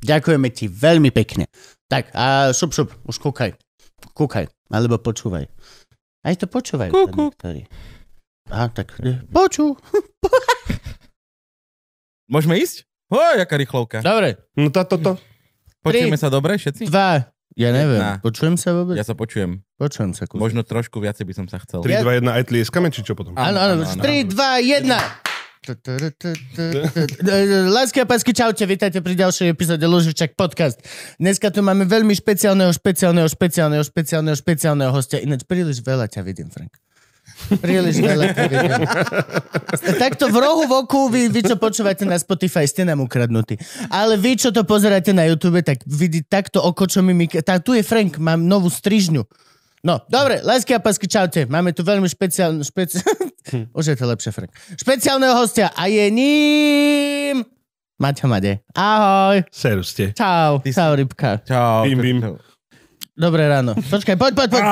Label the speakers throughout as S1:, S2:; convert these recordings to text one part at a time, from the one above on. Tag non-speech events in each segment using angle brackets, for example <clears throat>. S1: Ďakujeme ti veľmi pekne. Tak a šup, šup, už kúkaj. Kúkaj, alebo počúvaj. Aj to počúvajú.
S2: Kú,
S1: tam
S2: kú.
S1: niektorí. Aha, tak počú.
S2: Môžeme ísť? Hoj, aká rýchlovka.
S1: Dobre.
S3: No tá, toto.
S2: Počujeme sa dobre všetci?
S1: Dva. Ja neviem.
S2: Jedna.
S1: Počujem sa vôbec?
S2: Ja sa počujem.
S1: Počujem sa. Kus.
S2: Možno trošku viacej by som sa chcel.
S3: 3, 2, 1, aj tlieskame, či čo potom?
S2: A-
S1: Áno, áno.
S2: Áno, áno,
S1: 3, 2, 1. Lásky a pásky, čaute, vítajte pri ďalšej epizóde Luživčak podcast. Dneska tu máme veľmi špeciálneho, špeciálneho, špeciálneho, špeciálneho, špeciálneho hostia. Ináč príliš veľa ťa vidím, Frank. Príliš veľa ťa vidím. Takto v rohu v oku, vy, vy čo počúvate na Spotify, ste nám ukradnutí. Ale vy, čo to pozeráte na YouTube, tak vidí takto oko, čo mi... mik- Tá, tu je Frank, mám novú strižňu. No, dobre, lásky a pasky, čaute. Máme tu veľmi špeciálne... Špeci... <laughs> Už je to lepšie, Frank. Špeciálneho hostia a je ním... Maťo Made. Ahoj.
S3: Serus ste.
S1: Čau.
S2: Ty si-
S1: Čau, rybka.
S2: Čau.
S3: Bim, bim.
S1: Dobré ráno. Počkaj, poď, poď, poď.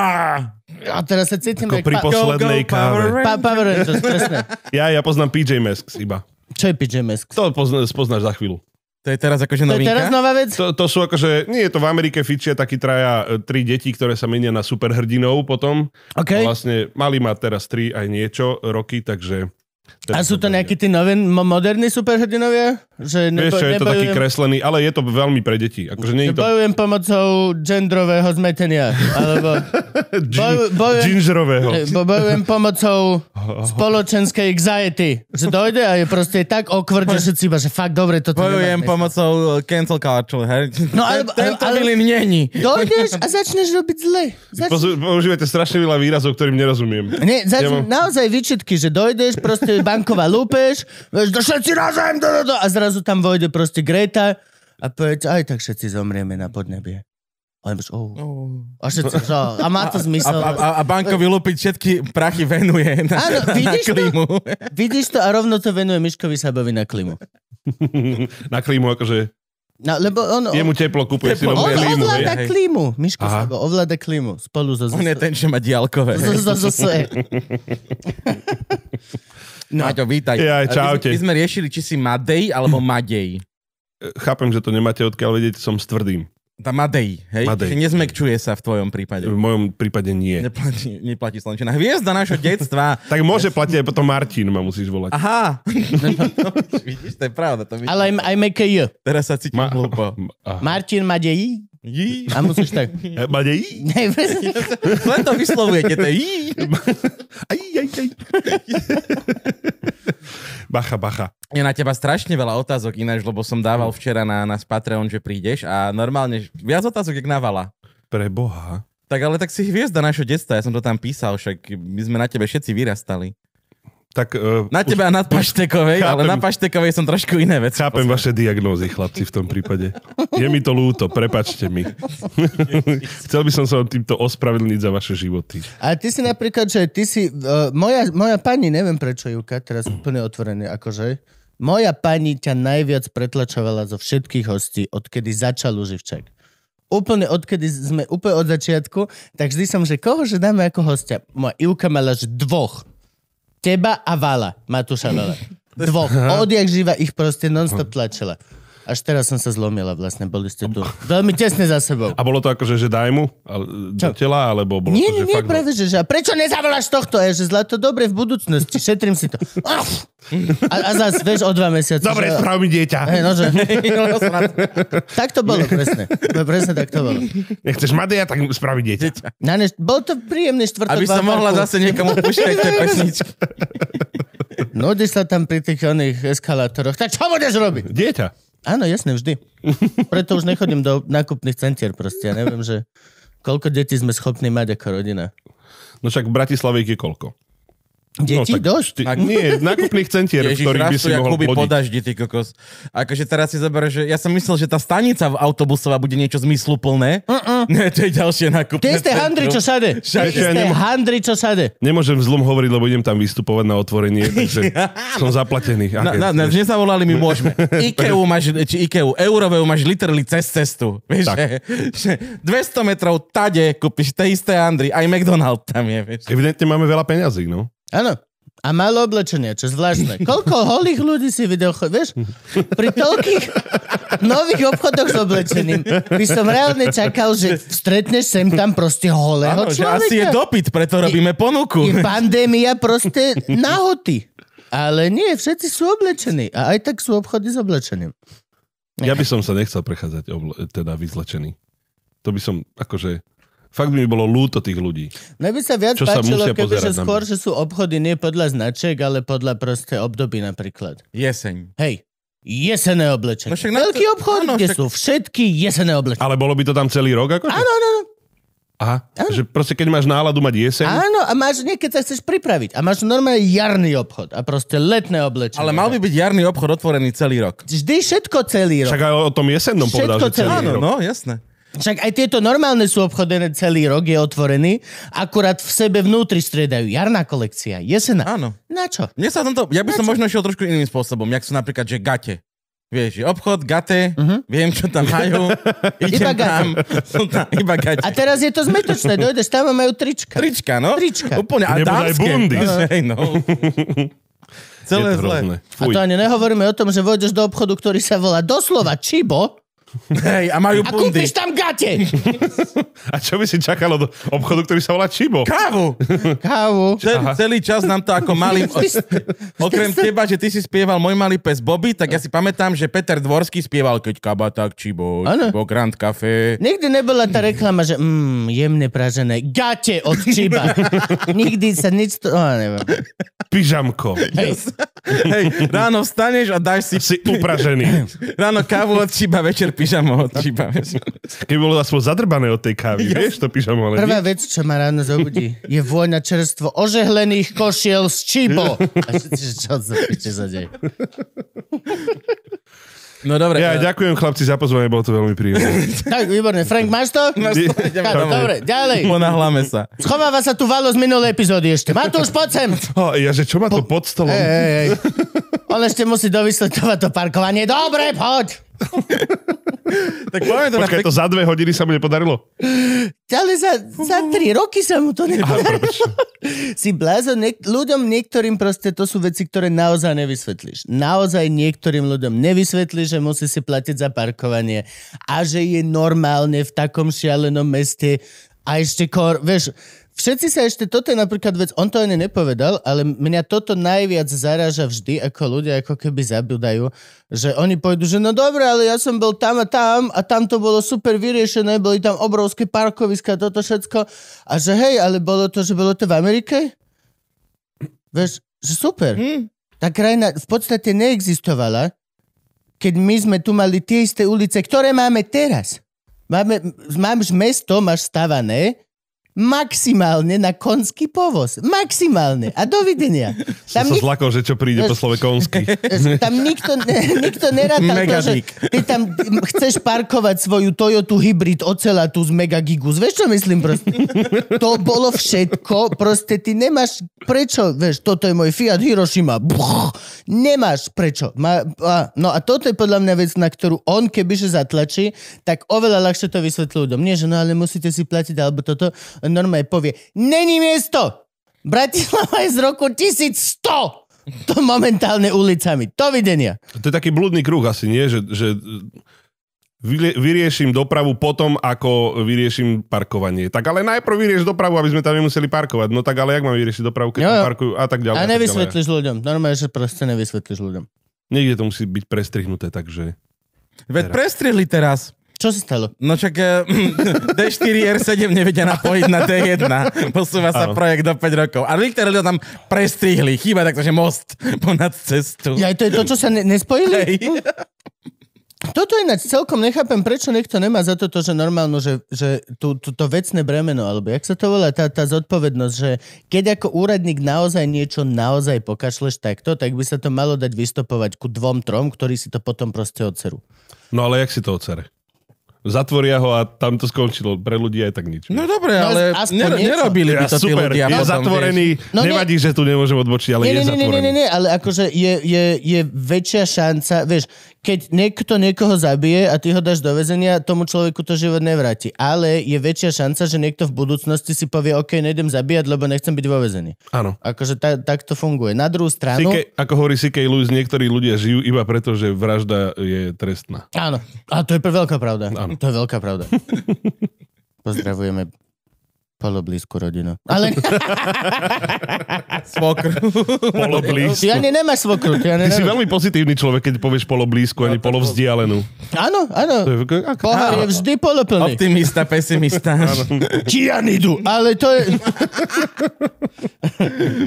S1: A teraz sa cítim...
S3: Ako
S1: jak
S3: pri
S2: Go, go,
S3: Ah! poslednej
S2: Power
S3: káve.
S2: Rangers.
S1: Pa, Power Rangers, presne.
S3: Ja, ja poznám PJ Masks iba.
S1: Čo je PJMS?
S3: To pozna, spoznáš za chvíľu.
S2: To je teraz akože
S1: To je
S2: novinka?
S1: teraz nová vec?
S3: To, to sú akože, nie je to v Amerike fičia takí traja, e, tri deti, ktoré sa menia na superhrdinov potom.
S1: OK.
S3: A vlastne mali má teraz tri aj niečo roky, takže...
S1: A sú to nejakí tí noví, mo- moderní superhrdinovia? Že nebo,
S3: Vieš čo, je to taký
S1: nebojujem-
S3: kreslený, ale je to veľmi pre deti. Akože nie
S1: že
S3: je to
S1: bojujem pomocou gendrového zmetenia. Alebo
S3: <laughs>
S1: boju- bojujem-
S3: gingerového.
S1: eh, bo- bojujem pomocou spoločenskej anxiety. Že dojde a je proste tak okvrd, že všetci iba, že fakt dobre toto
S2: Bojujem
S1: nemá zmysel.
S2: pomocou uh, cancel culture, hej?
S1: No, alebo-
S2: Tento
S1: ale-
S2: Vilin není.
S1: Dojdeš a začneš robiť zle. Zač-
S3: Pozu- Používate strašne veľa výrazov, ktorým nerozumiem. <laughs>
S1: nie, zač-
S3: Ja mám-
S1: naozaj výčitky, že dojdeš, proste banková lúpeš, vieš, do všetci razem, do, do, do, a zrazu tam vojde proste Greta a povie, aj tak všetci zomrieme na podnebie. A jemš, oh.
S2: Oh.
S1: A všetci, že, a má to
S2: A,
S1: zmysel.
S2: a, a, a bankovi lupiť všetky prachy venuje na,
S1: Áno,
S2: na
S1: vidíš to?
S2: klímu.
S1: Vidíš to a rovno to venuje Miškovi Sabovi na klimu.
S3: Na klímu akože
S1: No, lebo on,
S3: Je
S1: on,
S3: mu teplo, kúpuje si
S2: Teplo.
S3: novú
S1: on
S3: klímu. hej.
S1: ovláda
S2: hej.
S1: klimu. Miško
S3: Aha.
S1: Sabo ovláda klimu spolu so
S2: On je ten, čo má diálkové.
S1: so- so- so- so-
S2: No. Maťo, vítaj.
S3: Jaj,
S2: A my-
S3: čaute.
S2: My sme riešili, či si Madej alebo Madej.
S3: Chápem, že to nemáte odkiaľ vedieť, som s tvrdým.
S2: Tá Madej, hej?
S3: Madej.
S2: Že nezmekčuje sa v tvojom prípade.
S3: V mojom prípade nie.
S2: Neplatí, neplatí Slovenčina. Hviezda našho detstva.
S3: Tak môže platiť aj potom Martin, ma musíš volať.
S2: Aha. <laughs> No, vidíš, to je pravda. To vidíš.
S1: Ale aj, aj meké J.
S2: Teraz sa cítim
S3: Ma-
S2: hlúpo.
S3: Aha.
S1: Martin má dejí
S2: Jí.
S1: a musíš tak.
S3: E, Madej?
S1: Ne, presne.
S2: Len to vyslovujete, to je jí.
S3: Aj, aj, aj. <laughs> Bacha, bacha.
S2: Je na teba strašne veľa otázok ináč, lebo som dával včera na nás Patreon, že prídeš a normálne viac otázok, jak navala.
S3: Pre Boha.
S2: Tak ale tak si hviezda našho detstva, ja som to tam písal, však my sme na tebe všetci vyrastali.
S3: Tak uh,
S2: Na teba a na Paštekovej, ale
S3: Chápem.
S2: na Paštekovej som trošku iné veci.
S3: chápem vaše diagnózy, chlapci, v tom prípade. Je mi to lúto, prepačte
S1: <laughs>
S3: mi. Chcel by som sa vám týmto ospravedlniť za vaše životy.
S1: A ty si napríklad, že ty si... Uh, moja, moja pani, neviem prečo Juka, teraz úplne otvorené, akože... Moja pani ťa najviac pretlačovala zo všetkých hostí, odkedy začal Uživčak. Úplne odkedy sme, úplne od začiatku, tak vždy som, že koho že dáme ako hostia? Moja Ivka mala že dvoch. Teba a Vala, Matúša Vala. Dvoch. Odjak živa ich proste non-stop tlačila. Až teraz som sa zlomila vlastne, boli ste tu. Veľmi tesne za sebou.
S3: A bolo to akože, že daj mu ale, do
S1: Čo?
S3: tela, alebo bolo
S1: Nie,
S3: to, že
S1: nie, nie,
S3: fakt... no.
S1: práve, že, že a prečo nezavoláš tohto? A Ja, že zlato, dobre, v budúcnosti, šetrím si to. Ach! A, a zás, vieš, o dva mesiace.
S3: Dobre,
S1: že,
S3: sprav mi dieťa.
S1: Hej, no, že, <laughs> tak to bolo, presne. No, Presne tak to bolo.
S3: Nechceš Madeja, tak spraviť dieťa.
S1: Na ne, bol to príjemný štvrtok.
S2: Aby som
S1: v
S2: mohla
S1: Alparku.
S2: zase niekomu pušťať tie pesničky.
S1: Nudíš sa No, tam pri tých oných eskalátoroch. Tak čo budeš robiť?
S3: Dieťa.
S1: Áno, jasne, vždy. Preto už nechodím do nákupných centier proste. Ja neviem, že koľko detí sme schopní mať ako rodina.
S3: No však v Bratislave ich je koľko?
S1: Deti
S3: tak
S1: dosť.
S3: Ty, nie, nákupných centier, v
S2: Ježiš,
S3: ktorých by
S2: raz
S3: si
S2: tu jak
S3: mohol
S2: Kuby
S3: plodiť.
S2: podaždi, ty kokos. Akože teraz si zober, že ja som myslel, že tá stanica v autobusová bude niečo zmysluplné. Uh-uh. <laughs> Ne, to je ďalšie nákupné.
S1: Tie isté
S2: centrum.
S1: handry, čo sade. Tie
S2: Všade.
S1: isté
S3: nemo-
S1: handry, čo sade.
S3: Nemôžem v zlom hovoriť, lebo idem tam vystupovať
S1: <laughs>
S3: na otvorenie, takže som zaplatený.
S2: Na,
S3: Aké-
S2: na, na, dnes zavolali, my
S3: <laughs>
S2: môžeme. IKEA máš, či IKEA, Euroveu máš literally cez cestu. Vieš,
S3: Tak.
S2: že, že 200 metrov tade kúpiš tie isté handry. Aj McDonald tam je, vieš.
S3: Evidentne máme veľa peňazí, no.
S1: Áno. A málo oblečenia, čo je zvláštne.
S2: <laughs>
S1: Koľko holých ľudí si videl, cho- vieš? Pri
S2: <laughs>
S1: toľkých nových obchodoch s oblečením by som reálne čakal, že stretneš sem tam proste holého
S2: Áno, že
S1: človeka.
S2: asi je dopyt, preto robíme ponuku.
S1: je pandémia proste nahoty. Ale nie, všetci sú oblečení. A aj tak sú obchody s oblečením.
S3: Ja by som sa nechcel prechádzať obl- teda vyzlečený. To by som, akože, fakt by mi bolo ľúto tých ľudí.
S1: Mne by sa viac
S3: Čo sa
S1: páčilo,
S3: musia
S1: keby,
S3: pozerať
S1: že
S3: na
S1: skôr, že sú obchody nie podľa značiek, ale podľa proste období napríklad.
S2: <laughs> Jeseň.
S1: Hej, jesené oblečenie.
S2: No
S1: No
S2: však na to-
S1: Veľký obchod,
S2: áno,
S1: kde
S2: však-
S1: sú všetky jesené oblečenie.
S3: Ale bolo by to tam celý rok, akože?
S1: Áno, áno, áno.
S3: Aha, že proste keď máš náladu mať jeseň,
S1: áno, a máš niekedy sa chceš pripraviť. A máš normálne jarný obchod a proste letné oblečenie.
S2: Ale mal by byť jarný obchod otvorený celý rok.
S1: Vždy všetko celý rok.
S3: však aj o tom jesennom
S1: Všetko
S3: povedal, že
S1: celé.
S3: celý
S2: Áno,
S3: rok.
S2: no, jasné.
S1: Však aj tieto normálne sú obchodené celý rok, je otvorený, akurát v sebe vnútri striedajú. Jarná kolekcia, jesená.
S2: Áno.
S1: Na čo?
S2: Mne sa tomto, ja by som možno išiel trošku iným spôsobom, jak sú napríklad, že gate. Vieš, je obchod, gate, uh-huh. viem, čo tam majú,
S1: <laughs> Mhm.
S2: idem
S1: Iba gate.
S2: tam, <laughs> som tam, iba gate.
S1: A teraz je to zmetočné, dojdeš tam a majú trička.
S2: Trička, no?
S1: Trička.
S2: Úplne, a
S3: Nebudú aj
S2: dámske.
S3: bundy.
S2: <laughs> Hej, no.
S3: Je
S2: Celé zle.
S3: to hrozné.
S1: A
S3: Fuj.
S1: to ani nehovoríme o tom, že vojdeš do obchodu, ktorý sa volá doslova Čibo
S2: Hej, a majú
S1: a
S2: bundy.
S1: kúpiš tam
S2: <laughs>
S1: gate.
S3: A čo by si čakalo do obchodu, ktorý sa volá Čibo?
S2: Kávu.
S1: Kávu.
S2: Cel, celý čas nám to ako <laughs> malý... Okrem teba, že ty si spieval Môj malý pes Bobby, tak ja si pamätám, že Peter Dvorský spieval Keď kabatak čibo,
S1: Áno.
S2: čibo, Grand Café.
S1: Nikdy nebola tá reklama, že mm, jemne pražené gate od
S2: <laughs>
S1: Čiba. Nikdy sa nič... To... Oh, neviem.
S3: Pyžamko.
S1: Hej.
S2: <laughs> Hej, ráno vstaneš a dáš si <laughs>
S3: Si upražený.
S2: Ráno kávu od čiba, večer pyžamo od čiba. vieš.
S3: Keby bolo aspoň zadrbané od tej kávy, vieš to pyžamo, ale
S1: Prvá vec, čo ma ráno zobudí, je vôňa čerstvo ožehlených košiel z <laughs> Čibo. A že- že čo sa piče sa deje?
S2: No dobre. eh,
S3: Ja ďakujem chlapci za pozvanie, bolo to veľmi príjemné.
S1: Tak, výborne. Frank, máš to?
S2: Máš to, ideme
S1: Tak,
S2: ďalej.
S1: dobre, ďalej.
S2: Ponáhľame sa.
S1: Schováva sa tu valo z minulej epizódy ešte. Matúš, poď sem!
S3: Ho, No, ja, že čo má to pod stolom?
S1: Ej, ej, ej. On ešte musí dovysletovať to parkovanie. Dobre, poď! eh,
S2: Tak poďme to na
S3: Počkaj, to za dve hodiny sa mu nepodarilo?
S1: Ale za, za tri roky sa mu to nepodarilo. <laughs> Si blázon, niek- ľuďom niektorým proste to sú veci, ktoré naozaj nevysvetlíš. Naozaj niektorým ľuďom nevysvetlíš, že musí si platiť za parkovanie a že je normálne v takom šialenom meste a ešte kor, vieš, Všetci sa ešte, toto je napríklad vec, on to ani nepovedal, ale mňa toto najviac zaráža vždy, ako ľudia ako keby zabúdajú, že oni pôjdu, že no dobre, ale ja som bol tam a tam a tam to bolo super vyriešené, boli tam obrovské parkoviska, toto všetko a že hej, ale bolo to, že bolo to v Amerike? Vieš, že super. Hmm. Tá krajina v podstate neexistovala, keď my sme tu mali tie isté ulice, ktoré máme teraz. Máme, máš mesto, máš stavané maximálne na konský povoz. Maximálne. A dovidenia.
S3: Som
S1: Tam,
S3: sa
S1: nik-
S3: zlakol, že čo príde po slove konský.
S1: tam nikto, ne, nikto nerátal to, že
S2: Megadík.
S1: ty tam chceš parkovať svoju Toyota hybrid ocelatú z Megagigus. Vieš, čo myslím proste? To bolo všetko, proste ty nemáš prečo, vieš, toto je môj Fiat Hiroshima. Buch, nemáš prečo. Ma, a, no a toto je podľa mňa vec, na ktorú on kebyže zatlačí, tak oveľa ľahšie to vysvetlí ľuďom. Nie, že no ale musíte si platiť alebo toto. Normálne povie, není miesto! Bratislava je z roku 1100! To momentálne ulicami. Dovidenia.
S3: To je taký blúdny kruh asi, nie? Že, že vylie- vyriešim dopravu potom, ako vyriešim parkovanie. Tak ale najprv vyrieš dopravu, aby sme tam nemuseli parkovať. No tak ale jak mám vyriešiť dopravu, keď
S1: Jo,
S3: tam
S1: jo.
S3: parkujú a tak ďalej.
S1: A
S3: tak ďalej.
S1: nevysvetlíš ľuďom. Normálne, že proste nevysvetlíš ľuďom.
S3: Niekde to musí byť prestrihnuté, takže...
S2: Veď prestrihli teraz.
S1: Čo sa stalo?
S2: No čak eh, <laughs> D4 R7 nevedia napojiť na D1. Posúva sa
S3: Áno.
S2: projekt do 5 rokov. A literally ho tam prestrihli. Chýba takto, že most <laughs> ponad cestu.
S1: Ja, to je to, čo sa ne- nespojili?
S2: Hej.
S1: Toto ináč celkom nechápem, prečo niekto nemá za toto, že normálno, že, že tú, tú, to vecné bremeno, alebo jak sa to volá, tá, tá zodpovednosť, že keď ako úradník naozaj niečo naozaj pokašleš takto, tak by sa to malo dať vystopovať ku dvom, trom, ktorí si to potom proste odserú.
S3: No ale jak si to ocere? Zatvoria ho a tam to skončilo. Pre ľudí aj tak nič.
S2: No dobre,
S1: No,
S2: ale
S1: aspoň
S2: ner-
S1: niečo.
S2: nerobili by
S3: Ja,
S2: to tí
S3: super,
S2: ľudia.
S3: je
S2: potom,
S3: zatvorený.
S1: No nie.
S3: Nevadí, že tu nemôžem odbočiť, ale
S1: Nie,
S3: je
S1: nie, nie, nie,
S3: zatvorený.
S1: nie, nie, nie, ale akože je, je, je väčšia šanca, vieš, keď niekto niekoho zabije a ty ho dáš do väzenia, tomu človeku to život nevráti. Ale je väčšia šanca, že niekto v budúcnosti si povie, OK, nejdem zabíjať, lebo nechcem byť vo väzení.
S3: Áno.
S1: Akože ta, tak to funguje. Na druhú stranu...
S3: CK, ako hovorí C.K. Lewis, niektorí ľudia žijú iba preto, že vražda je
S2: <laughs>
S3: trestná.
S1: Áno, a to je pre- veľká pravda.
S3: Áno.
S1: To je veľká
S3: <laughs>
S1: pravda. Pozdravujeme poloblízku rodinu.
S3: <laughs>
S1: Ale
S2: Svokr.
S1: <laughs>
S3: Poloblízku.
S1: ty ani nemáš svokru. Ty ani
S3: Ty si
S1: nemáš...
S3: veľmi pozitívny človek, keď povieš poloblízku,
S2: No,
S3: ani polovzdialenú.
S1: Áno,
S3: To
S1: áno.
S3: je ako- ako-
S1: Pohár je vždy poloplný.
S2: Optimista, pesimista.
S1: Kianidu. Ale to je...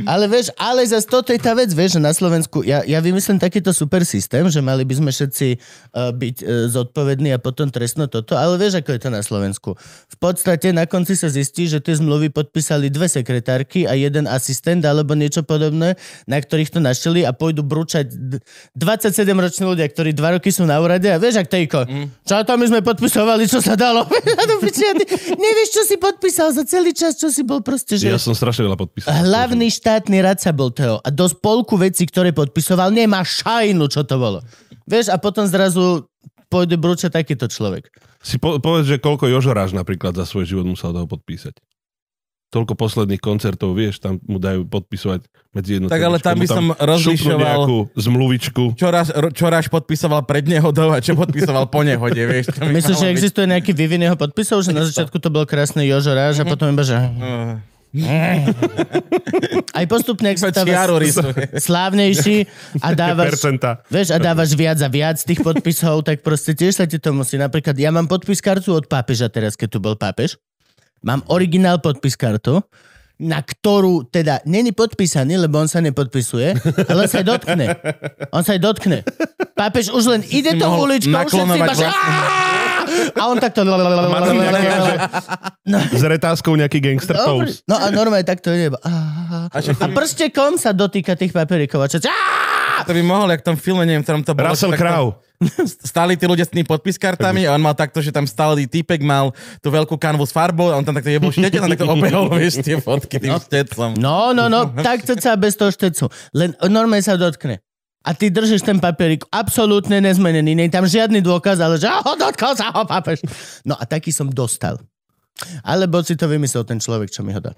S1: ale vieš, ale zase toto je tá vec, vieš, že na Slovensku, ja, ja vymyslím takýto super systém, že mali by sme všetci uh, byť uh, zodpovední a potom trestno toto, ale vieš, ako je to na Slovensku. V podstate na konci sa zistí, že tie zmluvy podpísali dve sekretárky a jeden asistent alebo niečo podobné, na ktorých to našli a pôjdu brúčať d- 27-roční ľudia, ktorí dva roky sú na úrade a vieš, ak tejko, mm. čo to my sme podpisovali, čo sa dalo. <laughs> A do piči, a ty Nevieš, čo si podpísal za celý čas, čo si bol proste, že...
S3: Ja som strašne veľa podpísal.
S1: Hlavný štátny radca bol Teo a do spolku vecí, ktoré podpisoval, nemá šajnu, čo to bolo. Vieš, a potom zrazu pôjde brúča takýto človek.
S3: Si po, povedz, že koľko Jožoráš napríklad za svoj život musel toho podpísať. Toľko posledných koncertov, vieš, tam mu dajú podpisovať medzi jednotlivými.
S2: Tak ale tam by som rozlišoval-
S3: nejakú zmluvičku.
S2: Čoraz, ro- čoraz podpisoval pred nehodou a čo podpisoval po nehode, vieš. to by
S1: Myslíš,
S2: malo
S1: že
S2: byť-
S1: existuje nejaký vývin jeho podpisov, že na
S2: Hm.
S1: začiatku to bol krásny Jožoráš a potom iba, že...
S2: Eh,
S1: Aj postupne, ak
S2: Iba
S1: sa stáva
S2: čiaru rysuje.
S1: slávnejší a dávaš...
S3: Percenta.
S1: Vieš, a dávaš viac a viac tých podpisov, tak proste tiež sa ti to musí. Napríklad, ja mám podpis kartu od pápeža teraz, keď tu bol pápež. Mám originál podpis kartu, na ktorú teda není podpísaný, lebo on sa nepodpisuje, ale on sa aj dotkne. On sa aj dotkne. Pápež už len ide
S2: si
S1: to
S2: mohol
S1: uličkou, všetci
S2: naklonovať
S1: iba, že...
S2: vlastnú-
S1: "Á!" A on takto...
S3: Má tam nejakého, s retázkou nejaký gangster
S1: Dobre.
S3: toast.
S1: No a normálne takto ide. iba, "Á." A prste kom sa dotýka tých papierikov. A čo? "Á!"
S2: To by mohol, jak v tom filme, neviem, v ktorom to bolo.
S3: Russell
S2: čo takto-
S3: Crowe.
S2: Stáli tí ľudia s tými podpiskartami a on mal takto, že tam stály týpek, mal tú veľkú kanvu s farbou a on tam
S1: <laughs>
S2: takto jebol štetec a takto obehol, vieš, tie fotky tým štetcom.
S1: No, no, no, tak sa bez toho štecu. Len normálne sa dotkne. A ty držíš ten papierik absolútne nezmenený. Nie je tam žiadny dôkaz, ale že ho dotkol sa ho papež. No a taký som dostal. Alebo si to vymyslel ten človek, čo mi ho dal.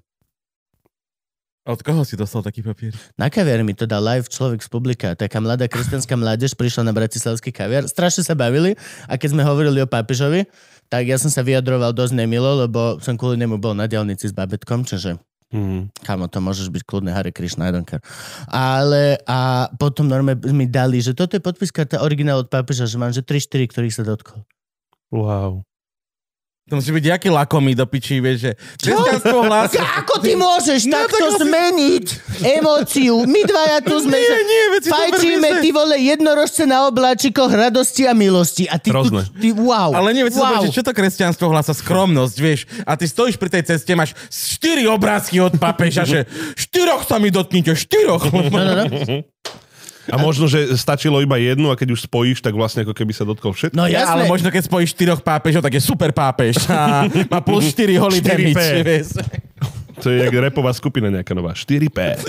S2: Od koho si dostal taký papier?
S1: Na kaviar mi to dal live človek z publika. Taká mladá kresťanská mládež prišla na bratislavský kaviar. Strašne sa bavili a keď sme hovorili o pápežovi, tak ja som sa vyjadroval dosť nemilo, lebo som kvôli nemu bol na diálnici s babetkom, čože
S2: Hmm.
S3: Mm.
S1: Kamo, to môžeš byť kľudne Hare Krishna, I don't care. Ale a potom normálne mi dali, že toto je podpiska, tá originál od pápeža, že mám, že 3-4, ktorých sa dotkol.
S3: Wow.
S2: To musí byť jaký lakomý do piči, vieš, že kresťanstvo hlási.
S1: Ako ty môžeš
S2: No,
S1: takto
S2: tak asi-
S1: zmeniť emóciu? My dvaja tu sme...
S2: Nie, nie, veď si to
S1: Fajčíme,
S2: vymyslel.
S1: ty vole, jednorožce na obláčikoch radosti a milosti. A ty, tu,
S3: Hrozné.
S1: ty wow.
S2: Ale neviem, wow.
S1: wow.
S2: čo to kresťanstvo hlása, skromnosť, vieš. A ty stojíš pri tej ceste, máš štyri obrázky od papeža, že štyroch sa mi dotknite, štyroch.
S1: <laughs> No, no, no.
S3: A možno, že stačilo iba jednu a keď už spojíš, tak vlastne ako keby sa dotkol všetko.
S1: no
S2: Ja, ale
S1: jasné.
S2: možno keď spojíš štyroch pápežov, tak je super
S1: <laughs>
S2: pápež. A má plus 4 holy
S3: 4P.
S2: damage, vieš.
S3: To je jak repová skupina nejaká nová. 4P.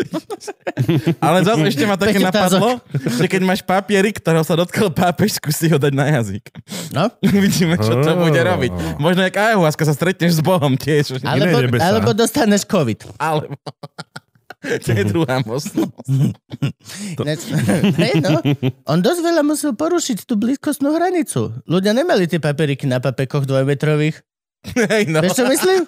S2: Ale zase ešte ma také
S1: Pekný
S2: napadlo, že keď máš papierik, ktorého sa dotkol pápež, skúsi ho dať na jazyk. <laughs>
S1: No?
S2: Vidíme, čo to bude robiť. Možno jak ayahuasca sa stretneš s Bohom tiež.
S1: Alebo,
S3: nebesá.
S1: alebo dostaneš COVID.
S2: Alebo... <laughs> To je druhá možnosť.
S1: Ináč- <laughs> Hej, no. On dosť veľa musel porušiť tú blízkostnú hranicu. Ľudia nemali tie papieriky na papekoch dvojmetrových.
S2: <laughs> Hej, no.
S1: Vieš, čo myslím?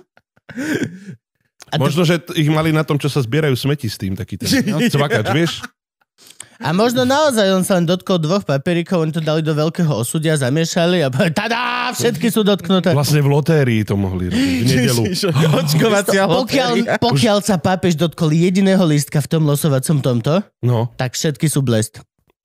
S1: A, to,
S3: Možno, že t- ich mali na tom, čo sa zbierajú smeti s tým,
S2: <laughs>
S3: taký ten no, cvakač, vieš?
S1: a možno naozaj on sa len dotkol dvoch papierikov, oni to dali do veľkého osudia, zamiešali a povedali, tadá, všetky sú dotknuté.
S3: Vlastne v lotérii to mohli robiť, v nedelu.
S2: Očkovacia lotéria.
S1: Pokiaľ, pokiaľ sa pápež dotkol jediného lístka v tom losovacom tomto,
S3: No.
S1: tak všetky sú blest.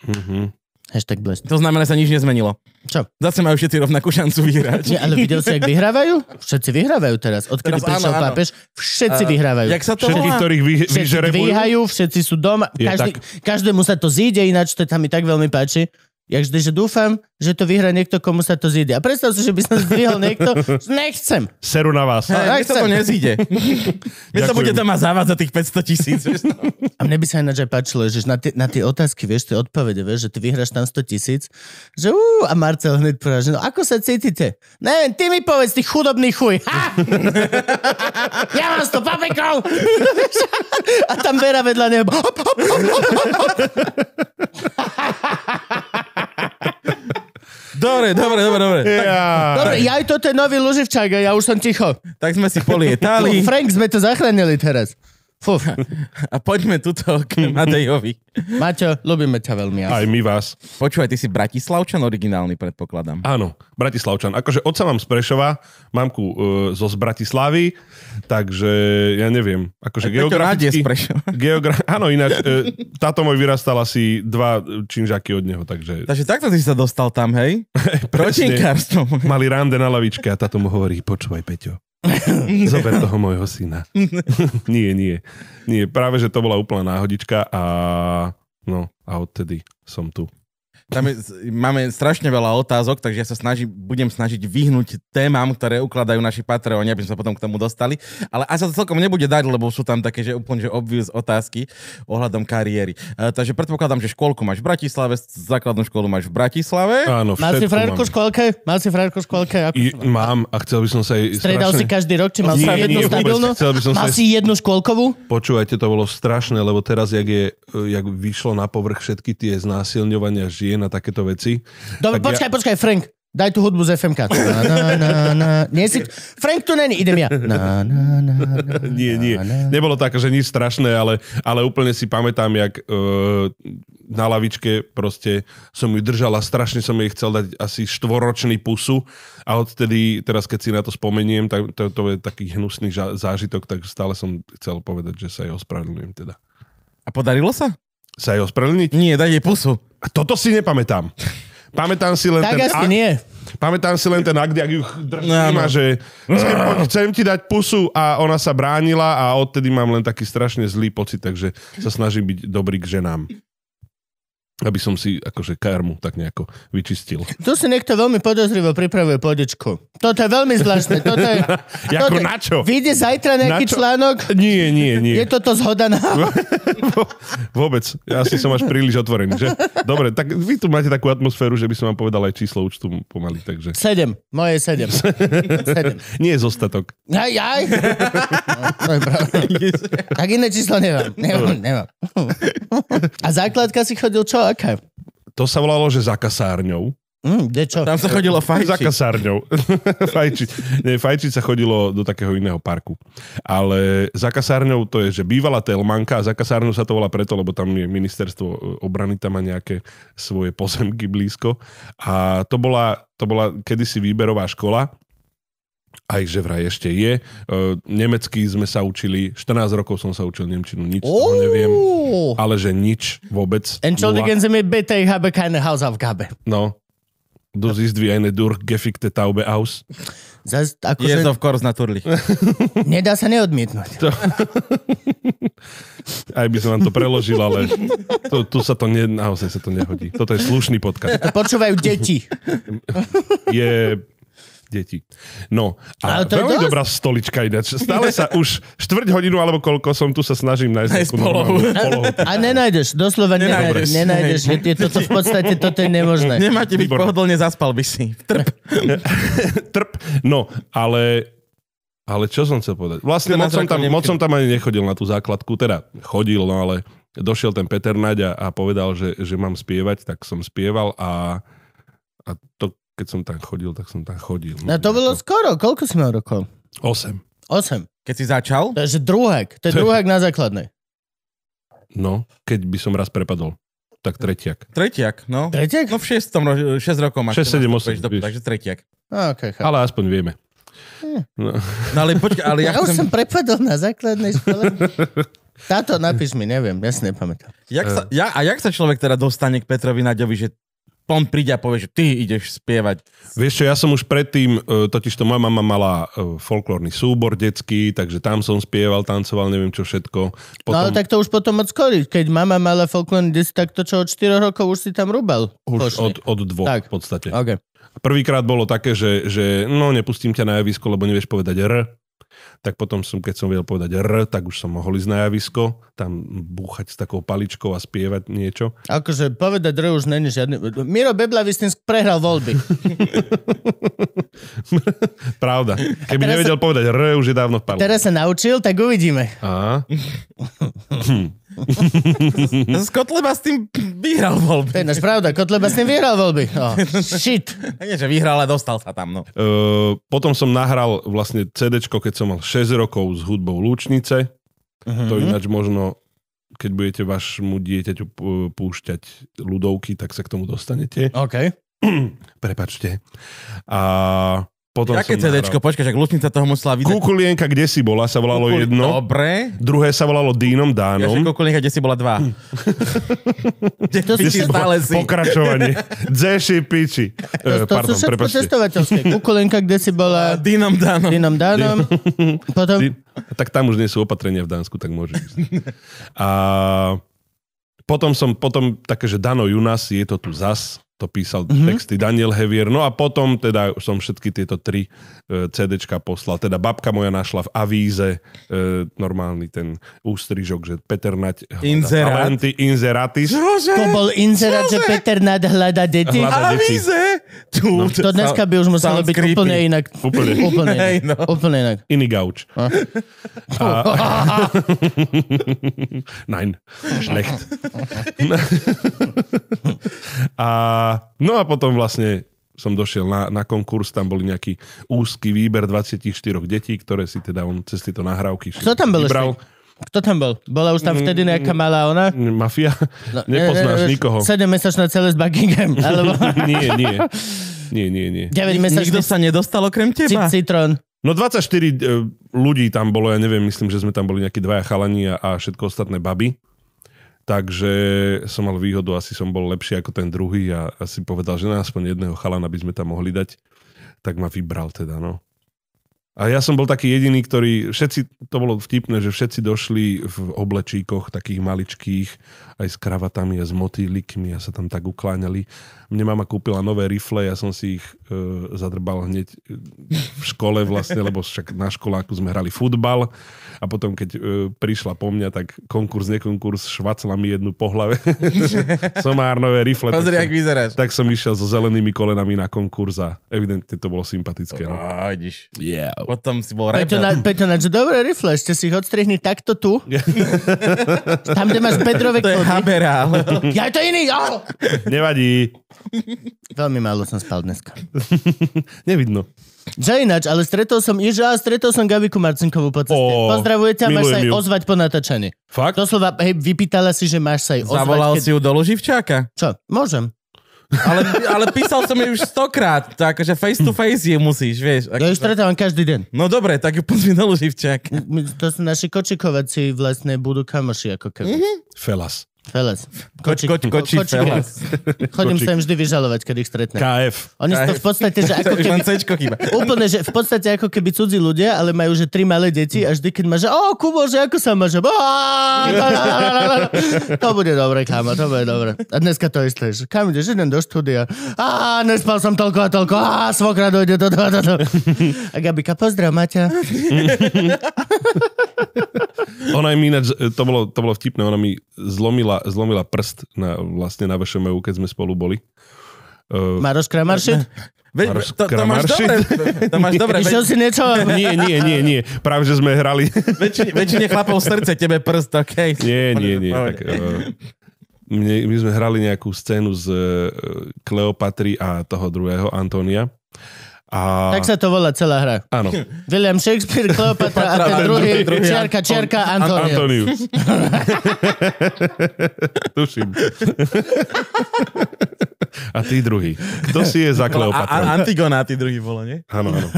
S3: Mhm.
S1: Hashtag blessed.
S2: To znamená, že sa nič nezmenilo.
S1: Čo?
S2: Zase majú všetci rovnakú šancu vyhrať.
S1: Nie,
S2: <laughs>
S1: ale videl si, jak vyhrávajú? Všetci vyhrávajú teraz. Odkedy
S2: Teraz áno,
S1: prišiel
S2: áno.
S1: pápež, všetci
S2: Eh,
S1: vyhrávajú.
S2: Jak sa to
S3: Všetkých,
S2: volá?
S3: ktorých vy,
S1: Všetci
S3: vyžrebujú.
S1: dvíhajú, všetci sú doma.
S3: Je
S1: Každý,
S3: tak.
S1: každému sa to zíde, ináč to tam mi tak veľmi páči. Ja vždy, že dúfam, že to vyhra niekto, komu sa to zíde. A predstav si, že by som <laughs> zdvihol niekto, že nechcem.
S3: Seru na vás.
S2: Hej, mne sa to
S1: Nechcem.
S2: nezíde. Mne sa
S3: Ďakujem.
S2: bude tam a závať za tých 500 tisíc. no.
S1: A mne by sa ináč aj páčilo, že na tie, na tie otázky, vieš, tie odpovede, vieš, že ty vyhráš tam 100 tisíc, že ú, a Marcel hneď prvá, že no ako sa cítite? Neviem, ty mi povedz, ty chudobný chuj. Ha! <laughs> ja mám 100 papekov! <laughs> a tam Vera vedľa neho. Hop, hop, hop.
S2: Dobre, dobre, dobre, dobre. Tak,
S3: Ja.
S1: Dobre, ja aj toto je nový Luživčák a ja už som ticho.
S2: tak sme si
S1: Fú,
S2: polietali
S1: <laughs> Frank, sme to zachránili teraz. Fú,
S2: a poďme tuto k Matejovi.
S1: Maťo, ľubíme ťa veľmi. Ja.
S3: Aj my vás.
S2: Počúvaj, ty si Bratislavčan originálny, predpokladám.
S3: Áno, Bratislavčan. Akože otca mám z Prešova, mamku e, zo z Bratislavy, takže ja neviem. Akože
S2: Peťo rád je z
S3: geograficky...
S2: Prešova.
S3: Geogra- áno, ináč, e, táto môj vyrastal asi dva e, činžaky od neho, takže
S2: Takže takto si sa dostal tam, hej? Protinkárstvom.
S3: mali rande na lavičke a táto mu hovorí, počúvaj
S1: <laughs>
S3: Peťo, zober toho môjho syna. nie, nie, nie. Práve, že to bola úplná náhodička a no a odtedy som tu.
S2: Tam je, máme strašne veľa otázok, takže ja sa snažím, budem snažiť vyhnúť témam, ktoré ukladajú naši Patreoni, aby sme sa potom k tomu dostali. Ale asi sa to celkom nebude dať, lebo sú tam také, že úplne že obvious otázky ohľadom kariéry. E, takže predpokladám, že škôlku máš v Bratislave, základnú školu máš v Bratislave.
S3: Áno,
S1: Mal si
S3: všetko
S1: frajerku v
S3: mám.
S1: škôlke? Mal si frajerku v škôlke? Ako...
S3: I, mám a chcel by som sa jej
S1: Stredal si každý rok, či mal si
S3: Nie, nie,
S1: jednu
S3: vôbec.
S1: stabilnú?
S3: Chcel by som
S1: Mal
S3: sa-
S1: si jednu škôlkovú?
S3: Počúvajte, to bolo strašné, lebo teraz, jak, je, jak vyšlo na povrch všetky tie znásilňovania žien a takéto veci.
S1: Dobre,
S3: tak
S1: počkaj, počkaj, Frank. Daj tú hudbu z FMK. Na, na, na, na. Nie si... Frank tu není, idem ja. Na, na, na, na,
S3: Nie, nie.
S1: na, na.
S3: Nebolo tak, že nič strašné, ale, ale úplne si pamätám, jak uh, na lavičke proste som ju držala, strašne som jej chcel dať asi štvoročný pusu a odtedy, teraz keď si na to spomeniem, tak to, to je taký hnusný ža- zážitok, tak stále som chcel povedať, že sa jej ospravedlňujem teda.
S2: A podarilo sa?
S3: Sa jej ospravedlniť?
S2: Nie, daj jej pusu.
S3: A toto si nepamätám. Pamätám si len
S1: Tak
S3: ten
S1: asi
S3: akt,
S1: nie.
S3: Pamätám si len ten akt, jak ju držím
S2: Áno.
S3: a že chcem, chcem ti dať pusu a ona sa bránila a odtedy mám len taký strašne zlý pocit, takže sa snažím byť dobrý k ženám. Aby som si akože karmu tak nejako vyčistil.
S1: Tu si niekto veľmi podozrivo pripravuje podičku. Toto je veľmi zvláštne. Toto je...
S3: Jako
S1: toto-
S3: na čo?
S1: Vyjde zajtra nejaký
S3: Na čo?
S1: článok,
S3: Nie, nie, nie.
S1: je toto zhoda na...
S3: <laughs> Vôbec. Ja si som až príliš otvorený. Že? Dobre, tak vy tu máte takú atmosféru, že by som vám povedal aj číslo účtu pomaly. Takže.
S1: Sedem. Moje sedem. Sedem.
S3: Nie je zostatok.
S1: Aj, aj. No, to je pravda. tak iné číslo nemám. Nemám, nemám. A základka si chodil čo, aká?
S3: To sa volalo, že za kasárňou.
S1: Mm, kde čo?
S2: Tam sa chodilo
S3: Za
S2: fajčiť.
S3: kasárňou. fajčiť. Nie, fajčiť sa chodilo do takého iného parku. Ale za kasárňou to je, že bývala Telmanka a za kasárňou sa to volá preto, lebo tam je ministerstvo e, obrany, tam má nejaké svoje pozemky blízko. A to bola, to bola kedysi výberová škola, aj že vraj ešte je. E, nemecky sme sa učili, 14 rokov som sa učil Nemčinu, nič z toho No, neviem.
S1: Ó.
S3: Ale že nič vôbec. nula.
S1: Entschuldigen Sie mir bitte, ich habe keine Hausaufgabe.
S3: No. Du siehst wie eine durchgefickte Taube aus.
S1: Zas,
S2: Yes,
S1: akože,
S2: of course, naturally.
S1: nedá sa neodmietnúť.
S3: Aj by som vám to preložil, ale tu, tu sa to ne, naozaj sa to nehodí. Toto je slušný podcast.
S1: To počúvajú deti.
S3: Je deti. No, a
S1: Ale to je
S3: veľmi
S1: dosť.
S3: dobrá stolička ináč. Stále sa už štvrť hodinu alebo koľko som tu sa snažím nájsť
S2: Nájsť
S3: nejakú
S2: polohu.
S3: normálnu polohu.
S1: A nenájdeš, doslova nenájdeš.
S2: Nenájdeš.
S1: Nenájdeš, je, je toto v podstate, toto je nemožné.
S2: Nemáte byť
S3: Výborné.
S2: pohodlne, zaspal by si. Trp.
S3: Trp. No, ale ale čo som chcel povedať? Vlastne
S2: Teda
S3: moc som, tam,
S2: základne-
S3: moc som tam ani nechodil na tú základku, teda chodil, no ale došiel ten Peter Naď a, a povedal, že, že mám spievať, tak som spieval a, a to, keď som tam chodil, tak som tam chodil.
S1: No to bolo skoro, koľko si mal rokov?
S3: 8.
S1: Osem.
S2: Keď si začal,
S1: To je že druhák, to je
S3: To je-
S1: druhák na základnej.
S3: No, keď by som raz prepadol, tak tretiak.
S2: tretiak, no.
S1: Tretiak?
S2: No v šestom, ro- šesť rokov máš.
S3: 6, 7, 8,
S2: nastupuješ do-
S3: vieš.
S2: Takže tretiak.
S1: A, Okay, chápem.
S3: Ale aspoň vieme. No,
S2: No ale počkaj, ale ja,
S1: <laughs> Ja už som
S2: chcem,
S1: prepadol na základnej škole. Táto napíš mi, neviem, No, ja si nepamätám. Eh.
S2: jak sa, ja, a jak sa človek teda dostane k Petrovi Naďovi, že on príde a povie, že ty ideš spievať.
S3: Vieš čo, ja som už predtým, e, totiž to moja mama mala e, folklórny súbor detský, takže tam som spieval, tancoval, neviem čo všetko.
S1: No ale tak to už potom od skory. Keď mama mala folklórny disk, tak to čo od 4 rokov už si tam rúbal.
S3: už
S1: Košne.
S3: od, od dvoch
S1: Tak.
S3: v podstate.
S1: OK.
S3: Prvýkrát bolo také, že, že no nepustím ťa na javisko, lebo nevieš povedať R. Tak potom som, keď som vedel povedať R, tak už som mohol ísť na javisko, tam búchať s takou paličkou a spievať niečo.
S1: Akože povedať Dreju už není žiadny... Miro Beblavistinsk prehral voľby.
S3: Pravda. Keby
S1: teraz
S3: nevedel povedať R, už je dávno v parlamente.
S1: Teraz sa naučil, tak uvidíme.
S3: A?
S1: Mhm.
S2: Z Kotleba s tým vyhral
S1: To je
S2: voľby.
S1: náš pravda, Kotleba s ním vyhral voľby. Oh, shit.
S2: <laughs> Nie, že vyhral, ale dostal sa tam, no.
S3: E, potom som nahral vlastne CD, keď som mal 6 rokov s hudbou Lúčnice.
S2: Mhm.
S3: To ináč možno, keď budete vašmu dieťaťu p- púšťať ľudovky, tak sa k tomu dostanete.
S2: No.
S1: OK.
S3: Prepačte. A potom
S2: Také
S3: som
S2: CDčko,
S3: nahral.
S2: počkaj, však Lučnica toho musela vydať.
S3: Kukulienka, kde si bola, sa volalo
S2: Kukuli-
S3: jedno.
S2: Dobre.
S3: Druhé sa volalo Dínom
S2: Ja
S3: Dánom.
S2: však Kukulienka, kde si bola
S1: <laughs>
S2: dva. Kde
S1: To
S2: piči
S1: si-
S2: stále si. <laughs>
S3: Pokračovanie. Dzeši piči.
S1: To,
S3: E,
S1: to sú
S3: pardon,
S1: všetko
S3: prepačte.
S1: cestovateľské. Kukulinka, kde si
S2: <laughs>
S1: bola
S2: Dinom Danom.
S1: Dinom Dánom. Potom
S3: Ty- Tak tam už nie sú opatrenia v Dánsku, tak môže ísť. A potom som, potom také, že Dano Junas, je to tu zas, to písal mm-hmm. texty Daniel Hevier. No a potom teda som všetky tieto tri e, CDčka poslal. Teda babka moja našla v avíze e, normálny ten ústrižok, že Peter Nať hľadá
S2: Inzerát.
S3: talenty, inzeratis.
S2: Čože?
S1: to bol inzerát, že
S2: Čože?
S1: Peter nad hľada deti.
S2: A
S3: Hľada-
S2: víze? Tu,
S1: No, To dneska by už muselo byť úplne inak.
S3: Úplne.
S1: <laughs> Úplne
S2: Hej,
S1: inak.
S2: no.
S1: Úplne inak.
S3: Iný gauč.
S1: A.
S3: A- Nein, schlecht. a, no a potom vlastne som došiel na, na konkurs, tam boli nejaký úzky výber 24 detí, ktoré si teda on cez tieto nahrávky
S1: Kto tam bol
S3: vybral.
S1: Kto tam bol? Bola už tam vtedy nejaká malá ona?
S3: Mafia?
S1: No,
S3: No, Nepoznáš
S1: ne, ne,
S3: nikoho.
S1: 7 mesačná celé s
S3: <laughs>
S1: Buckingham, alebo
S3: nie, nie. Nie, nie, nie.
S1: 9
S2: Nikto
S1: mesačný
S2: sa nedostal okrem teba?
S1: citrón.
S3: No 24 e, ľudí tam bolo, ja neviem, myslím, že sme tam boli nejakí dvaja chalani a, a všetko ostatné baby. Takže som mal výhodu, asi som bol lepší ako ten druhý a asi povedal, že na aspoň jedného chalana by sme tam mohli dať. Tak ma vybral teda, no. A ja som bol taký jediný, ktorý, všetci, to bolo vtipné, že všetci došli v oblečíkoch takých maličkých, aj s kravatami a s motýlikmi a sa tam tak ukláňali. Mne mama kúpila nové rifle, ja som si ich e, zadrbal hneď e, v škole vlastne, lebo však na školáku sme hrali futbal a potom keď e, prišla po mňa, tak konkurs, nekonkurs, švacla mi jednu po hlave. <laughs> Somár nové rifle.
S2: Pozri,
S3: tak,
S2: ak
S3: som,
S2: vyzeráš.
S3: tak som išiel so zelenými kolenami na konkurs a evidentne to bolo sympatické. No.
S2: Á, vidíš.
S3: Yeah.
S2: Potom si bol
S1: Peťo,
S2: rebel.
S1: na, Peťo na, že dobré rifle, ešte si ich odstrihni takto
S3: <laughs>
S1: tu. Tam, kde máš bedrové
S2: To je
S1: kody.
S2: haberál.
S1: <laughs> Ja to iný, jo!
S3: Nevadí,
S1: Veľmi málo som spal dneska.
S3: nevidno.
S1: Že ináč, ale stretol som Iža a stretol som Gabiku Marcinkovú po ceste.
S3: Ó,
S1: Pozdravuje ťa, máš sa aj
S3: milujem ju.
S1: ozvať po natáčaní.
S3: Fakt?
S1: Doslova, hej, vypýtala si, že máš sa aj ozvať.
S2: <laughs> Zavolal
S1: keď...
S2: si ju do Luživčáka.
S1: Čo? Môžem.
S2: Ale, ale písal som jej už stokrát. Tak, že face to face je musíš, vieš.
S1: Ja ju stretávam každý deň.
S2: No dobre, tak ju pozvi do Luživčáka.
S1: My- To sú naši kočikovací vlastne budú kamoši ako keby. Mm-hmm.
S3: Felas.
S1: Felas.
S2: Mhm. Koč, koč, koči,
S1: Kočík.
S2: felas.
S1: Chodím
S3: Kočík.
S1: sa im vždy vyžalovať, keď ich stretnem.
S3: KF.
S1: Oni sú to v podstate, že ako
S2: Už
S1: keby...
S2: len Cčko chyba.
S1: Úplne, že v podstate ako keby cudzí ľudia, ale majú, že tri malé deti a vždy, keď máš, že o, Kubo, že ako sa máš, že "Á, la, la, la, la, la." to bude dobre, kámo, to bude dobre. A dneska to isté, že kam ideš, idem do štúdia, a nespal som toľko a toľko, a svokra dojde, to, to, to, to. A Gabika, pozdrav, Maťa.
S3: Ona mi ináč, e, to bolo, to bolo vtipné, ona mi zlomila, zlomila prst na, vlastne na VŠMU, keď sme spolu boli. Uh,
S1: Maroš Kramaršit?
S2: Veď,
S3: Maroš
S2: to, to máš
S3: Kramarši?
S2: dobre. To máš dobre. Veď,
S1: Išiel si niečo?
S3: nie, nie, nie, nie. Práve, že sme hrali.
S2: väčšine, väčšine chlapov srdce, tebe prst, okej.
S3: nie, nie, nie.
S2: Pohode.
S3: Tak, uh, mne, my sme hrali nejakú scénu z uh, Kleopatry a toho druhého, Antonia. A,
S1: Tak sa to volá celá hra.
S3: Áno,
S1: William Shakespeare, Kleopatra a ten druhý, čiarka, čiarka, Antonio.
S3: Antonius. Tuším. a ty druhý. Kto si je za
S2: a, a
S3: Kleopatru?
S2: Antigona, ty druhý bolo, nie?
S3: Áno, áno. <laughs>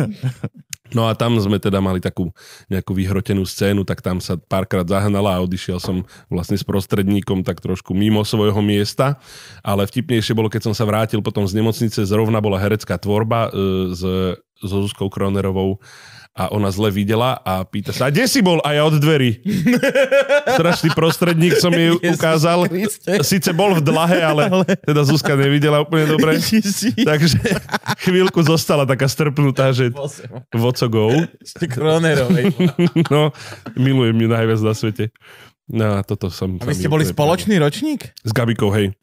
S3: No a tam sme teda mali takú nejakú vyhrotenú scénu, tak tam sa párkrát zahnala a odišiel som vlastne s prostredníkom tak trošku mimo svojho miesta, ale vtipnejšie bolo, keď som sa vrátil potom z nemocnice, zrovna bola herecká tvorba e, s, so Zuzkou Kronerovou a ona zle videla a pýta sa, a kde si bol? A ja od <laughs> dverí. Strašný prostredník som jej
S2: Ježiš
S3: ukázal.
S2: Kriste.
S3: Sice bol v dlahe, ale teda Zuzka nevidela úplne <laughs> dobre. Takže chvíľku zostala taká strpnutá, že vocogou.
S2: Ešte Kronerovej.
S3: <laughs> No, milujem ju najviac na svete. No a toto som...
S2: A vy ste boli spoločný ročník?
S3: S Gabikou, hej.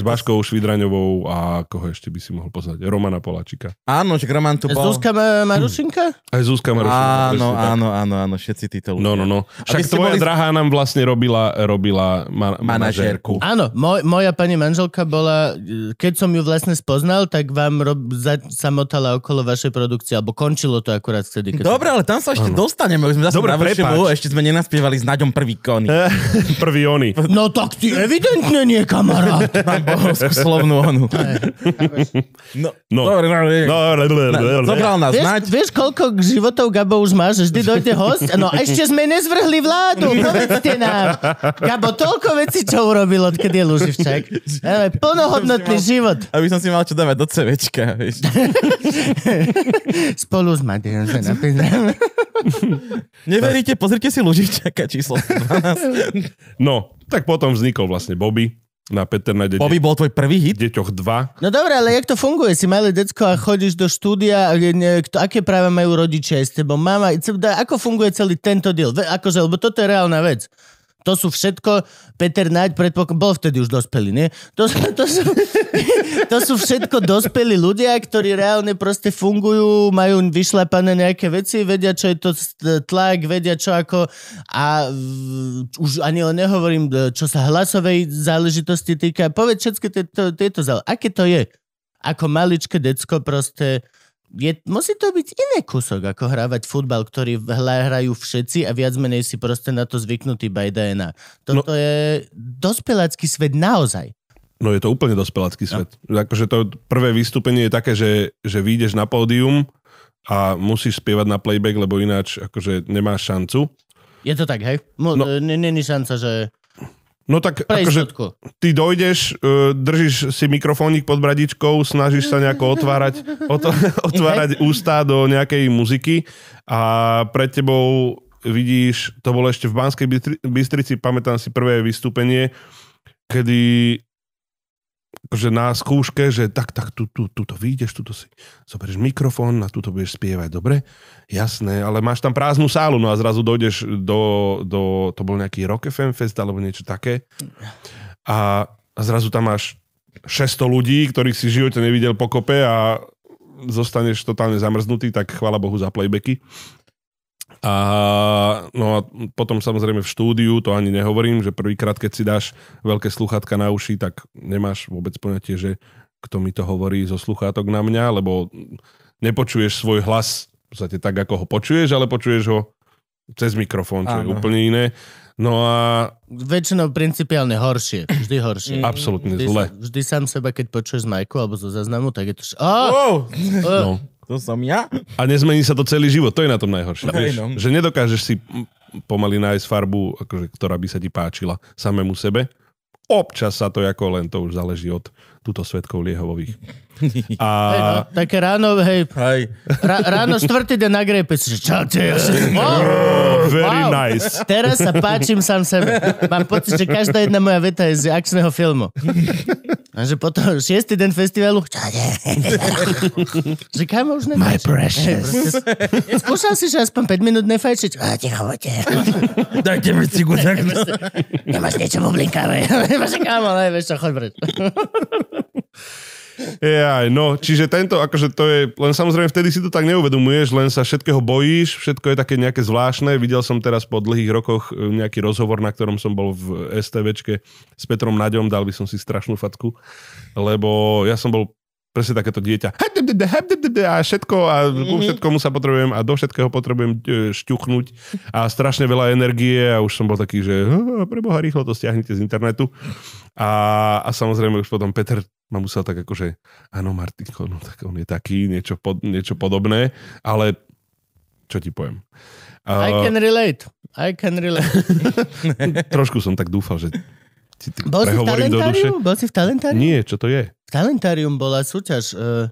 S2: Tak
S3: s
S2: to-
S3: Baškou Švidraňovou a koho ešte by si mohol poznať? Romana Poláčika.
S2: Áno, že Roman tu bol.
S1: Zuzka Ma- Marušinka?
S3: Aj Zuzka Marošová.
S2: Áno,
S3: presne tak.
S2: áno, áno, áno, všetci títo ľudia.
S3: No, no, no.
S2: A vy
S3: Však
S2: ste
S3: tvoja
S2: boli-
S3: boli... drahá nám vlastne robila, robila ma-
S2: Manažérku.
S3: manažérku.
S1: Áno, moj, moja pani manželka bola, e, keď som ju vlastne spoznal, tak vám rob, za, sa motala okolo vašej produkcie, alebo končilo to akurát vtedy. Keď
S2: Dobre, ale tam sa ešte dostaneme, už sme zase
S3: Dobre,
S2: na vršivu,
S3: prepáč.
S2: ešte sme nenaspievali s Naďom prvý kony.
S3: <laughs> Prvý oni.
S1: Som... No tak ty evidentne nie, kamarát.
S2: Mám bohovskú slovnú onu. No,
S3: No.
S2: Dobre, dobre. <laughs>
S3: No, le, le,
S2: Na-
S3: le, le.
S2: Zobral nás
S1: Vieš,
S2: Naď.
S1: vieš, koľko životov Gabo už má, že vždy dojde host? No a ešte sme nezvrhli vládu, povedzte nám. Gabo, toľko vecí, čo urobil, odkedy je Luživčák. Ale plnohodnotný život
S2: Aby som si mal čo dávať do CVčka, vieš.
S1: spolu s Madejem. sa napíšem.
S2: Neveríte, pozrite si Lužičaka číslo 12.
S3: No, tak potom vznikol vlastne Bobby na Peter na dete.
S2: Bobby bol tvoj prvý
S3: <laughs>
S2: hit?
S3: deťoch 2.
S1: No dobre, ale jak to funguje? Si malé decko a chodíš do štúdia, a je ne- kto, aké práva majú rodičia aj s tebou? Mama, i ce- da- ako funguje celý tento deal? Ve- Akože, lebo toto je reálna vec. To sú všetko, Peter Naď predpok- bol vtedy už dospelý, nie? To, sú- to, sú, to sú všetko dospelí ľudia, ktorí reálne proste fungujú, majú vyšlapané nejaké veci, vedia, čo je to s- tlak, vedia, čo ako... A v- už ani len nehovorím, e, čo sa hlasovej záležitosti týka. Povedz všetky tieto, tieto zále. Aké to je? Ako maličké decko proste... Je, musí to byť iný kúsok, ako hrávať futbal, ktorý v- hla- hrajú všetci a viac menej si proste na to zvyknutý by DNA. Toto no. je dospelácky svet naozaj.
S3: No je to úplne dospelácky svet. No. Akože to prvé vystúpenie je také, že, že vyjdeš na pódium a musíš spievať na playback, lebo ináč akože nemáš šancu.
S1: Je to tak, hej? Mo,
S3: No.
S1: no. Není šanca, že...
S3: No tak
S1: Pre
S3: akože
S1: istotku.
S3: ty dojdeš, e, držíš si mikrofónik pod bradičkou, snažíš sa nejako otvárať, otv- <laughs> otvárať ústa do nejakej muziky a pred tebou vidíš, to bolo ešte v Banskej Bystri- Bystrici, pamätám si prvé vystúpenie, kedy že na skúške, že tak, tak, tu, tu, tu to vyjdeš, tu to si zoberieš mikrofón a tu to budeš spievať, dobre? Jasné, ale máš tam prázdnu sálu, no a zrazu dojdeš do, do to bol nejaký Rock FM Fest alebo niečo také a a zrazu tam máš 600 ľudí, ktorých si v živote nevidel pokope a zostaneš totálne zamrznutý, tak chvála Bohu za playbacky. A, no a potom samozrejme v štúdiu, to ani nehovorím, že prvýkrát, keď si dáš veľké sluchátka na uši, tak nemáš vôbec poňatie, že kto mi to hovorí zo sluchátok na mňa, lebo nepočuješ svoj hlas v podstate tak, ako ho počuješ, ale počuješ ho cez mikrofón, čo je
S2: Áno.
S3: úplne iné. No a
S1: Väčšinou principiálne horšie. Vždy horšie.
S3: absolútne
S1: Vždy,
S3: zle.
S1: vždy sám seba, keď počuješ z majku alebo zo záznamu, tak je to... Š- oh,
S2: Wow,
S1: oh,
S3: No.
S2: to som ja?
S3: A nezmení sa to celý život, to je na tom najhoršie.
S2: Hej,
S3: vieš,
S2: no.
S3: Že nedokážeš si mm, pomaly nájsť farbu, akože, ktorá by sa ti páčila samému sebe. Občas sa to ako len to už záleží od túto svetkov liehovových. A
S1: hej, no, také ráno, hej,
S2: Hej.
S1: ra- ráno štvrtý deň na grepe, si, že čo ty? ja si-
S3: oh,
S1: Wow,
S3: very
S1: no, wow.
S3: nice.
S1: <laughs> Teraz sa páčim sám sebe. Mám pocit, že každá jedna moja veta je z akčného filmu. A že potom šiestý deň festivalu, čo je? že kam už nefajčiť. My precious. Skúšal si, že aspoň 5 minút nefajčiť? A ticho, poďte.
S2: Dajte mi cigu tak.
S1: Nemáš niečo bublinkáre. <laughs> Nemáš kámo, ale vieš čo, choď preč.
S3: Jaj, no, čiže tento, akože to je, len samozrejme vtedy si to tak neuvedomuješ, len sa všetkého bojíš, všetko je také nejaké zvláštne. Videl som teraz po dlhých rokoch e, nejaký rozhovor, na ktorom som bol v STVčke s Petrom Naďom, dal by som si strašnú fatku, lebo ja som bol presne takéto dieťa. A všetko, a ku všetkomu sa potrebujem a do všetkého potrebujem e, šťuchnúť a strašne veľa energie a už som bol taký, že "Á, preboha, rýchlo to stiahnite z internetu. A, a samozrejme už potom Peter ma musel tak akože, áno Martinko, no tak on je taký, niečo, pod, niečo podobné, ale Čo ti poviem?
S1: I
S3: A,
S1: can relate. I can relate.
S3: trošku som tak dúfal, že ti tak
S1: Bol si v
S3: prehovorím do duše.
S1: talentáriu? Bol si v talentáriu?
S3: Nie, čo to je?
S1: V Talentárium bola súťaž uh,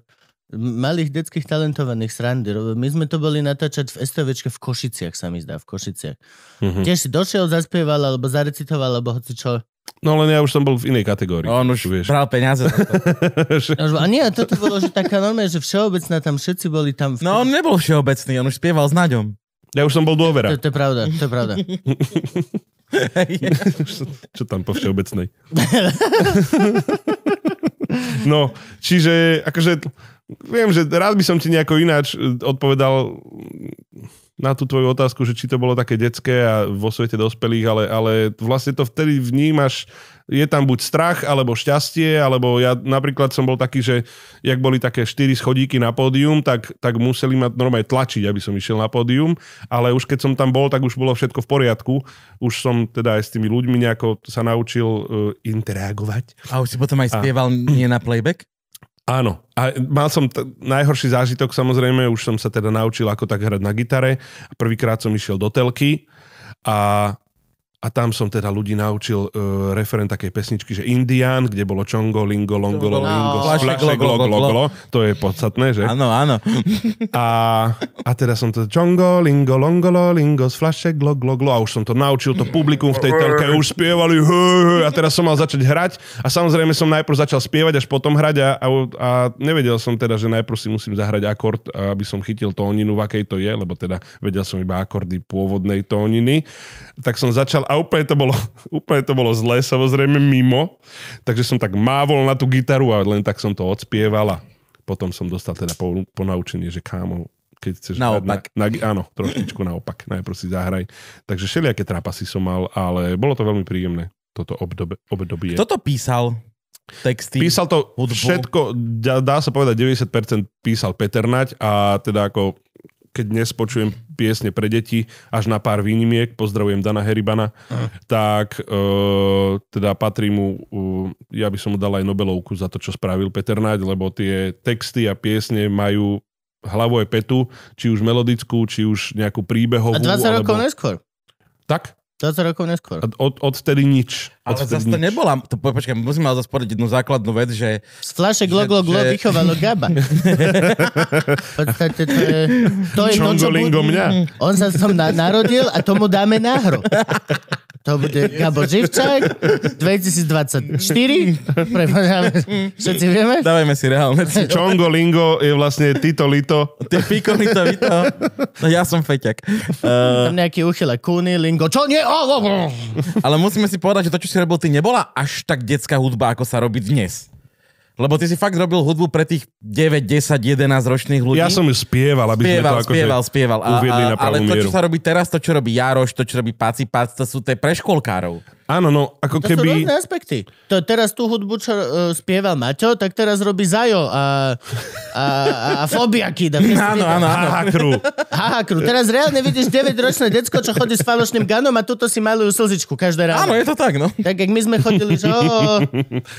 S1: malých detských talentovaných srandy. Ro- My sme to boli natáčať v STVčke v Košiciach, sa mi zdá, v Košiciach.
S3: Mhm.
S1: Tiež si došiel, zaspieval, alebo zarecitoval, alebo hoci čo.
S3: No len ja už som bol v inej kategórii.
S2: On už
S3: vieš.
S2: bral peniaze. za to.
S1: A nie, toto bolo, že taká normálne, že všeobecná, tam všetci boli tam. V...
S2: No on nebol všeobecný, on už spieval s Naďom.
S3: Ja už som bol
S1: to,
S3: dôvera.
S1: to je pravda, to je pravda.
S3: čo tam po všeobecnej. <laughs> no, čiže akože viem, že rád by som ti nejako ináč eh, odpovedal na tú tvoju otázku, že či to bolo také detské a vo svete dospelých, ale, ale vlastne to vtedy vnímaš, je tam buď strach, alebo šťastie, alebo ja napríklad som bol taký, že jak boli také štyri schodíky na pódium, tak, tak museli ma normálne tlačiť, aby som išiel na pódium, ale už keď som tam bol, tak už bolo všetko v poriadku. Už som teda aj s tými ľuďmi nejako sa naučil uh, interagovať.
S2: A už si potom aj spieval nie na playback?
S3: Áno. A mal som t- najhorší zážitok samozrejme, už som sa teda naučil ako tak hrať na gitare. Prvýkrát som išiel do telky a, a tam som teda ľudí naučil uh, referent takej pesničky, že Indian, kde bolo Chongo, Lingo, Longo,
S2: No.
S3: Lingo,
S2: Flaše,
S3: Flaše,
S2: glo, glo,
S3: Glo, Glo,
S2: glo.
S3: Glo. To je podstatné, že?
S2: Áno, áno.
S3: A, a teda som to čongo, lingo, longolo, lingo, z flaše, glo, glo, glo. A už som to naučil, to publikum v tej telke už spievali. hej, hej, A teraz som mal začať hrať. A samozrejme som najprv začal spievať, až potom hrať. A, a, a nevedel som teda, že najprv si musím zahrať akord, aby som chytil tóninu, v akej to je, lebo teda vedel som iba akordy pôvodnej tóniny. Tak som začal a úplne to bolo, <laughs> úplne to bolo zlé, samozrejme mimo. Takže som tak mávol na tú gitaru a len tak som to odspieval a potom som dostal teda po, ponaučenie, že kámo, keď chceš... hrať
S2: Naopak.
S3: Na, na, áno, trošičku naopak. Najprv si zahraj. Takže všelijaké trápasy som mal, ale bolo to veľmi príjemné toto obdobe, obdobie.
S2: Kto to písal? Texty?
S3: Písal to
S2: hudbu?
S3: všetko, dá, dá sa povedať 90% písal Peter Nať a teda ako keď dnes počujem piesne pre deti, až na pár výnimiek, pozdravujem Dana Heribana, tak e, teda patrí mu, e, ja by som mu dal aj Nobelovku za to, čo spravil Peter Nať, lebo tie texty a piesne majú hlavu aj petu, či už melodickú, či už nejakú
S1: A
S3: príbehovú.
S1: 20 rokov
S3: alebo...
S1: neskôr.
S3: Tak?
S1: 20 rokov neskôr.
S3: A Od, odtedy nič.
S2: Ale
S3: Odvtedy
S2: zase to
S3: nič.
S2: nebola, to, po- počkaj, musím ale zase povedať jednu základnú vec, že
S1: Z flaše glo, glo, glo
S2: Že- že-
S1: vychovalo
S2: <laughs>
S1: Gaba. v podstate to je... To je to, čo
S3: Čongolingo
S1: bude- Mm,
S3: mňa.
S1: On sa som na- narodil a tomu dáme náhru. To bude Gabo Živčák 2024. Prepoznáme, všetci vieme.
S2: dávajme si reálne <laughs> cíle.
S3: Čongo Lingo je vlastne Tito
S2: <laughs>
S3: Lito.
S2: Ty píkoli to, vy to. No ja som feťak. Uh,
S1: Tam nejaký uchyla kúny, lingo. Čo nie? O, o, o.
S2: ale musíme si povedať, že to, čo si robil ty, nebola až tak detská hudba, ako sa robí dnes. Lebo ty si fakt robil hudbu pre tých 9, 10, 11 ročných ľudí.
S3: Ja som ju spieval, aby
S2: spieval,
S3: sme to akože
S2: spieval, spieval. A, a,
S3: uviedli na pravú
S2: ale to, čo
S3: mieru.
S2: sa robí teraz, to, čo robí Jaroš, to, čo robí Paci Pac, to sú tie preškolkárov.
S3: <laughs> Áno, no,
S1: To
S3: ako
S1: sú
S3: keby...
S1: rôzne aspekty. To, teraz tú hudbu, čo uh, spieval Maťo, tak teraz robí Zajo a, a, a, a Fobia
S2: <laughs>
S1: Kida.
S2: Áno, áno, áno.
S3: Aha, kru.
S1: Haha, kru. Teraz reálne vidíš 9-ročné decko, čo chodí s falošným ganom a tuto si malujú slzičku každé ráno.
S2: Áno, je to tak, no.
S1: Tak jak my sme chodili, že o,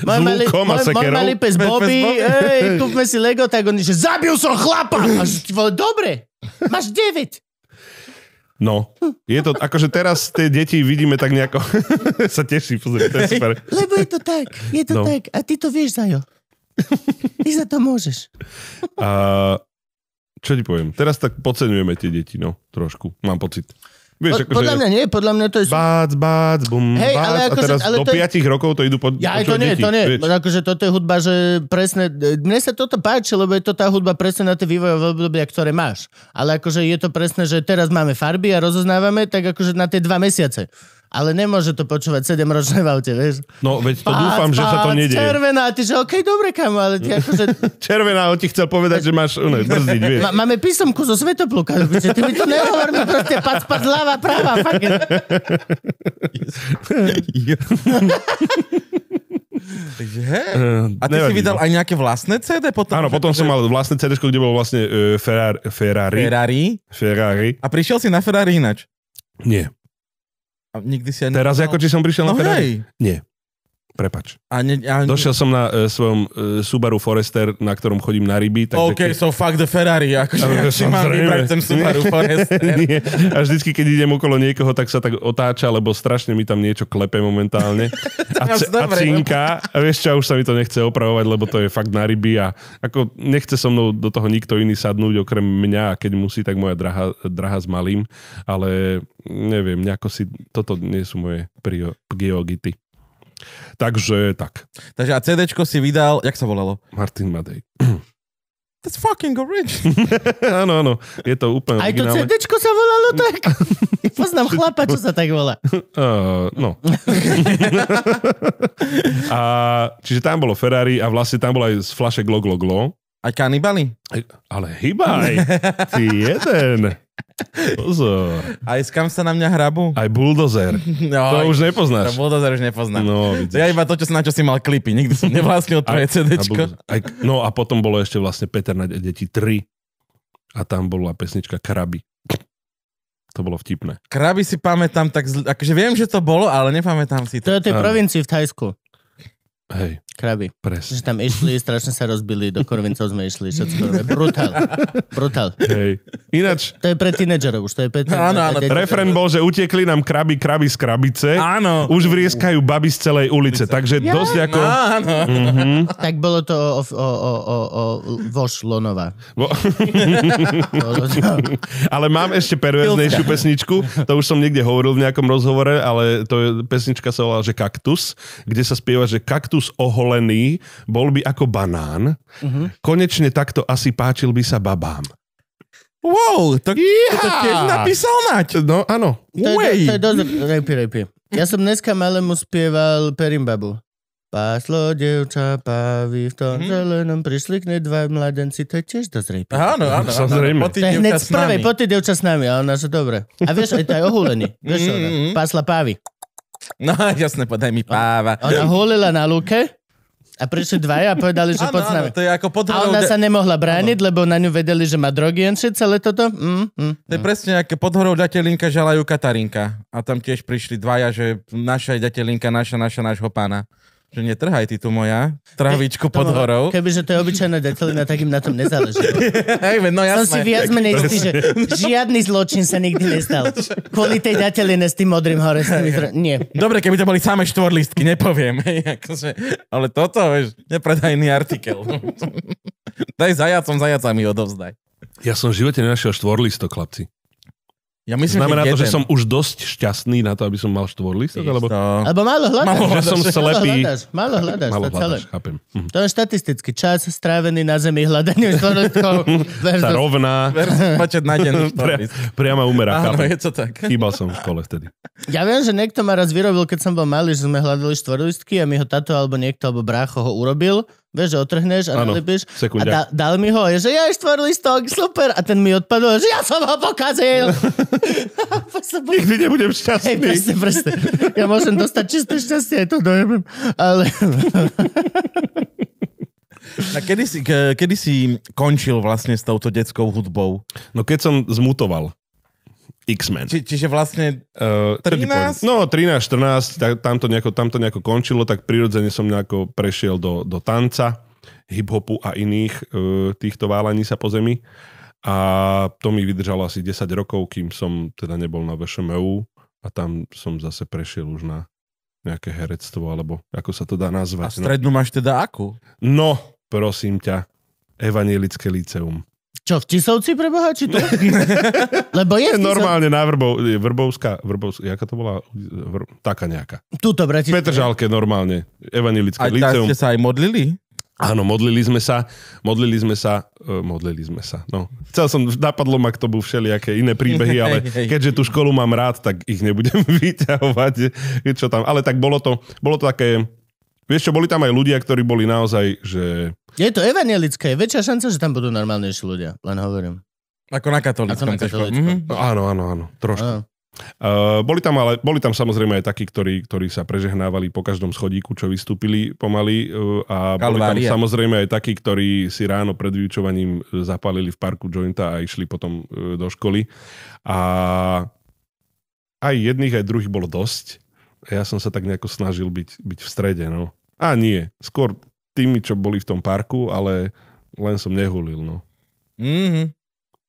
S1: môj
S3: S
S1: malý,
S3: lúkom a
S1: môj, môj
S3: sekerou?
S1: malý pes
S2: Pes
S1: Bobby,
S2: Bobby?
S1: ej, kúpme si Lego, tak oni, že zabil som chlapa. A že, ty vole, dobre, máš 9.
S3: No, je to, akože teraz tie deti vidíme tak nejako, <laughs> sa teší, pozri, to je super.
S1: Lebo je to tak, je to
S3: No.
S1: tak. A ty to vieš, Zajo. Ty za to môžeš.
S3: A čo ti poviem, teraz tak podceňujeme tie deti, no, trošku, mám pocit.
S1: Po,
S3: Vieš, akože...
S1: podľa mňa nie, podľa mňa to je...
S3: Bác, bác, bum,
S1: Hej,
S3: bác,
S1: ale
S3: a
S1: akože-
S3: teraz
S1: ale
S3: do
S1: to je-
S3: 5 rokov to idú pod,
S1: Ja, aj to
S3: počúvať
S1: nie,
S3: deti,
S1: to nie.
S3: vieš.
S1: Akože toto je hudba, že presne... Mne sa toto páči, lebo je to tá hudba presne na tie vývojové obdobia, ktoré máš. Ale akože je to presne, že teraz máme farby a rozoznávame, tak akože na tie dva mesiace. Ale nemôže to počúvať 7-ročné v aute, vieš.
S3: No, veď to dúfam,
S1: Pác,
S3: že sa to
S1: pác,
S3: nedieje.
S1: Červená, a ty že okej, dobre, kamo, ale ty akože...
S3: Červená, on ti chcel povedať, že máš ne,
S1: <laughs>
S3: brzdiť, vieš. <laughs>
S1: Ma, máme písomku zo Svetopluka, že ty mi to nehovor, mi proste pac, pac, ľava, práva, fucking.
S2: Takže, hej.
S3: Eh,
S2: A ty si
S3: nevadí,
S2: vydal
S3: no.
S2: aj nejaké vlastné CD potom?
S3: Áno, potom som mal vlastné CD, kde bolo vlastne uh, Ferrari, Ferrari,
S2: Ferrari.
S3: Ferrari.
S2: A prišiel si na Ferrari inač.
S3: Nie.
S2: A nikdy si aj
S3: Teraz
S2: nepovedal.
S3: ako či som prišiel
S2: No
S3: na akože Ferrari?
S2: hej.
S3: Nie. Prepač.
S2: A ne, a...
S3: Došiel som na e, svojom e, Subaru Forester, na ktorom chodím na ryby. Takže
S2: OK,
S3: keď...
S2: so fuck the Ferrari,
S3: <laughs>
S2: akože
S3: Ale
S2: ak si mám
S3: samozrejme.
S2: vybrať ten Subaru
S3: <laughs>
S2: Forester.
S3: Nie. A vždycky, keď idem okolo niekoho, tak sa tak otáča, lebo strašne mi tam niečo
S2: <laughs>
S3: klepe momentálne. A,
S2: Ja
S3: c- a
S2: dobre. no.
S3: cinká. A vieš čo, už sa mi to nechce opravovať, lebo to je fakt na ryby a ako nechce so mnou do toho nikto iný sadnúť okrem mňa a keď musí, tak moja draha, draha s malým. Ale neviem, nejako si, toto nie sú moje prio- priority. Takže tak,
S2: Takže a CDčko si vydal, jak sa volalo?
S3: Martin Madej. <laughs>
S2: That's fucking rich.
S3: áno, áno, je to úplne
S1: Aj to
S3: originálne.
S1: CDčko sa volalo
S3: <laughs>
S1: tak? Poznám chlapa, čo sa tak volá.
S3: Uh, no. a, čiže tam bolo Ferrari a vlastne tam bol aj z flaše Glo Glo Glo.
S2: A kanibali?
S3: Ale hýbaj, ty jeden. Pozor.
S2: Aj skam sa na mňa hrabu? <laughs>
S3: Aj Bulldozer.
S2: No,
S3: To
S2: aj-
S3: už
S2: To
S3: nepoznáš.
S2: Bulldozer už nepoznám. No.
S3: No,
S2: To ja
S3: vidíš.
S2: iba to, čo, na čo si mal klipy. Nikdy som nevlastnil tvoje CDčko.
S3: Bulldozer. Aj, no a potom bolo ešte vlastne Peter na deti 3 a tam bola pesnička Kraby. To bolo vtipné.
S2: Kraby si pamätám tak zl... Akože viem, že to bolo, ale nepamätám si
S1: To
S2: to.
S1: je o tej
S3: Áno.
S1: provincii v Thajsku.
S3: Hej,
S1: Krabi.
S3: presne.
S1: Že tam išli, strašne sa rozbili, do Korvincov sme išli, všetko. Brutál. Brutál.
S3: Hej. Ináč,
S1: To je pre tínedžerov už, to je pre tínedžerov.
S2: Áno, áno,
S3: Refren bol, že utiekli nám kraby, kraby z krabice.
S2: Áno.
S3: Už vrieskajú baby z celej ulice, takže dosť ako...
S2: Áno.
S3: Mhm.
S1: Tak bolo to o, o, o, o, o Voš Lonova.
S3: Bo- <laughs>
S1: Bolo to,
S3: ale mám ešte perverznejšiu pesničku, to už som niekde hovoril v nejakom rozhovore, ale to je, pesnička sa volá, že kaktus, kde sa spieva, že kaktus oholený bol by ako banán,
S1: Mhm.
S3: konečne takto asi páčil by sa babám.
S2: Wow, to, to tiež napísal Nať.
S3: No áno,
S1: to, je,
S2: Way.
S1: to je dosť rapy, rapy. Ja som dneska malému spieval Perimbabu. Páslo, devča, pávy, v
S2: Mhm.
S1: tom zelenom prišli k nej dva mladenci, to je tiež dosť rapy.
S2: Áno, áno.
S3: Samozrejme.
S2: áno. Po tých
S1: To je hneď
S2: dievčat
S1: z
S2: s
S1: prvej,
S2: nami.
S1: po ty devča s nami, a ona, že dobre. A vieš, aj to je ohulený. Vieš,
S2: Mm,
S1: ona,
S2: mm, mm.
S1: pásla pávy.
S2: No <laughs> jasné, podaj mi páva.
S1: Ona holila na luke a prišli dvaja a povedali, že
S2: Áno,
S1: pod s
S2: áno,
S1: nami.
S2: to je ako pod
S1: A
S2: horou,
S1: ona
S2: de-
S1: sa nemohla brániť, lebo na ňu vedeli, že má drogy jen shit, celé toto. Mm, mm.
S2: to je presne ako pod horou ďatelinka žalajú Katarinka. A tam tiež prišli dvaja, že naša je ďatelinka, naša, naša, nášho pána. Že netrhaj ty tu moja travičku pod horou.
S1: Kebyže to je obyčajná detelina, tak im na tom nezáleží.
S2: <laughs> Hej, no
S1: Som si
S2: jasné.
S1: viac menej istý,
S2: <laughs>
S1: že žiadny zločin sa nikdy nestal. Kvôli tej dateline s tým modrým hore. S tými fr- Nie.
S2: Dobre, keby to boli samé štvorlistky, nepoviem. <laughs> Hej, akože, ale toto, vieš, nepredajný artikel. <laughs> Daj zajacom, zajacami odovzdaj.
S3: ja som v živote nenašiel štvorlistok, chlapci.
S2: Ja myslím,
S3: Znamená
S2: že
S3: to, že
S2: jeden.
S3: som už dosť šťastný na to, aby som mal štvorlistok,
S2: To...
S3: alebo...
S1: Alebo málo hľadáš.
S2: No. Málo
S3: Že som slepý.
S1: Málo hľadáš, málo hľadáš.
S3: Malo
S1: to celé.
S3: hľadaš, chápem. Mhm.
S1: To je štatistický čas strávený na zemi <laughs> hľadaním štvorlistkov.
S3: Sa
S1: versus- <laughs>
S3: rovná, <laughs>
S2: Versus počet nájdených
S3: Pre,
S2: štvorlistkov.
S3: priama umera,
S2: Áno,
S3: chápem.
S2: je to tak.
S3: Chýbal som v škole vtedy.
S1: Ja viem, že niekto ma raz vyrobil, keď som bol malý, že sme hľadali štvorlistky a mi ho tato alebo niekto alebo brácho ho urobil. Vieš, že otrhneš a
S3: Áno,
S1: nalepíš. A
S3: sekundiak.
S1: da, dal mi ho, a je, že ja je štvorlistok, super. A ten mi odpadol, že ja som ho pokazil. Fakt som bol-
S3: Nikdy nebudem
S1: Hej,
S3: šťastný.
S1: presne, presne. Ja môžem dostať čisté šťastie, aj to dojebem. Ale <laughs>
S2: A kedy si, ke- kedy si končil vlastne s touto detskou hudbou?
S3: No keď som zmutoval X-Men.
S2: Či, čiže vlastne...
S3: Uh,
S2: 13?
S3: No, 13, 14, tak, tam, to nejako, tam to nejako končilo, tak prirodzene som nejako prešiel do, do tanca, hip-hopu a iných uh, týchto válaní sa po zemi. A to mi vydržalo asi 10 rokov, kým som teda nebol na VŠMU a tam som zase prešiel už na nejaké herectvo, alebo ako sa to dá
S2: A
S3: nazvať.
S2: strednú máš teda akú?
S3: No, no prosím ťa, evanielické liceum.
S1: čo, v Tisovci preboha, či to? Lebo je v
S3: Je
S1: Tisov...
S3: normálne na Vrbov, je Vrbovská, Vrbovská, jaká to bola? Vr, taká nejaká.
S1: Tuto,
S3: V
S1: brati.
S3: Petržalke normálne, evanilické
S2: Aj tá
S3: liceum.
S2: ste sa aj modlili?
S3: Áno, modlili sme sa, modlili sme sa, e, modlili sme sa, no. Chcel som, napadlo ma k tomu všelijaké iné
S2: <laughs>
S3: príbehy, ale
S2: Hej, hej.
S3: keďže tú školu mám rád, tak ich nebudem <laughs> vyťahovať, čo tam. Ale tak bolo to, bolo to také, vieš čo, boli tam aj ľudia, ktorí boli naozaj, že
S1: Je to evangelické, je väčšia šanca, že tam budú normálnejší ľudia. Len hovorím.
S2: Ako na
S1: Ako
S2: katolíckom.
S1: na
S2: chceš povedať?
S1: katolíckom.
S2: Mhm.
S3: No áno, áno, áno,
S1: Áno.
S3: trošku. Uh, boli tam ale, boli tam samozrejme aj takí, ktorí, ktorí sa prežehnávali po každom schodíku, čo vystúpili pomaly uh, a boli tam
S2: Kalvária.
S3: samozrejme aj takí, ktorí si ráno pred vyučovaním uh, zapálili v parku jointa a išli potom eh, uh, do školy a aj jedných, aj druhých bolo dosť. Ja som sa tak nejako snažil byť, byť v strede, no. A nie, skôr tými, čo boli v tom parku, ale len som nehulil, no.
S2: Mm-hmm.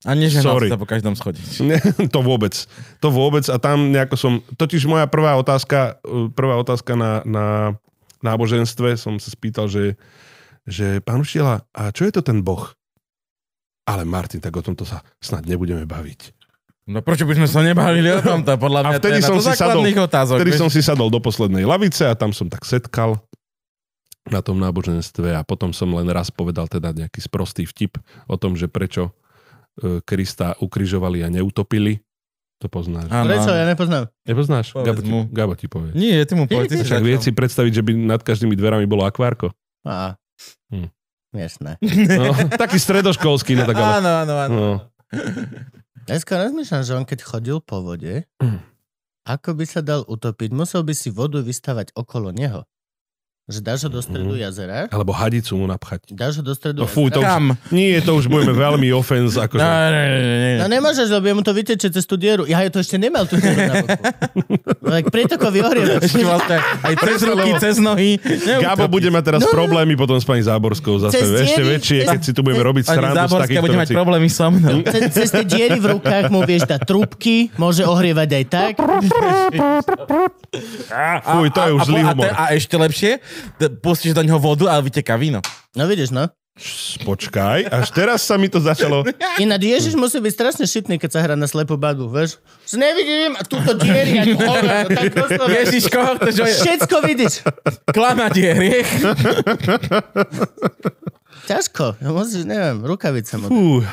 S2: A nežehnal
S3: Sorry.
S2: si sa po každom schode.
S3: Ne, <laughs> to vôbec. To vôbec a tam nejako som... Totiž moja prvá otázka, eh, prvá otázka na, na náboženstve som sa spýtal, že, že pán Uštila, a čo je to ten boh? Ale Martin, tak o tomto sa snad nebudeme baviť.
S2: No prečo by sme sa nebavili o tomto? Podľa
S3: A
S2: mňa to
S3: vtedy
S2: je na
S3: som
S2: to
S3: si sadol-
S2: základných otázok.
S3: Vtedy
S2: vieš.
S3: som si sadol do poslednej lavice a tam som tak setkal na tom náboženstve a potom som len raz povedal teda nejaký sprostý vtip o tom, že prečo eh, Krista ukrižovali a neutopili. To poznáš.
S2: Áno,
S1: Prečo? Ja
S2: áno.
S1: nepoznám.
S3: Nepoznáš?
S2: Povedz
S3: Gabo ti,
S2: mu.
S3: Gabo ti povie.
S2: Nie, ty mu povedz. ty si
S3: Však
S2: začal.
S3: vie si predstaviť, že by nad každými dverami bolo akvárko.
S1: Á.
S3: Hm.
S1: Jasné.
S3: No, taký stredoškolský, no tak ale...
S2: Áno, áno, áno.
S3: No.
S1: Dneska rozmýšľam, že on keď chodil po vode,
S3: Mm.
S1: ako by sa dal utopiť, musel by si vodu vystavať okolo neho. Že dáš ho do stredu
S3: Mhm.
S1: jazera,
S3: Alebo hadicu mu napchať.
S1: dáš ho do stredu
S3: No fuj, to
S1: jazera.
S3: už,
S2: Kam?
S3: nie, to už budeme veľmi ofens,
S2: No,
S3: akože.
S2: nie, nie, nie, nie.
S1: No nemôžeš, lebo mu to vyteče cez tú dieru. Ja to ešte nemal tú dieru na boku. No, Tak pritokový
S3: <laughs>
S1: ohrievač.
S2: Ešte <laughs> vlastne aj cez
S3: Presne,
S2: ruky,
S3: lebo-
S2: cez nohy.
S3: Gabo bude mať teraz
S1: No, no.
S3: problémy potom s pani Záborskou zase
S1: Cez
S3: ešte
S1: diery,
S3: väčšie,
S1: cez-
S3: keď si tu budeme
S1: cez-
S3: robiť
S2: Pani
S3: srandu z
S2: Záborská
S3: takýchto
S2: bude mať
S3: vecí.
S2: problémy so mnou.
S1: Cez, cez tie diery v rukách mu vieš dať trúbky, môže ohrievať aj tak.
S3: Fuj, to je už
S2: a,
S3: zlý
S2: a,
S3: humor.
S2: te- a ešte lepšie, t- pustíš do neho vodu a vyteká víno.
S1: No vidíš, no.
S3: Počkaj, až teraz sa mi to začalo...
S2: <laughs>
S1: Ináč Ježiš musí byť strašne šitný, keď sa hrá na slepú babu, vieš? Že nevidím a túto diery, ako hovor, no
S3: <laughs>
S1: tak doslova.
S2: <laughs> Ježiško, to čo je,
S1: Všetko vidíš.
S2: klamať je hriech.
S1: Ťažko, no musíš, neviem, rukavice mu. dať.
S3: Fú,
S2: <laughs>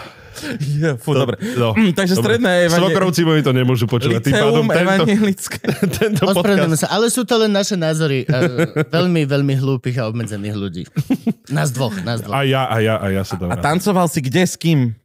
S2: Je, Fú, dobre.
S3: No.
S2: Mm, Takže stredné evangel-
S3: Svokrovci moji to nemôžu počúvať. Tým pádom
S2: liceum
S3: tento,
S2: <laughs> evangelické.
S3: tento <laughs> podcast
S1: Ospravedlňujem sa, ale sú to len naše názory eh, veľmi, veľmi hlúpych a obmedzených ľudí. Nás dvoch, nás
S3: <laughs>
S1: dvoch.
S3: A ja, a ja, a ja sa tam
S2: A
S3: rád.
S2: tancoval si kde s kým?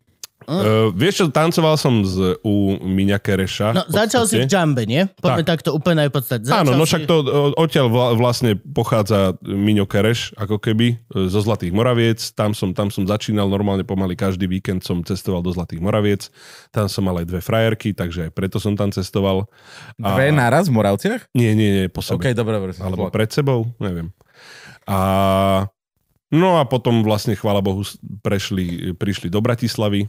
S3: Uh, vieš čo, tancoval som z, u Miňa Kereša.
S1: No,
S3: v
S1: začal si v
S3: podstate.
S1: džambe, nie? Poďme takto úplne aj podstať. Začal
S3: Áno,
S1: si-
S3: no však to o- odtiaľ vla- vlastne pochádza Miňo Kereš, ako keby, e, zo Zlatých Moraviec. Tam som, tam som začínal normálne pomaly každý víkend som cestoval do Zlatých Moraviec. Tam som mal aj dve frajerky, takže aj preto som tam cestoval.
S2: Dve naraz v Moravciach?
S3: Nie, nie, nie, po sebe.
S2: OK, dobre, dobre. som zlak.
S3: Alebo pred sebou, neviem. A, no a potom vlastne, chvála Bohu, s- prešli, prišli do Bratislavy.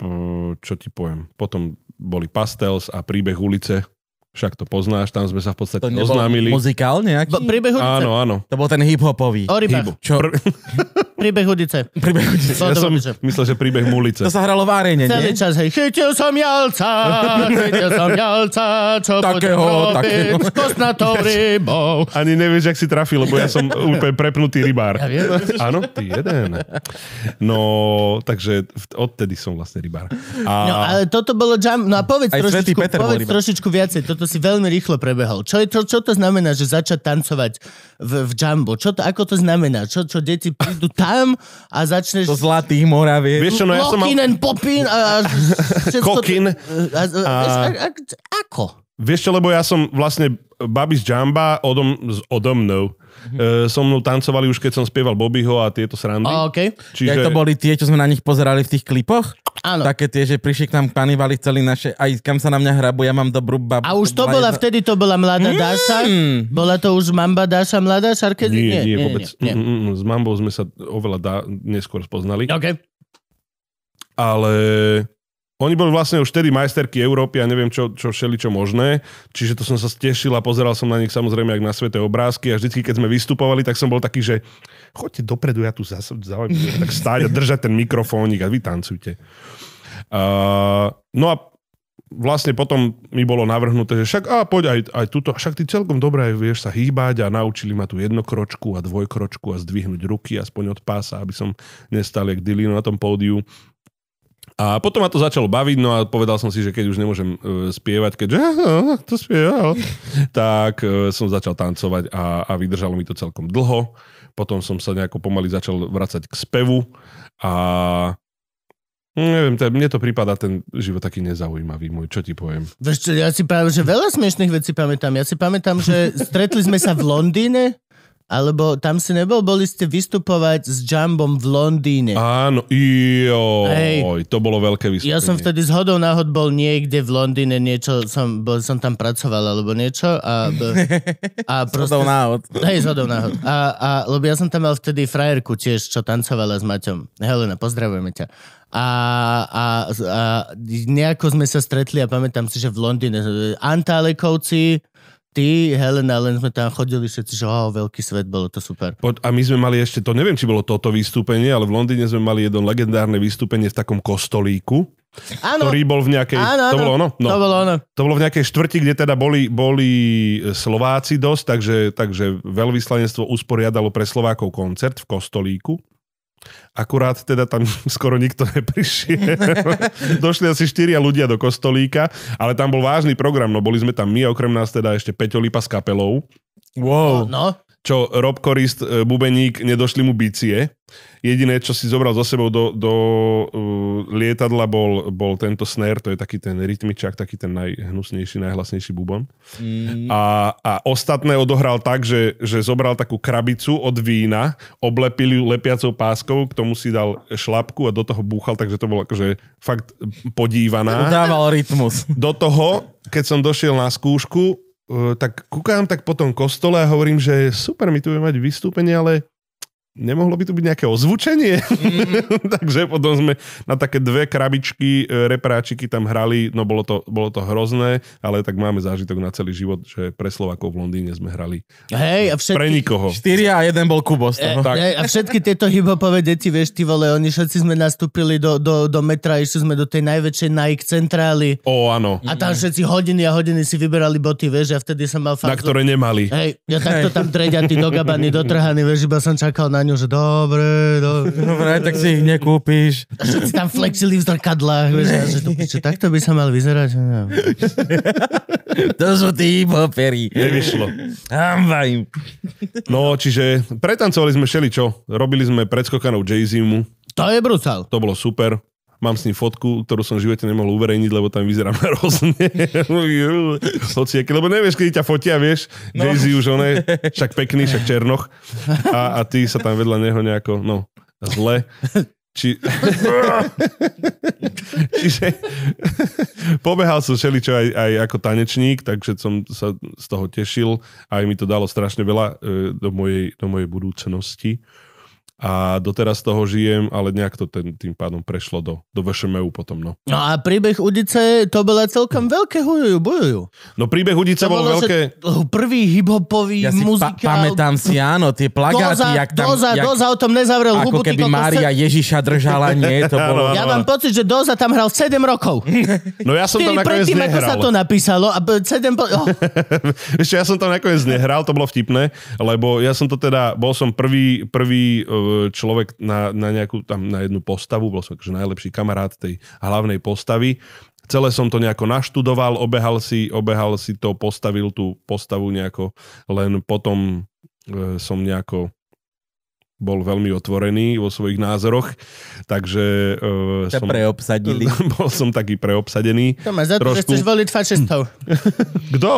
S3: Mm, Čo ti poviem? Potom boli Pastels a príbeh ulice. Však to poznáš, tam sme sa v podstate
S2: To nebol
S3: oznámili.
S2: muzikál nejaký?
S1: Bo- príbeh ulice.
S3: Áno, áno.
S2: To bol ten hip-hopový.
S1: O rybách.
S2: Čo?
S3: Pr-
S1: Príbeh ulice.
S2: Príbeh ulice.
S1: No, To
S3: Ja som
S1: dobre, že-
S3: myslel, že príbeh ulice.
S2: To sa hralo v arene,
S1: Celý
S2: nie?
S1: čas, hej, chytil som jalca, chytil som jalca, čo
S2: Takého,
S1: budem
S2: takého.
S1: robiť s kostnatou rybou.
S3: Ani nevieš, ak si trafil, lebo
S1: <laughs>
S3: ja som úplne prepnutý rybár.
S1: Ja viem.
S3: Áno, ty jeden. No, takže v- odtedy som vlastne rybár. A...
S1: No, ale toto bolo jump. No a povedz,
S2: Aj Svätý
S1: trošičku,
S2: Peter bol
S1: povedz
S2: iba.
S1: trošičku viacej. Toto si veľmi rýchlo prebehol. Čo, je, to, čo to znamená, že začať tancovať v, v jumbo? Čo to, ako to znamená? Čo, čo deti prídu tam a začneš...
S2: To zlatých moravie.
S3: Vieš čo, no ja som mal...
S1: Lokin and popin a, a všetko...
S3: Kokin.
S1: A, a, a, a, ako?
S3: Vieš čo, lebo ja som vlastne Babi z Jamba odom, z- odo mnou. E, so mnou tancovali už, keď som spieval Bobbyho a tieto srandy.
S1: A, OK.
S3: Čiže...
S2: Jak to boli tie, čo sme na nich pozerali v tých klipoch?
S1: Áno.
S2: Také tie, že prišli k nám kanibali, chceli naše, aj kam sa na mňa hrabu, ja mám dobrú babu.
S1: A už to bola,
S2: jedna-
S1: vtedy to bola mladá
S3: Mm.
S1: Dáša? Bola to už mamba Dáša, mladá Šarkezi?
S3: Nie, nie, vôbec.
S1: Nie, nie.
S3: Mm, mm, mm. S Mambou sme sa oveľa dá, neskôr spoznali.
S1: OK.
S3: ale oni boli vlastne už vtedy majsterky Európy a neviem čo, čo všeli čo možné, čiže to som sa tešil a pozeral som na nich samozrejme jak na sveté obrázky a vždycky, keď sme vystupovali, tak som bol taký, že choďte dopredu, ja tu zaujímavé, tak stáť a držať ten mikrofónik a vy tancujte. A, no a vlastne potom mi bolo navrhnuté, že však a poď aj, aj túto, však ty celkom dobre aj vieš sa hýbať a naučili ma tu jednokročku a dvojkročku a zdvihnúť ruky aspoň od pása, aby som nestal jak Dilino na tom pódiu. A potom ma to začalo baviť, no a povedal som si, že keď už nemôžem e, spievať, keďže "Aha, to
S1: <laughs>
S3: spieval, tak e, som začal tancovať a, a vydržalo mi to celkom dlho. Potom som sa nejako pomaly začal vracať k spevu a neviem, to, mne to prípada ten život taký nezaujímavý môj, čo ti poviem.
S1: Vieš čo, ja si práve, že veľa smiešných vecí pamätám. Ja si pamätám, že stretli sme sa v Londýne Alebo tam si nebol, boli ste vystupovať s Jumbom v Londýne.
S3: Áno, joj, to bolo veľké
S1: Ja
S3: vystúpenie.
S1: som vtedy z hodou náhod bol niekde v Londýne, niečo som, bol, som tam pracoval alebo niečo
S3: <laughs>
S1: a, a proste...
S2: Proste... náhod.
S1: Hej, z hodou náhod. A, a, lebo ja som tam mal vtedy frajerku tiež, čo tancovala s Maťom. Helena, pozdravujeme ťa. A, a, a nejako sme sa stretli a pamätám si, že v Londýne Antálekovci, ty, Helena, len sme tam chodili všetci, že oh, veľký svet, bolo to super.
S3: Poď- A my sme mali ešte, to neviem, či bolo toto vystúpenie, ale v Londýne sme mali jedno legendárne vystúpenie v takom kostolíku,
S1: Áno,
S3: ktorý bol v nejakej...
S1: áno, áno.
S3: to bolo ono? No.
S1: To bolo ono.
S3: To bolo v nejakej štvrti, kde teda boli, boli e, Slováci dosť, takže, takže veľvyslanectvo usporiadalo pre Slovákov koncert v kostolíku. Akurát teda tam <laughs> skoro nikto neprišiel. Došli asi štyria ľudia do kostolíka, ale tam bol vážny program, no boli sme tam my, okrem nás teda ešte Peťo Lipa s kapelou, Oh.
S2: Wow.
S1: No,
S3: čo Rob Korist, e, Bubeník, nedošli mu bicie. Jediné, čo si zobral so sebou do, do uh, lietadla, bol, bol tento snare, to je taký ten rytmičak, taký ten najhnusnejší, najhlasnejší bubon.
S2: Mm.
S3: A, a ostatné odohral tak, že, že zobral takú krabicu od vína, oblepil ju lepiacou páskou, k tomu si dal šlapku a do toho búchal, takže to bolo akože fakt podívaná.
S2: Udával rytmus.
S3: Do toho, keď som došiel na skúšku, e, tak kúkam tak po tom kostole a hovorím, že super, my tu budeme mať vystúpenie, ale nemohlo by tu byť nejaké ozvučenie. <laughs> Takže potom sme na také dve krabičky, e, repráčiky tam hrali, no bolo to, bolo to hrozné, ale tak máme zážitok na celý život, že pre Slovakov v Londýne sme hrali.
S1: hej, a
S3: Pre
S1: všetky, e,
S3: nikoho.
S2: Štyria a jeden bol Kubo z toho.
S3: tak.
S1: Hej, a všetky tieto hiphopové deti, vieš, ty vole, oni všetci sme nastúpili do, do, do metra, išli sme do tej najväčšej Nike centrály
S3: Ó, áno.
S1: a
S2: Mhm.
S1: tam všetci hodiny a hodiny si vyberali boty, vieš, a vtedy som mal
S3: Na
S1: fakt...
S3: ktoré nemali.
S1: Hej, ja takto tam
S2: <laughs>
S1: dreďatý do gabany, dotrhaný, vieš, iba som čakal na ňu, že dobre, dobre.
S2: Dobre, tak si ich nekúpiš.
S1: A všetci tam flexili v zrkadlách, vieš, a že to, piče, takto by sa mal vyzerať. No.
S2: To sú tí popery.
S3: Nevyšlo.
S2: Hamba im.
S3: No, čiže pretancovali sme všeličo. Robili sme predskokanov Jay-Zimu.
S1: To je brutál.
S3: To bolo super. Mám s ním fotku, ktorú som v živote nemohol uverejniť, lebo tam <laughs> vyzerám hrozne. Hociaky, lebo nevieš, kedy ťa fotia, vieš. No. Jay-Z už on je však pekný, však černoch. A, a ty sa tam vedľa neho nejako, no, zle. Či... <laughs> Čiže pobehal som všeličo aj, aj ako tanečník, takže som sa z toho tešil. Aj mi to dalo strašne veľa e, do, mojej, do mojej budúcnosti. A doteraz z toho žijem, ale nejak to ten, tým pádom prešlo do, do VŠMU potom. No,
S1: No a príbeh Udice, to bola celkom veľké hujujú, bujujú.
S3: no príbeh Hudica bol veľké...
S1: Že prvý hip-hopový
S2: Ja si pa-
S1: muzikál.
S2: pamätám si, áno, tie plagáty,
S1: Doza,
S2: jak tam,
S1: Doza,
S2: jak,
S1: Doza o tom nezavrel
S2: ako
S1: hubu, ty
S2: keby
S1: kokos,
S2: Mária
S1: sed-
S2: Ježiša držala, nie,
S3: <laughs>
S2: to bolo...
S1: Ja mám pocit, že Doza tam hral 7
S2: <laughs>
S1: rokov.
S3: No ja som
S1: Ty
S3: tam nakoniec
S1: predtým, ako sa
S3: nehral.
S1: to napísalo. A 7 po... oh,
S3: <laughs> Vieš čo, ja som tam nakoniec nehral, to bolo vtipné, lebo ja som to teda, bol som prvý, prvý e, človek na, na nejakú, tam na jednu postavu, bol som akože najlepší kamarát tej hlavnej postavy. Celé som to nejako naštudoval, obehal si, obehal si to, postavil tú postavu nejako, len potom e, som nejako bol veľmi otvorený vo svojich názoroch, takže e,
S2: Ťa
S3: som,
S2: preobsadili.
S3: <laughs> bol som taký preobsadený.
S1: to máš za to, že
S3: Trošku. Hm.
S1: chceš voliť fašistov.
S3: Kto?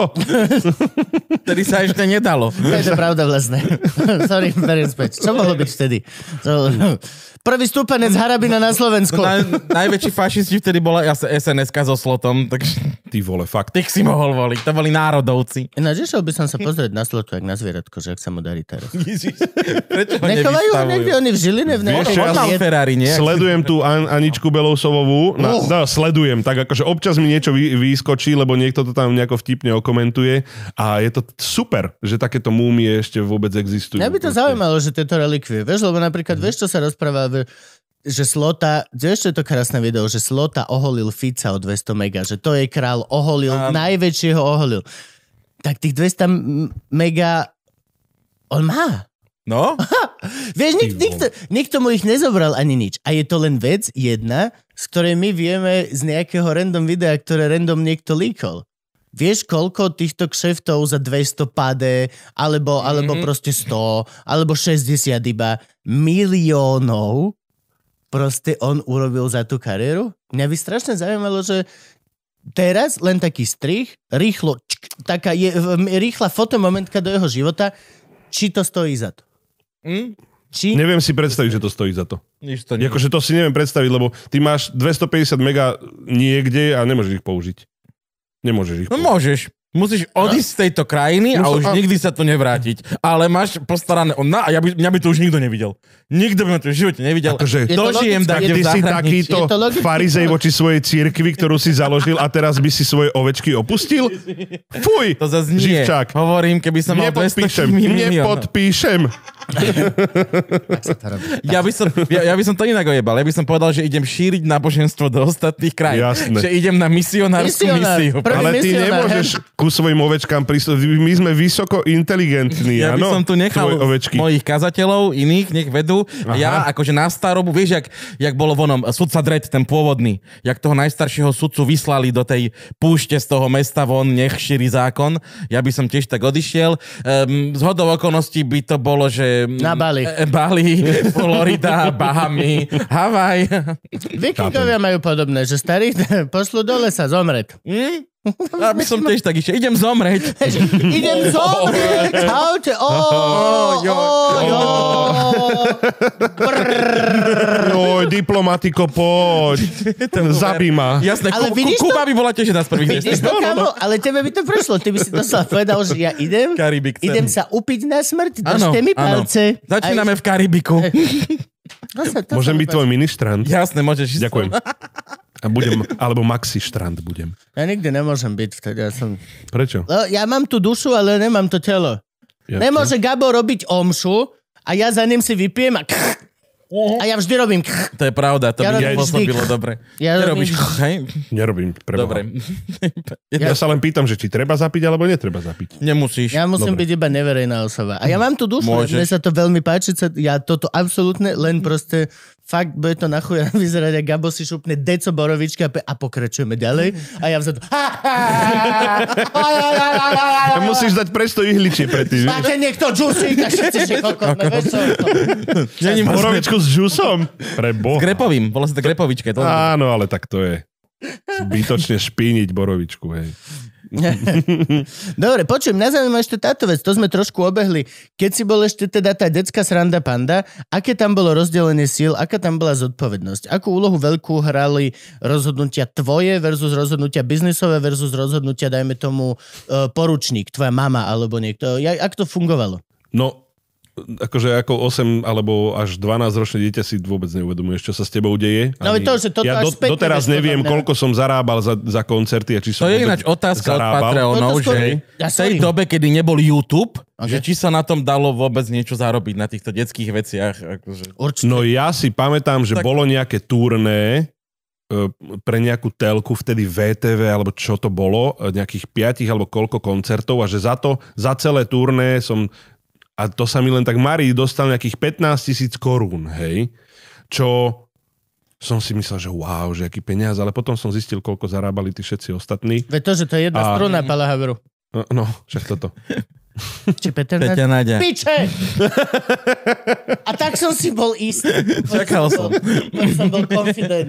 S2: Vtedy sa ešte nedalo.
S1: To je to pravda vlastne. <laughs> Sorry, beriem späť. Čo mohlo byť vtedy? To... Prvý stúpenec Harabina na Slovensku.
S2: Na, najväčší fašisti vtedy bola jas- SNSK so slotom, takže
S3: Ty vole, fakt.
S2: tých si mohol voliť. To boli národovci.
S1: Ináč išiel by som sa pozrieť na slotu, jak na zvieratko, že ak sa mu darí teraz.
S2: Ježiš, prečo ho
S1: Nechovajú ho
S2: nevystavujú?
S1: niekde, oni v Žiline, v
S3: Vieš,
S1: nejakom
S3: ja-
S2: Mal
S1: hoteli.
S2: Ferrari, nie?
S3: Sledujem tu An- Aničku Belousovovú. Na,
S1: Uh.
S3: no, sledujem, tak akože občas mi niečo vy- vyskočí, lebo niekto to tam nejako vtipne okomentuje a je to t- super, že takéto múmie ešte vôbec existujú.
S1: Mňa by to
S3: Proste. Mhm.
S1: zaujímalo, že tieto relikvie, vieš, lebo napríklad, vieš, čo sa rozpráva, v- že Slota, vieš, čo je to krásne video, že Slota oholil Fica o 200 mega, že to je král, oholil,
S2: Áno.
S1: najväčšieho oholil. Tak tých 200 m- mega on má.
S2: No?
S1: Vieš, nik,
S3: Ty
S1: nikto, nikto mu ich nezobral ani nič. A je to len vec jedna, z ktorej my vieme z nejakého random videa, ktoré random niekto líkol. Vieš, koľko týchto kšeftov za 200 pade, alebo, alebo proste 100, alebo 60 iba miliónov proste on urobil za tú kariéru? Mňa by strašne zaujímalo, že teraz len taký strich, rýchlo, čk, taká je, m, rýchla fotomomentka do jeho života, či to stojí za to.
S2: Hm?
S1: Či...
S3: Neviem si predstaviť, že to stojí za to.
S2: Nič to nie.
S3: Akože to si neviem predstaviť, lebo ty máš 250 mega niekde a nemôžeš ich použiť. Nemôžeš ich
S2: No
S3: použiť.
S2: môžeš. Musíš odísť z tejto krajiny a už
S3: Musel- a-
S2: nikdy sa tu nevrátiť. Ale máš postarané o na a ja by, mňa by tu už nikto nevidel. Nikto by ma tu v živote nevidel.
S3: Akože-
S1: Je to
S2: Dožijem
S1: logické.
S2: tak,
S3: Ty
S2: kde v
S3: si
S2: zahraničí.
S3: takýto
S1: Je to logické.
S3: farizej voči svojej cirkvi, ktorú si založil a teraz by si svoje ovečky
S1: <laughs>
S3: opustil? Fuj!
S2: To zase nie.
S3: Živčák.
S2: Hovorím, keby som mal 200
S3: Nepodpíšem,
S2: <laughs> miliónov.
S3: nepodpíšem.
S2: Ja by, som, ja, ja by som to inak ojebal. Ja by som povedal, že idem šíriť náboženstvo do ostatných krajín.
S3: Jasné.
S2: Že idem na misionárskú
S1: Misionár.
S2: misiu.
S1: Prvý
S3: Ale ty
S1: misionár,
S3: nemôžeš ku svojim ovečkám prísť. My sme vysoko inteligentní,
S2: Ja by
S3: áno?
S2: som tu nechal
S3: Tvoje ovečky.
S2: mojich kazateľov, iných, nech vedú. Aha. Ja akože na starobu, vieš, jak, jak bolo vonom, sudca Dredd, ten pôvodný, jak toho najstaršieho sudcu vyslali do tej púšte z toho mesta von, nech šíri zákon. Ja by som tiež tak odišiel. Um, z hodou okolností by to bolo, že... mm,
S1: Na Bali.
S2: e, Bali, Florida, Bahamy, Havaj.
S1: <laughs> Vikingovia majú podobné, že starý <laughs> pošlu dole sa zomrieť. <laughs>
S2: Hm? Ja by som tiež tak išiel. Idem zomreť.
S1: Idem zomrieť, čaute, ó,
S2: jo.
S1: ó, jo.
S3: Joj, diplomatiko,
S2: <laughs>
S3: poď. Zabí ma.
S2: Jasné,
S1: Ale
S2: Ku-
S1: vidíš
S2: Ku- Kuba by bola tiež jedna z prvých
S1: Vidíš
S2: miest.
S1: to, kamo? Ale tebe by to prešlo. Ty by si doslova povedal, že ja idem,
S2: Karibik chcem.
S1: idem sa upiť na smrť,
S2: Áno,
S1: držte mi
S2: áno.
S1: palce.
S2: Začíname v
S1: <laughs>
S2: Karibiku.
S1: Aj- to sa, to
S3: Môžem
S1: sa
S3: byť tvoj ministrant?
S2: Jasné, môžeš ísť.
S3: Ďakujem. A budem, alebo maxi štrant budem.
S1: Ja nikdy nemôžem byť vtedy. Ja, som...
S3: Prečo?
S1: No, ja mám tú dušu, ale nemám to telo.
S3: Ja,
S1: Nemôže Gabo robiť omšu a ja za ním si vypijem a krch. A ja vždy robím krch.
S2: To je pravda, to
S1: Ja
S2: by
S1: robím
S2: nepôsobilo
S1: vždy.
S2: dobre.
S1: Ja
S2: Ty
S1: robím
S2: robíš, hej?
S3: Nerobím pre Boha.
S2: Dobre.
S3: Ja sa len pýtam, že či treba zapiť, alebo netreba zapiť.
S2: Nemusíš.
S1: Ja musím
S3: Dobre.
S1: byť iba neverejná osoba. A ja mám tú dušu,
S2: Môžeš.
S1: mne sa to veľmi páči, sa- ja toto absolútne, len proste fakt bude to na chuja vyzerať, a Gabo si šupne deco borovičky a, pe- a pokračujeme ďalej. A ja vzadu, ha, ha, ha, ha, ha, ha, ha, ha,
S3: A
S1: ha.
S3: musíš dať preč to ihličie pre ty. vieš?
S1: Máte niekto džusík a všetci, že kokot, no vieš čo je to?
S2: Není možné.
S3: Borovičku s žusom? Pre Boha.
S2: Grepovým, bola sa to grepovička. je To
S3: Áno, ale tak to je. Zbytočne špíniť borovičku, hej.
S1: <laughs> Dobre, počujem, na zaujíma ešte táto vec, to sme trošku obehli. Keď si bol ešte teda tá detská sranda panda, aké tam bolo rozdelenie síl, aká tam bola zodpovednosť? Akú úlohu veľkú hrali rozhodnutia tvoje versus rozhodnutia biznisové versus rozhodnutia, dajme tomu, e, poručník, tvoja mama alebo niekto. Ja, ak to fungovalo?
S3: No, akože ako 8 alebo až 12 ročné dieťa si vôbec neuvedomuješ, čo sa s tebou deje.
S1: No, veď to, že toto
S3: ja
S1: až
S3: do,
S1: späť
S3: doteraz
S1: nevieš,
S3: neviem,
S1: podľa mňa.
S3: koľko som zarábal za, za koncerty a či
S2: To
S3: som
S2: je
S3: vôbec
S2: ináč otázka od
S3: zarábal.
S2: Patreonov,
S1: Toto skôr-
S2: že
S1: No Ja, No,
S2: v tej
S1: sorry.
S2: dobe, kedy nebol YouTube,
S1: Okay.
S2: že či sa na tom dalo vôbec niečo zarobiť na týchto detských veciach. Akože.
S1: Určite.
S3: No ja si pamätám, že
S2: Tak-
S3: tak... bolo nejaké turné e, pre nejakú telku, vtedy VTV, alebo čo to bolo, e, nejakých piatich alebo koľko koncertov a že za to, za celé turné som, a to sa mi len tak marí, dostal nejakých 15 tisíc korún, hej, čo som si myslel, že wow, že aký peniaz, ale potom som zistil, koľko zarábali tí všetci ostatní.
S1: Veď to, že to je jedna
S3: A-
S1: struna Pala Haveru.
S3: No, no však toto.
S1: Či Peter
S2: Peťa Nadia.
S1: Piče!
S3: <laughs>
S1: A tak som si bol istý.
S2: Čakal som.
S1: Tak som bol confident.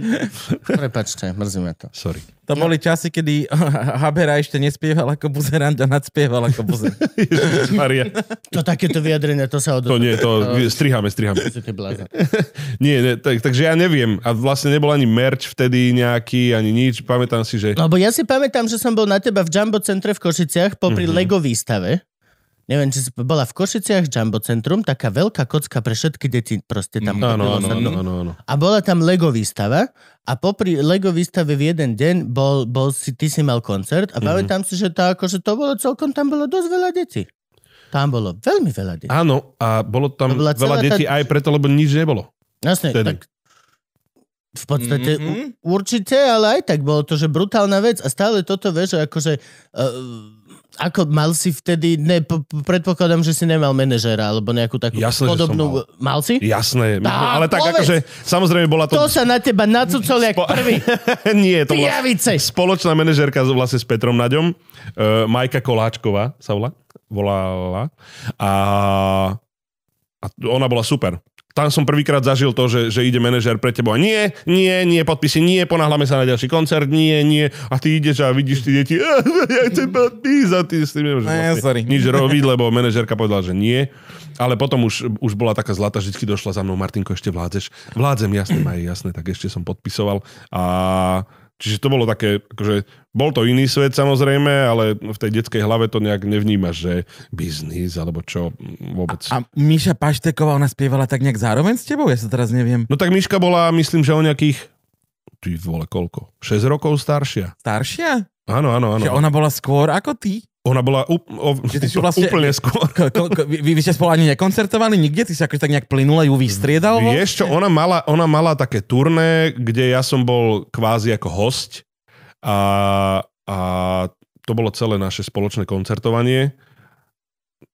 S1: Prepačte, mrzíme to.
S3: Sorry.
S2: To boli časy, kedy <laughs> Habera ešte nespieval ako buzerant a nadspieval ako
S3: <laughs>
S2: buzerant.
S3: Ježiš, Maria.
S1: To takéto vyjadrenie, to sa
S3: To
S1: odhodí.
S3: nie, to striháme, striháme.
S1: To...
S3: Nie, ne, tak, takže ja neviem. A vlastne nebol ani merch vtedy nejaký, ani nič. Pamätám si, že...
S1: Lebo ja si pamätám, že som bol na teba v Jumbo centre v Košiciach
S3: Mhm.
S1: popri mm-hmm. Lego výstave. Neviem, či si bola v Košiciach Jumbo centrum, taká veľká kocka pre všetky deti proste tam.
S2: Mhm.
S1: chodilo
S3: Áno, áno,
S1: sa
S3: áno,
S1: dnu.
S3: áno, áno.
S1: A bola tam Lego výstava a popri Lego výstave v jeden deň bol, bol si, ty si mal koncert
S3: Mhm.
S1: a pamätám si, že to, akože to bolo celkom, tam bolo dosť veľa detí. Tam bolo veľmi veľa detí.
S3: Áno, a bolo tam
S1: To bola
S3: veľa
S1: celá tá-
S3: detí aj preto, lebo nič nebolo.
S1: Jasne,
S3: vtedy.
S1: tak v podstate
S2: Mhm.
S1: mm-hmm. určite, ale aj tak bolo to, že brutálna vec a stále toto vieš, že akože uh, ako mal si vtedy, ne, po, po- predpokladám, že si nemal manažera alebo nejakú takú
S3: Jasné, že som
S1: podobnú, mal. mal si?
S3: Jasné, my-
S1: Tá,
S3: ale tak
S1: povedz.
S3: akože, samozrejme bola <laughs> to...
S1: To sa na teba nacucol
S3: <laughs>
S1: jak prvý.
S3: Nie, to bola
S1: Pijavice!
S3: spoločná manažérka s- vlastne s Petrom Naďom, uh, Majka Koláčková sa volá, volala a, a ona bola super. tam som prvýkrát zažil to, že, že ide manažer pre tebou a nie, nie, nie, podpisy, nie, ponáhľame sa na ďalší koncert, nie, nie. A ty ideš a vidíš tie deti, "Ah, ja chcem podpis a ty s tým nemôžeš
S2: Ne, sorry.
S3: nič robiť, lebo manažerka povedala, že nie. Ale potom už, už bola taká zlata, že vždy došla za mnou, Martinko, ešte vládzeš. Vládzem, jasne, maj, jasne, tak ešte som podpisoval. A Čiže to bolo také, akože bol to iný svet samozrejme, ale v tej detskej hlave to nejak nevnímaš, že biznis alebo čo mm, vôbec.
S2: A Miša Pašteková, ona spievala tak nejak zároveň s tebou? Ja sa teraz neviem.
S3: No tak Miška bola, myslím, že o nejakých, ty vole, koľko? 6 rokov staršia.
S2: Staršia?
S3: Áno, áno, áno.
S2: Že ona bola skôr ako ty?
S3: Ona bola ú, o,
S2: Že ty si vlastne-
S3: úplne skôr.
S2: Ko, ko, ko, vy, vy ste spolu ani nekoncertovali nikde? Ty si akože tak nejak plynule ju vystriedal? vo-
S3: Vieš čo, ona mala, ona mala také turné, kde ja som bol kvázi ako host a, a to bolo celé naše spoločné koncertovanie.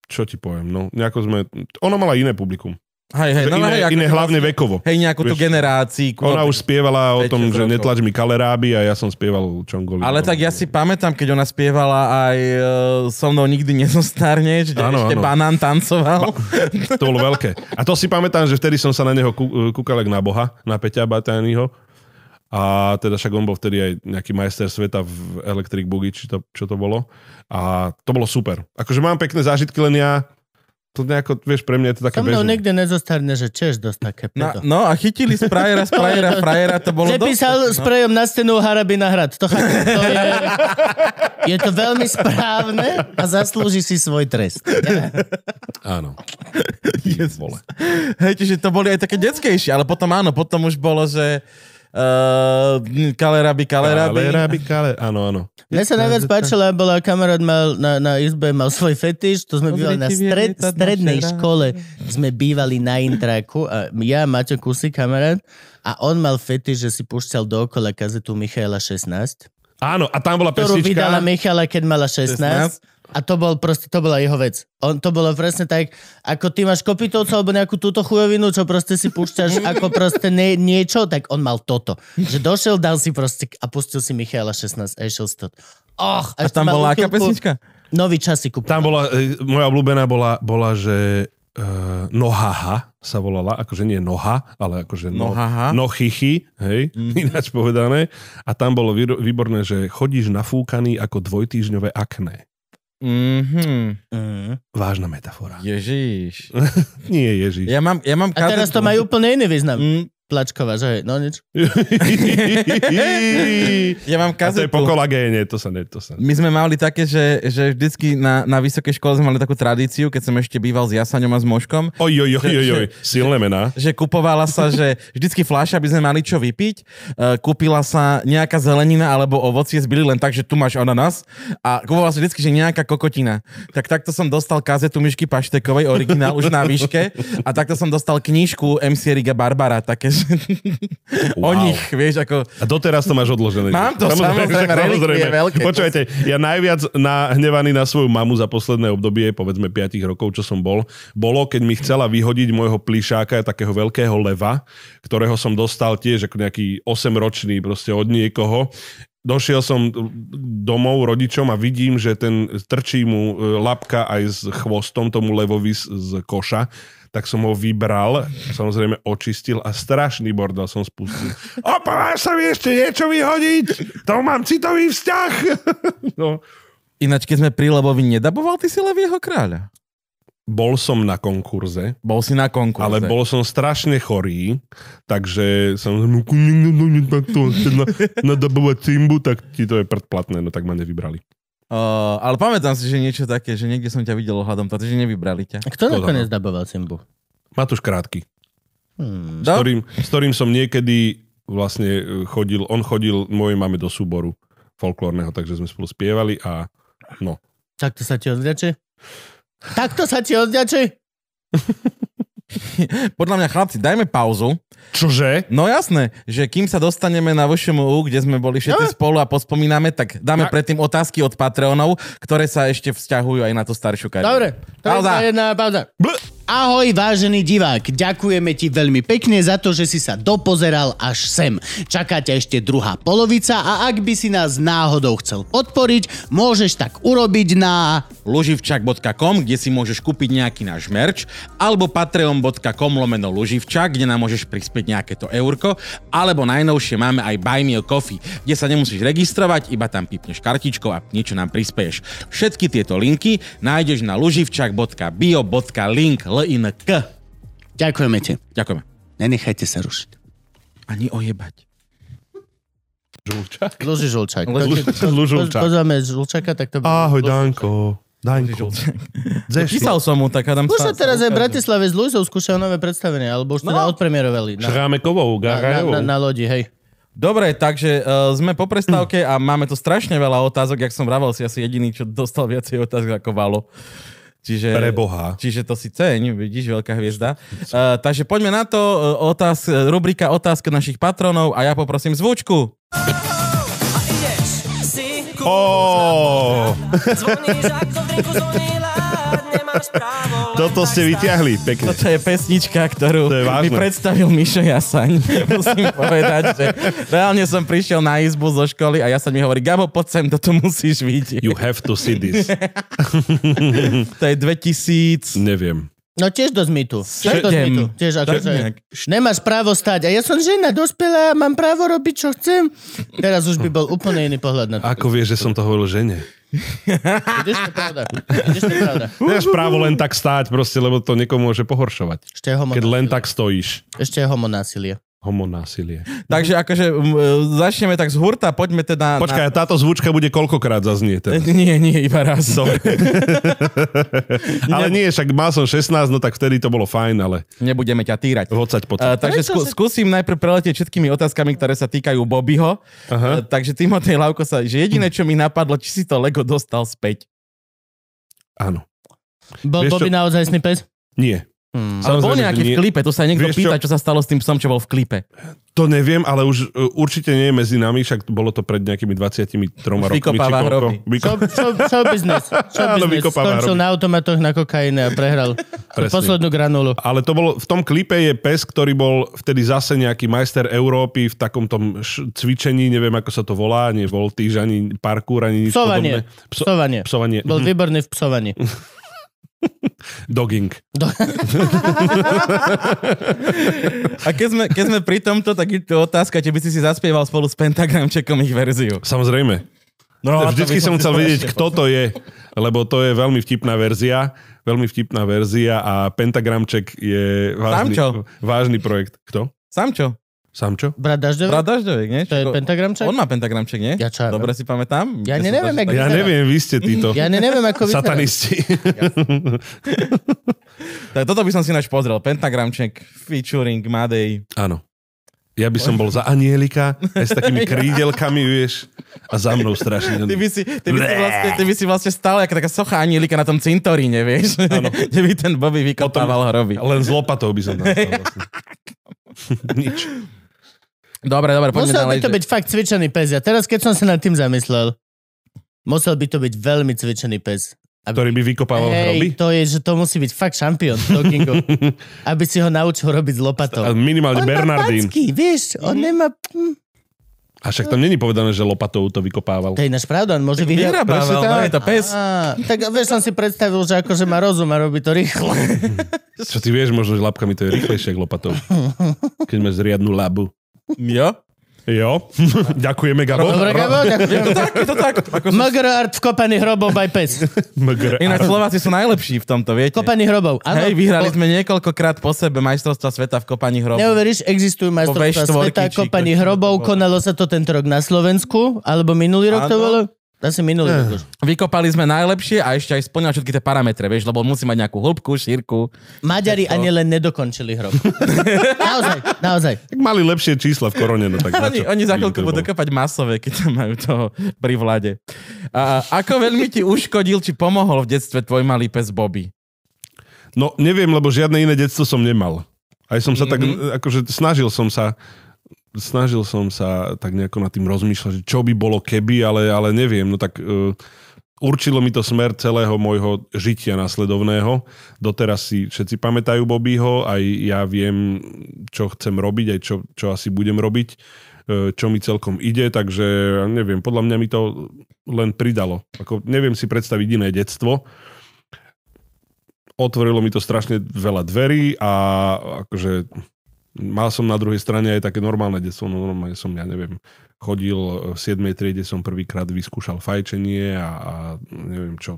S3: Čo ti poviem, no nejako sme, ona mala iné publikum.
S2: Hej, hej,
S3: Že
S2: no,
S3: iné,
S2: hej, ako
S3: iné
S2: to
S3: hlavne
S2: vlastne-
S3: vekovo.
S2: Hej, nejakú tú
S3: Vieš,
S2: generáciu.
S3: Ona už spievala o
S2: Päť,
S3: tom,
S2: šesť
S3: že
S2: rokov.
S3: netlač mi kaleráby a ja som spieval čongoli.
S2: Ale tak ja si pamätám, keď ona spievala aj e, So mnou nikdy nezostarneš, kde
S3: Áno,
S2: ešte
S3: áno.
S2: banán tancoval.
S3: To bolo veľké. A to si pamätám, že vtedy som sa na neho kú- kúkal jak na boha, na Peťa Batányho. A teda však on bol vtedy aj nejaký majster sveta v Electric Boogie, či to, čo to bolo. A to bolo super. Akože mám pekné zážitky, len ja to nejako, vieš, pre mňa je to také
S1: So mnou
S3: bežné.
S1: nikde nezostarne, že Češ dosť také
S2: No,
S1: pedo.
S2: no a chytili z frajera, z frajera, frajera, to bolo
S1: Prepísal
S2: dosť. no.
S1: sprejom na stenu Haraby na hrad. To, chápem, to je,
S2: <laughs>
S1: je to veľmi správne a zaslúži si svoj
S2: <laughs>
S1: trest. <laughs>
S3: Áno. Vole.
S2: Hej, čiže to boli aj také detskejšie, ale potom áno, potom už bolo, že uh, kaleraby, kaleraby.
S3: Kaleraby, kale... Áno, áno.
S1: Mne sa najviac páčila, bola kamarát mal na, na izbe, mal svoj fetiš, to sme bývali na
S2: Pozrite,
S1: stred,
S2: vietať naše
S1: strednej
S2: ráno.
S1: škole, sme bývali na intraku a ja, Maťo Kusy, kamarát, a on mal fetiš, že si púšťal dookola kazetu Michaela 16,
S3: Áno, a tam bola
S1: ktorú vydala
S3: pesnička.
S1: Michala, keď mala 16.
S2: 16.
S1: A to bol proste, to bola jeho vec. On, to bolo presne tak, ako ty máš kopitovca alebo nejakú túto chujovinu, čo proste si púšťaš ako proste nie, niečo, tak on mal toto. Že došiel, dal si proste a pustil si Michaela 16 a išiel si to. Och,
S2: A tam bola aká pesnička?
S1: Nový čas si kúpil.
S3: Tam bola, e, moja obľúbená bola, bola že e, Nohaha sa volala, akože nie Noha, ale akože no,
S2: Nohaha.
S3: Nochichy, hej,
S2: Mhm.
S3: mm. ináč povedané. A tam bolo vyro- výborné, že chodíš nafúkaný ako dvojtýžňové akné.
S2: Mhm,
S1: Mm.
S3: Vážna metafora.
S2: ježiš.
S3: Nie, Ježiš.
S2: Ja mám, ja mám
S1: A teraz to
S2: kazetu-
S1: majú úplne iný význam.
S2: Mm,
S1: Plačková, že? No nič.
S3: <laughs>
S2: ja mám
S3: A to je
S2: kazetu.
S3: po kolagéne, to sa ne... To sa ne.
S2: My sme mali také, že, že vždycky na, na vysokej škole sme mali takú tradíciu, keď som ešte býval s Jasaňom a s Moškom,
S3: Oj, oj, oj, oj, oj, silné mená.
S2: že kupovala sa, že vždycky fľaša, aby sme mali čo vypiť, e, kúpila sa nejaká zelenina alebo ovocie, zbyli len tak, že tu máš ananas a kupovala sa vždycky, že nejaká kokotina. Tak takto som dostal kazetu Myšky Paštekovej, originál už na výške a takto som dostal knížku MC Riga Barbara, také, že wow. o
S3: Wow.
S2: nich, vieš, ako...
S3: A doteraz to máš odložené.
S2: Mám to,
S3: <laughs>
S2: samozrejme,
S3: však
S2: relikvie veľké.
S3: Počúvajte, ja najviac nahnevaný na svoju mamu za posledné obdobie, povedzme 5 rokov, čo som bol, bolo, keď mi chcela vyhodiť môjho plišáka, takého veľkého leva, ktorého som dostal tiež ako nejaký 8-ročný proste od niekoho. Došiel som domov rodičom a vidím, že ten trčí mu e, labka aj s chvostom tomu levovi z, z koša tak som ho vybral, samozrejme očistil a strašný bordel som spustil. Opováž sa mi ešte niečo vyhodiť! To mám citový vzťah! No,
S2: Ináč, keď sme pri Lebovi, nedaboval ty si Levieho kráľa?
S3: bol som na konkurze,
S2: Bol si na konkurze.
S3: ale bol som strašne chorý, takže som no, ku- no, no, no, takto chce na- nadabovať cimbu, tak ti to je predplatné, no tak ma nevybrali.
S2: Uh, ale pamätám si, že niečo také, že niekde som ťa videl ohľadom, takže nevybrali ťa.
S1: Kto
S3: To
S1: nakoniec
S2: no.
S1: daboval Simbu?
S3: Matúš Krátky,
S1: Hmm.
S3: s ktorým, s ktorým som niekedy vlastne e, chodil, on chodil mojej mame do súboru folklórneho, takže sme spolu spievali a no,
S1: Takto sa ti odvďačí? Takto sa ti odvďačí?
S2: Podľa mňa, chlapci, dajme pauzu.
S3: Čože?
S2: No jasné, že kým sa dostaneme na VŠMU, kde sme boli všetci spolu a pospomíname, tak dáme
S3: Tak.
S2: predtým otázky od Patreonov, ktoré sa ešte vzťahujú aj na tú staršiu kariéru.
S1: Dobre, to
S2: Pauza.
S1: je jedna pauza.
S3: Bl-
S1: Ahoj, vážený divák, ďakujeme ti veľmi pekne za to, že si sa dopozeral až sem. Čaká ťa ešte druhá polovica a ak by si nás náhodou chcel podporiť, môžeš tak urobiť na
S2: luživčak.com, kde si môžeš kúpiť nejaký náš merch, alebo patreon.com lomeno luživčak, kde nám môžeš prispieť nejaké to eurko, alebo najnovšie máme aj Buy Me a Coffee, kde sa nemusíš registrovať, iba tam pipneš kartičkou a niečo nám prispieš. Všetky tieto linky nájdeš na luživčak.bio.link link.
S1: Ďakujeme ti.
S2: Ďakujeme.
S1: Nenechajte sa rušiť.
S2: Ani ojebať.
S3: Žulčák.
S1: Luži žulčák.
S2: Luži-
S3: Luži žulčák.
S1: Pozveme žulčáka, tak to...
S3: Ahoj, Danko. Danko.
S2: No,
S3: Zeš.
S2: Písal som mu tak a tam
S1: Už sa teraz aj v Bratislave s Luizou skúšajú nové predstavenie, alebo už to no. odpremierovali. Na,
S3: Šrámekovou,
S1: na, na, na,
S3: Garajovou.
S1: na lodi, hej.
S2: Dobre, takže uh, sme po prestávke a máme tu strašne veľa otázok. Jak som vravel, si asi jediný, čo dostal viacej otázok ako Valo. Čiže,
S3: Preboha.
S2: Čiže to si ceň, vidíš, veľká hviezda. Uh, takže poďme na to. Uh, otáz, rubrika otázka našich patronov a ja poprosím zvučku.
S3: Ó, toto
S4: Toto
S3: ste vyťahli, pekne.
S2: Toto je pesnička, ktorú
S3: To je vážne.
S2: mi predstavil Mišo Jasaň. <laughs> Musím povedať, že reálne som prišiel na izbu zo školy a Jasaň mi hovorí, Gabo, poď sem, toto musíš vidieť.
S3: You have to see this.
S2: To je 2000...
S3: Neviem.
S1: No tiež dosť mitu. Tiež dosť
S2: Sedem.
S1: mitu. Tiež ako,
S2: Tak
S1: že
S2: nejak.
S1: nemáš právo stať. A ja som žena, dospelá, mám právo robiť, čo chcem. Teraz už by bol úplne iný pohľad na to.
S3: Ako vieš, že som to hovoril žene?
S1: Vidíš, to je pravda. Vidíš, to je pravda.
S3: Nemáš právo len tak stáť proste, lebo to niekomu môže pohoršovať.
S1: Ešte je homo,
S3: Keď len tak stojíš.
S1: Ešte je homo násilie.
S3: Homo násilie.
S2: Takže akože m, začneme tak z hurta, poďme teda...
S3: Počkaj, a táto zvučka bude koľkokrát
S2: Na...
S3: zaznie teda?
S2: <laughs> Nie, nie, iba raz.
S3: Ale nie, však mal som 16, no tak vtedy to bolo fajn, ale
S2: Nebudeme ťa týrať.
S3: vocať po
S2: Uh, takže skú, skúsim najprv preletieť všetkými otázkami, ktoré sa týkajú Bobbyho. Uh, takže Timotej Lauko sa, že jediné, čo mi napadlo, či si to Lego dostal späť.
S3: Áno.
S1: Bol
S3: Vieš čo?
S1: Bobby naozaj sný pes?
S3: Nie.
S1: Hmm.
S2: Ale bol
S3: Samozrejme, že
S2: nejaký v
S3: nie.
S2: klipe, tu sa niekto
S3: Vieš
S2: pýta,
S3: čo?
S2: čo? sa stalo s tým psom, čo bol v klipe.
S3: To neviem, ale už uh, určite nie je medzi nami, však bolo to pred nejakými 23 rokmi. či
S2: vykopáva
S3: koľko.
S2: hroby.
S3: Vyko-
S1: Show, show, show
S3: <laughs>
S1: business. Show
S3: Áno,
S1: business.
S3: vykopáva
S1: Skončil
S3: robiť.
S1: na automatoch na kokaine a prehral
S3: Presne.
S1: poslednú granulu.
S3: Ale to bolo, v tom klipe je pes, ktorý bol vtedy zase nejaký majster Európy v takom tom š- cvičení, neviem ako sa to volá, nie voltíž, ani parkour, ani nič
S1: Psovanie.
S3: podobné. Pso- Mhm.
S1: Psovanie.
S3: psovanie.
S1: Bol výborný v psovaní.
S3: Dogging.
S1: Do-
S2: A keď sme, keď sme pri tomto, tak je tu otázka, či by si si zaspieval spolu s Pentagramčekom ich verziu.
S3: Samozrejme.
S2: No, a to by
S3: Vždycky som
S2: si
S3: chcel
S2: to
S3: vedieť,
S2: ešte
S3: kto to je, lebo to je veľmi vtipná verzia. Veľmi vtipná verzia a Pentagramček je vážny,
S2: Samčo.
S3: vážny projekt. Kto?
S2: Sám čo?
S3: Samčo?
S1: Brat Dažďový?
S2: Brat Dažďoviek, nie?
S1: To je
S2: Čo-
S1: pentagramček?
S2: On má pentagramček, nie?
S1: Ja čo ja
S2: Dobre si pamätám?
S1: Ja
S2: Kde som
S1: neviem,
S2: to-
S1: jak
S2: tak-
S3: Ja
S1: vyzerá.
S3: neviem, vy ste títo
S1: Ja ne- neviem, ako vyzerá.
S3: satanisti.
S2: Tak toto by som si náš pozrel. Pentagramček, featuring, Madej.
S3: Áno. Ja by som bol za anielika, aj s
S2: <laughs>
S3: takými krídelkami, vieš, a za mnou strašne.
S2: Ty by si, ty by si, vlastne, ty by si vlastne stál ako taká socha anielika na tom cintoríne, vieš? <laughs> Kde by ten Bobby vykopával hroby.
S3: Len z lopatou by som tam
S2: <laughs>
S3: stal vlastne. Nič.
S2: Dobre, dobre, poďme
S1: Musel by
S2: ďalej.
S1: to
S2: že-
S1: byť fakt cvičený pes. Ja teraz, keď som sa nad tým zamyslel, musel by to byť veľmi cvičený pes.
S3: Ktorý by vykopával
S1: Hej,
S3: hroby.
S1: to je, že to musí byť fakt šampión
S3: <laughs>
S1: doggingu, aby si ho naučil robiť s lopatou.
S3: A minimálne
S1: On
S3: Bernardín.
S1: má
S3: Mhm.
S1: packy, vieš, on nemá... hm,
S3: A však tam není povedané, že lopatou to vykopával.
S1: To je ináč pravda, on môže vyhrať.
S2: Vyhrabával,
S3: Presne
S2: no
S3: tak.
S2: je to pes.
S1: Á, tak vieš, som si predstavil, že akože má rozum a robí to
S2: <laughs>
S1: rýchlo.
S3: Čo ty vieš, možno, že labkami to je rýchlejšie ako lopatou. Keď máš riadnu labu.
S2: Jo?
S3: Jo, <laughs> ďakujeme, Gabo.
S1: Dobre, Gabo, ďakujem.
S2: To tak, to tak. Ako sú...
S1: Magro art vkopaných hrobov by
S2: <laughs>
S1: pes.
S3: Mgr.
S2: Ináč Slováci sú najlepší v tomto, viete?
S1: Kopaných hrobov. Áno,
S2: Hej, vyhrali sme niekoľkokrát po sebe majstrovstva sveta v kopaní hrobu.
S1: Neuveríš, existujú majstrovstvá
S2: V4
S1: sveta
S2: či
S1: kopaní
S2: koľko to
S1: hrobov.
S2: bolo?
S1: Konalo sa to tento rok na Slovensku, alebo minulý rok to
S2: Áno. Eh.
S1: bolo? Asi minulý rok už.
S2: Vykopali sme najlepšie a ešte aj splňal všetky tie parametre, vieš, lebo musí mať nejakú hĺbku, šírku.
S1: Maďari ani len nedokončili
S2: <laughs>
S1: hrob. naozaj, naozaj.
S3: Tak mali lepšie čísla v korone, no tak na
S2: Oni,
S3: čo?
S2: oni za chvíľku
S3: Chvíľu to
S2: budú
S3: bolo.
S2: kopať masové, keď tam majú toho pri vlade. A, a ako veľmi ti uškodil, či pomohol v detstve tvoj malý pes Bobby?
S3: No neviem, lebo žiadne iné detstvo som nemal. Aj som sa tak, akože snažil som sa snažil som sa tak nejako nad tým rozmýšľať, že čo by bolo keby, ale, ale neviem, no tak uh, určilo mi to smer celého môjho žitia následovného. Doteraz si všetci pamätajú Bobbyho, aj ja viem, čo chcem robiť, aj čo, čo asi budem robiť. e, čo mi celkom ide, takže ja neviem, podľa mňa mi to len pridalo. Ako, neviem si predstaviť iné detstvo. Otvorilo mi to strašne veľa dverí a akože mal som na druhej strane aj také normálne detstvo, no normálne som, ja neviem, chodil e, v 7. triede som prvýkrát vyskúšal fajčenie a, a neviem čo,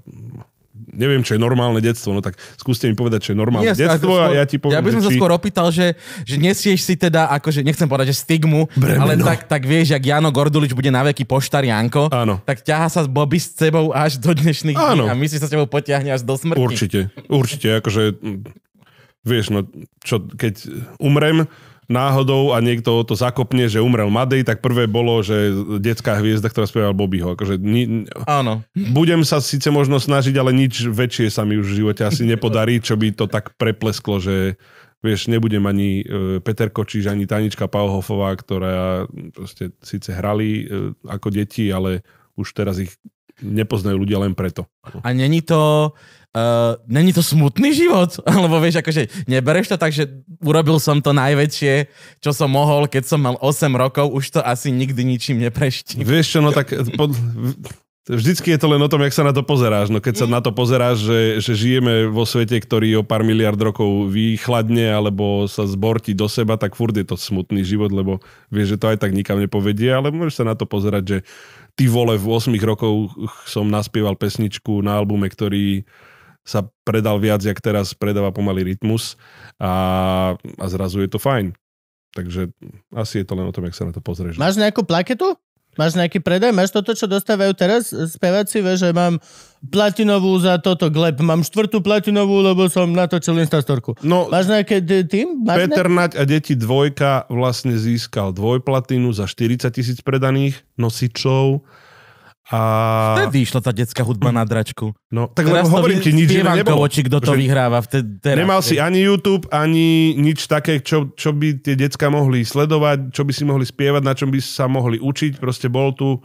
S3: neviem, čo je normálne detstvo, no tak skúste mi povedať, čo je normálne
S2: Nie,
S3: detstvo
S2: skôr-
S3: a ja ti poviem,
S2: ja by som
S3: že
S2: sa
S3: či...
S2: skôr opýtal, že, že nesieš si teda, akože nechcem povedať, že stigmu, Bremeno. ale tak, tak vieš, jak Jano Gordulič bude na veky poštar Janko,
S3: Áno.
S2: tak ťaha sa Bobby s tebou až do dnešných
S3: Áno.
S2: dní a my si sa s tebou potiahne až do smrti.
S3: Určite, určite, akože mm, vieš, no čo, keď umrem náhodou a niekto to zakopne, že umrel Madej, tak prvé bolo, že detská hviezda, ktorá spieval Bobbyho. Akože ni,
S2: Áno.
S3: budem sa síce možno snažiť, ale nič väčšie sa mi už v živote asi nepodarí, čo by to tak preplesklo, že vieš, nebudem ani e, Peter Kočíš, ani Tanička Pauhofová, ktorá proste síce hrali e, ako deti, ale už teraz ich nepoznajú ľudia len preto.
S2: A není to... Uh, není to smutný život, <laughs> lebo vieš, akože nebereš to tak, že urobil som to najväčšie, čo som mohol, keď som mal 8 rokov, už to asi nikdy ničím nepreštím.
S3: Vieš čo, no tak pod, vždycky je to len o tom, jak sa na to pozeráš. No keď sa na to pozeráš, že, že žijeme vo svete, ktorý o pár miliard rokov vychladne alebo sa zborti do seba, tak furt je to smutný život, lebo vieš, že to aj tak nikam nepovedie, ale môžeš sa na to pozerať, že ty vole, v 8 rokov som naspieval pesničku na albume, ktorý sa predal viac, jak teraz predáva pomaly rytmus a, a zrazu je to fajn. Takže asi je to len o tom, jak sa na to pozrieš.
S1: Máš nejakú plaketu? Máš nejaký predaj? Máš toto, čo dostávajú teraz speváci? Vieš, že mám platinovú za toto gleb. Mám štvrtú platinovú, lebo som natočil Instastorku.
S3: No,
S1: Máš nejaké d- tým? Máš
S3: Peter Nať a deti dvojka vlastne získal dvojplatinu za 40 tisíc predaných nosičov. A...
S2: Vtedy išla tá detská hudba na dračku.
S3: No, tak lebo hovorím ti, nič iné nebolo.
S2: Kovoči, kto to
S3: Že
S2: vyhráva. Vtedy, teraz,
S3: Nemal si ani YouTube, ani nič také, čo, čo by tie decka mohli sledovať, čo by si mohli spievať, na čom by sa mohli učiť. Proste bol tu...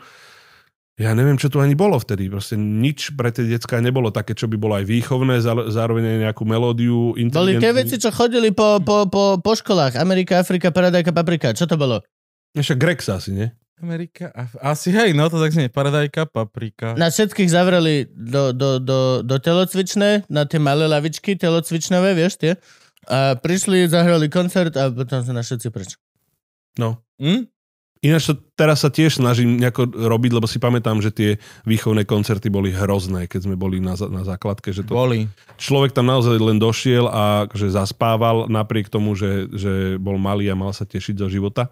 S3: Ja neviem, čo tu ani bolo vtedy. Proste nič pre tie decka nebolo také, čo by bolo aj výchovné, zále- zároveň aj nejakú melódiu.
S1: Boli tie
S3: inteligentnú.
S1: veci, čo chodili po, po, po, po školách. Amerika, Afrika, Paradajka, Paprika. Čo to bolo?
S3: Však Grex asi, nie?
S2: Amerika, Af- asi hej, no to tak znie. Paradajka, paprika.
S1: Na všetkých zavreli do, do, do, do telocvičné, na tie malé lavičky telocvičnové, vieš tie. A prišli, zahrali koncert a potom sa na všetci preč.
S3: No.
S2: Hm?
S3: Ináč to teraz sa tiež snažím nejako robiť, lebo si pamätám, že tie výchovné koncerty boli hrozné, keď sme boli na, za- na základke, že to,
S2: Boli.
S3: človek tam naozaj len došiel a že zaspával napriek tomu, že, že bol malý a mal sa tešiť zo života.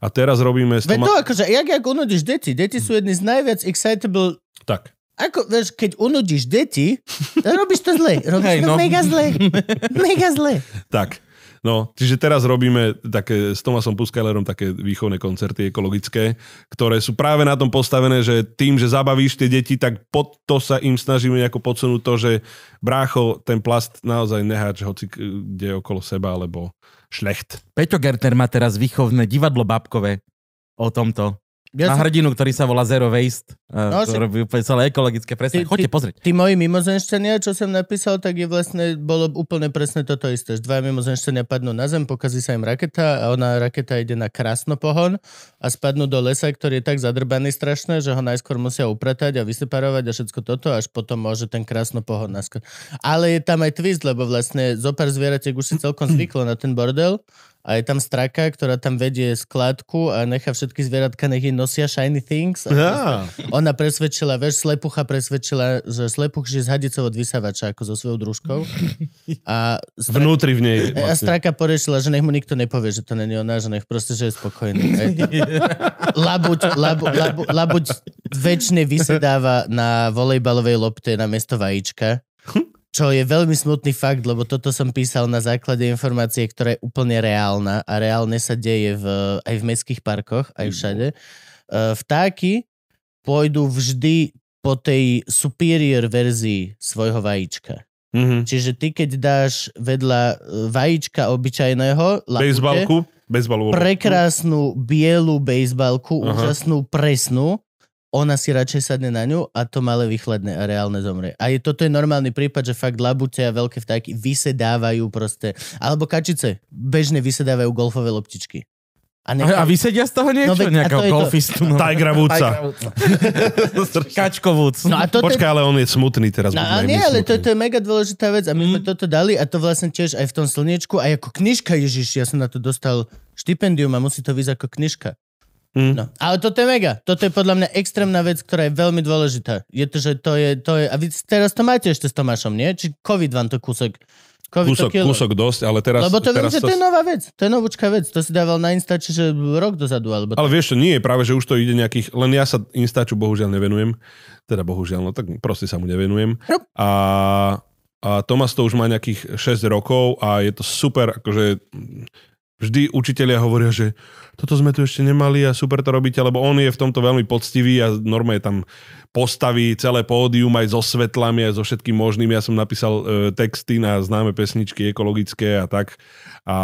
S3: A teraz robíme... s
S1: Veď
S3: Toma-
S1: to akože, jak, jak unudíš deti? Deti sú jedni z najviac excitable
S3: Tak.
S1: Ako, vieš, keď unudíš deti, robíš to zle. Robíš
S2: Hej,
S1: to
S2: no.
S1: mega
S2: <laughs>
S1: zle. Mega zle.
S3: Tak. No, čiže teraz robíme také, s Tomasom Puskalerom také výchovné koncerty ekologické, ktoré sú práve na tom postavené, že tým, že zabavíš tie deti, tak pod to sa im snažíme nejako podsunúť to, že brácho, ten plast naozaj neháč hoci k- kde okolo seba, alebo šlecht.
S2: Peťo Gertner má teraz výchovné divadlo babkové o tomto.
S1: Ja som,
S2: na hrdinu, ktorý sa volá Zero Waste.
S1: No,
S2: No,
S1: si-
S2: to robí úplne celé ekologické presne.
S1: Ty-
S2: Chodte
S1: ty-
S2: pozrieť.
S1: tí moji mimozenšťania, čo som napísal, tak je vlastne, bolo úplne presne toto isté. že Dva mimozenšťania padnú na zem, pokazí sa im raketa a ona raketa ide na krásnopohon a spadnú do lesa, ktorý je tak zadrbaný strašne, že ho najskôr musia upratať a vyseparovať a všetko toto, až potom môže ten krásnopohon naskôr. Ale je tam aj twist, lebo vlastne zo pár zvieratiek už si celkom zvyklo na ten bordel a je tam straka, ktorá tam vedie skladku a nechá všetky zvieratka, nech jej nosia shiny things. A ona presvedčila, vieš, slepucha presvedčila, že slepuch je z hadicov od vysavača, ako so svojou družkou. A, stra-
S3: Vnútri v nej.
S1: E, a
S3: Vlastne.
S1: straka porešila, že nech mu nikto nepovie, že to není ona, že nech proste, že je spokojný. Hej. Labuť, labu, labu, labuť väčšine vysedáva na volejbalovej lopte na mesto vajíčka. Čo je veľmi smutný fakt, lebo toto som písal na základe informácie, ktorá je úplne reálna a reálne sa deje v, aj v mestských parkoch, aj všade. Eh, Vtáky pôjdu vždy po tej superior verzii svojho vajíčka.
S3: Mhm.
S1: Čiže ty, keď dáš vedľa eh, vajíčka obyčajného lapute,
S3: Bejzbalku. Bejzbalovú.
S1: prekrásnu bielu bejzbalku,
S3: Aha.
S1: úžasnú, presnú, ona si radšej sadne na ňu a to malé vychladne a reálne zomrie. A je, toto je normálny prípad, že fakt labute a veľké vtáky vysedávajú proste, alebo kačice, bežne vysedávajú golfové loptičky. A nechal...
S2: A, a vysedia z toho niečo?
S1: No
S2: No,
S1: veď, a
S2: Nejakého
S1: to je to-
S2: golfistu? No.
S3: Tigra <laughs> Woodsa.
S2: Kačkovúc.
S1: No a toto je
S3: Počkaj, ale on je smutný teraz.
S1: No,
S3: buďme aj
S1: a
S3: my
S1: nie, ale
S3: smutní.
S1: toto je mega dôležitá vec a my
S3: Hm?
S1: sme toto dali a to vlastne tiež aj v tom slniečku a ako knižka Ježiš, ja som na to dostal štipendium a musí to vyjsť ako knižka.
S3: Mm.
S1: No, ale toto je mega. Toto je podľa mňa extrémna vec, ktorá je veľmi dôležitá. Je to, že to je, to je, a vy teraz to máte ešte s Tomášom, nie? Či COVID vám to kúsok? COVID to
S3: Kúsok,
S1: kilo.
S3: kúsok dosť, ale teraz...
S1: Lebo to viem,
S3: teraz
S1: že to je nová vec. To je novúčka vec. To si dával na Insta, čiže rok dozadu. Alebo
S3: Ale vieš čo, nie, práve že už to ide nejakých, len ja sa Instaču bohužiaľ nevenujem, teda bohužiaľ, no tak proste sa mu nevenujem.
S1: Yep.
S3: A, a Tomas to už má nejakých 6 rokov a je to super, akože mm, vždy učitelia hovoria, že toto sme tu ešte nemali a super to robíte, lebo on je v tomto veľmi poctivý a normálne tam postaví celé pódium aj so svetlami, aj so všetkým možným. Ja som napísal e, texty na známe pesničky ekologické a tak. A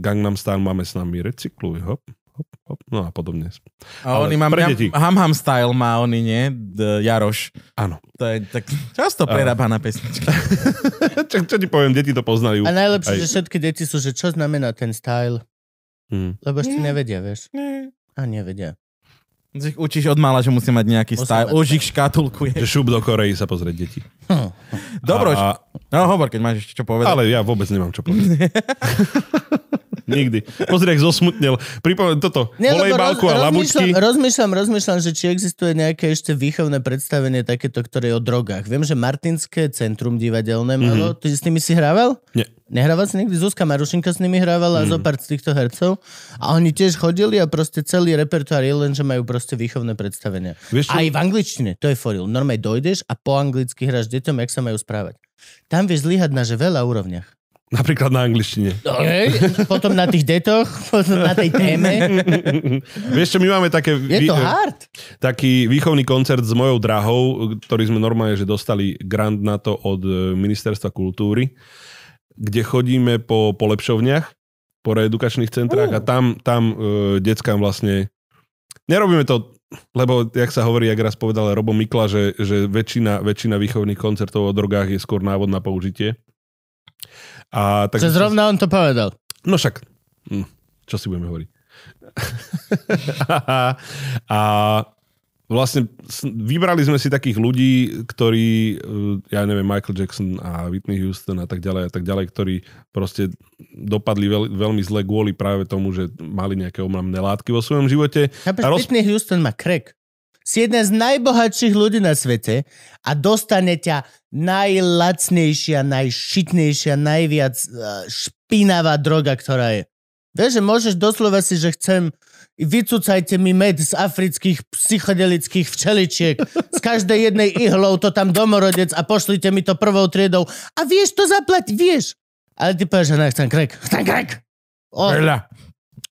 S3: Gangnam Style máme s nami recykluj, hop, hop, hop, no a podobne.
S2: A oni
S3: Ale
S2: mám,
S3: pre deti.
S2: Ham Ham Style má oni, nie? D- Jaroš.
S3: Áno.
S2: To je tak často prerábaná pesnička.
S3: <laughs> čo, čo ti poviem, deti to poznajú.
S1: A najlepšie,
S3: Aj.
S1: že všetky deti sú, že čo znamená ten style.
S3: Mm.
S1: Lebo ešte
S2: Mm.
S1: nevedia, vieš.
S2: Nie.
S1: A nevedia.
S2: Že ich Učíš od mala, že musí mať nejaký
S1: Musí
S2: style.
S1: mať
S2: Už ich škatulkuje.
S3: Že šup do Korei sa pozrieť deti.
S1: Hm.
S2: Dobro,
S3: a,
S2: no hovor, keď máš ešte čo povedať.
S3: ale ja vôbec nemám čo povedať. Nikdy. Pozri, ak zosmutnel. Pripomínam toto.
S1: Nie, lebo roz-
S3: Volejbalku a labučky.
S1: Rozmýšľam, rozmýšľam, rozmýšľam, že či existuje nejaké ešte výchovné predstavenie takéto, ktoré je o drogách. Viem, že Martinské centrum
S3: Mhm.
S1: divadelné malo. Mm-hmm. Ty s nimi si hrával?
S3: Nie.
S1: Nehrával si nikdy? Zuzka Marušinka s nimi hrávala
S3: Mhm.
S1: mm. a zo pár z týchto hercov. A oni tiež chodili a proste celý repertoár je len, že majú proste výchovné predstavenia.
S3: Vieš čo?
S1: Aj v angličtine, to je foril. Normálne dojdeš a po anglicky hráš deťom, jak sa majú správať. Tam vieš zlyhať na že veľa úrovniach.
S3: Napríklad na angličtine.
S1: Okay. Potom na tých detoch, <laughs> potom na tej
S3: <laughs>
S1: téme.
S3: Vieš čo, my máme také...
S1: Je to
S3: vy-
S1: hard.
S3: taký výchovný koncert s mojou drahou, ktorý sme normálne, že dostali grant na to od e, Ministerstva kultúry, kde chodíme po polepšovniach, po reedukačných centrách a tam, tam e, deckám vlastne... Nerobíme to, lebo, jak sa hovorí, jak raz povedal Robo Mikla, že, že väčšina, väčšina výchovných koncertov o drogách je skôr návod na použitie. A tak,
S1: Že zrovna on to povedal.
S3: No však, hm, čo si budeme hovoriť. <laughs> a vlastne s- vybrali sme si takých ľudí, ktorí, eh, ja neviem, Michael Jackson a Whitney Houston a tak ďalej a tak ďalej, ktorí proste dopadli veľ, veľmi zle kvôli práve tomu, že mali nejaké omamné látky vo svojom živote.
S1: Chápeš,
S3: A roz-
S1: Whitney Houston má krek. Si jeden z najbohatších ľudí na svete a dostane ťa najlacnejšia, najšitnejšia, najviac eh, špinavá droga, ktorá je. Vieš, že môžeš doslova si, že chcem vycúcajte mi med z afrických psychodelických včeličiek. Z každej jednej ihlou to tam domorodec a pošlite mi to prvou triedou. A vieš to zaplať, vieš. Ale ty povieš, že ne, chcem krek. Chcem krek. O,
S2: Veľa.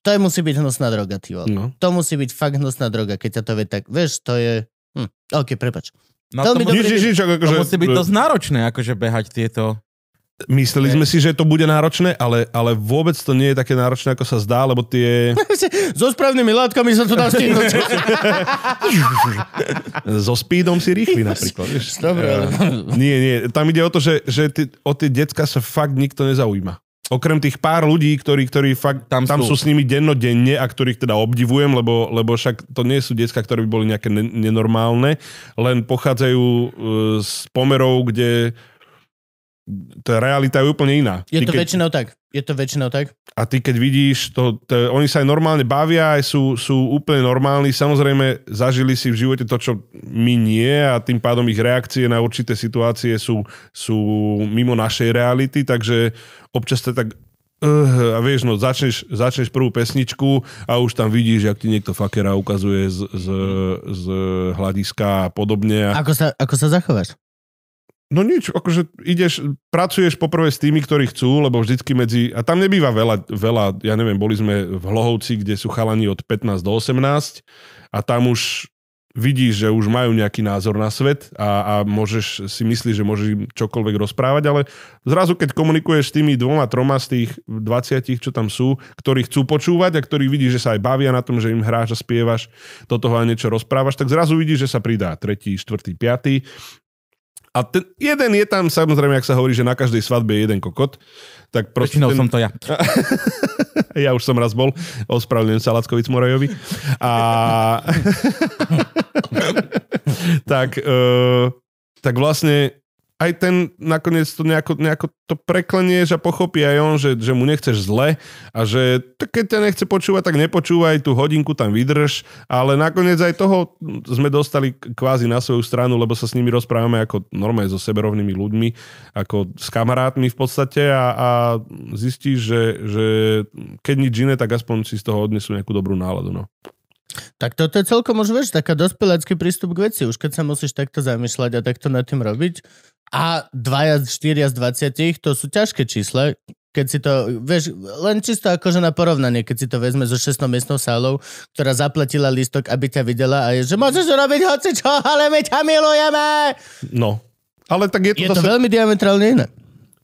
S1: to je musí byť hnusná droga, ty vole
S3: No.
S1: to musí byť fakt hnusná droga, keď ťa to vie tak, vieš, to je... Hm. OK, prepač.
S2: No,
S1: Veľmi
S2: to,
S1: dobrý
S2: musí,
S3: Nič, nič, nič,
S2: to
S3: akože,
S2: musí byť dosť náročné, akože behať tieto
S3: Mysleli sme si, že to bude náročné, ale, ale vôbec to nie je také náročné, ako sa zdá, lebo tie...
S1: <laughs> so správnymi látkami sa to dá stihnúť.
S3: So speedom si
S1: <laughs>
S3: rýchli napríklad. Vieš.
S1: Dobre, ale-
S3: Eh, Nie, nie. Tam ide o to, že, že ty, o tie decka sa fakt nikto nezaujíma. Okrem tých pár ľudí, ktorí, ktorí fakt tam,
S2: Tam
S3: tam sú.
S2: sú.
S3: s nimi dennodenne a ktorých teda obdivujem, lebo, lebo však to nie sú decka, ktoré by boli nejaké ne- nenormálne, len pochádzajú eh, z pomerov, kde tá realita je úplne iná.
S1: Je
S3: Ty
S1: to
S3: keď-
S1: väčšinou tak. Je to väčšinou tak.
S3: a ty keď vidíš, to, to, oni sa aj normálne bavia, aj sú, sú úplne normálni. Samozrejme, zažili si v živote to, čo my nie a tým pádom ich reakcie na určité situácie sú, sú mimo našej reality, takže občas to tak Uh, a vieš, no začneš, začneš prvú pesničku a už tam vidíš, jak ti niekto fakera ukazuje z, z, z hľadiska a podobne. A
S1: Ako sa, ako sa zachováš?
S3: No nič, akože ideš, pracuješ poprvé s tými, ktorí chcú, lebo vždycky medzi... A tam nebýva veľa, veľa, ja neviem, boli sme v Hlohovci, kde sú chalani od 15 do 18 a tam už vidíš, že už majú nejaký názor na svet a, a môžeš si myslíš, že môžeš im čokoľvek rozprávať, ale zrazu, keď komunikuješ s tými dvoma, troma z tých 20, čo tam sú, ktorí chcú počúvať a ktorí vidíš, že sa aj bavia na tom, že im hráš a spievaš, do toho aj niečo rozprávaš, tak zrazu vidíš, že sa pridá tretí, štvrtý, piatý A ten jeden je tam, samozrejme, ak sa hovorí, že na každej svadbe je jeden kokot, tak proste
S2: Väčšinou
S3: ten,
S2: som to ja.
S3: <laughs> ja už som raz bol, ospravedlňujem sa Lackovic Morajovi. A... <laughs> tak, e, tak vlastne aj ten nakoniec to nejako, nejako to preklenieš a pochopí aj on, že, že mu nechceš zle a že tak keď ťa nechce počúvať, tak nepočúvaj, tú hodinku tam vydrž, ale nakoniec aj toho sme dostali k- kvázi na svoju stranu, lebo sa s nimi rozprávame ako normálne so seberovnými ľuďmi, ako s kamarátmi v podstate a, a zistíš, že, že keď nič iné, tak aspoň si z toho odnesú nejakú dobrú náladu. No.
S1: Tak toto je celkom už, vieš, taká dospelácky prístup k veci. Už keď sa musíš takto zamýšľať a takto nad tým robiť. A 2 z 4 z 20, to sú ťažké čísla. Keď si to, vieš, len čisto akože na porovnanie, keď si to vezme so 16 miestnou sálou, ktorá zaplatila lístok, aby ťa videla a je, že môžeš robiť hocičo, ale my ťa milujeme.
S3: no. Ale tak je to,
S1: Je to
S3: zase-
S1: veľmi diametrálne iné.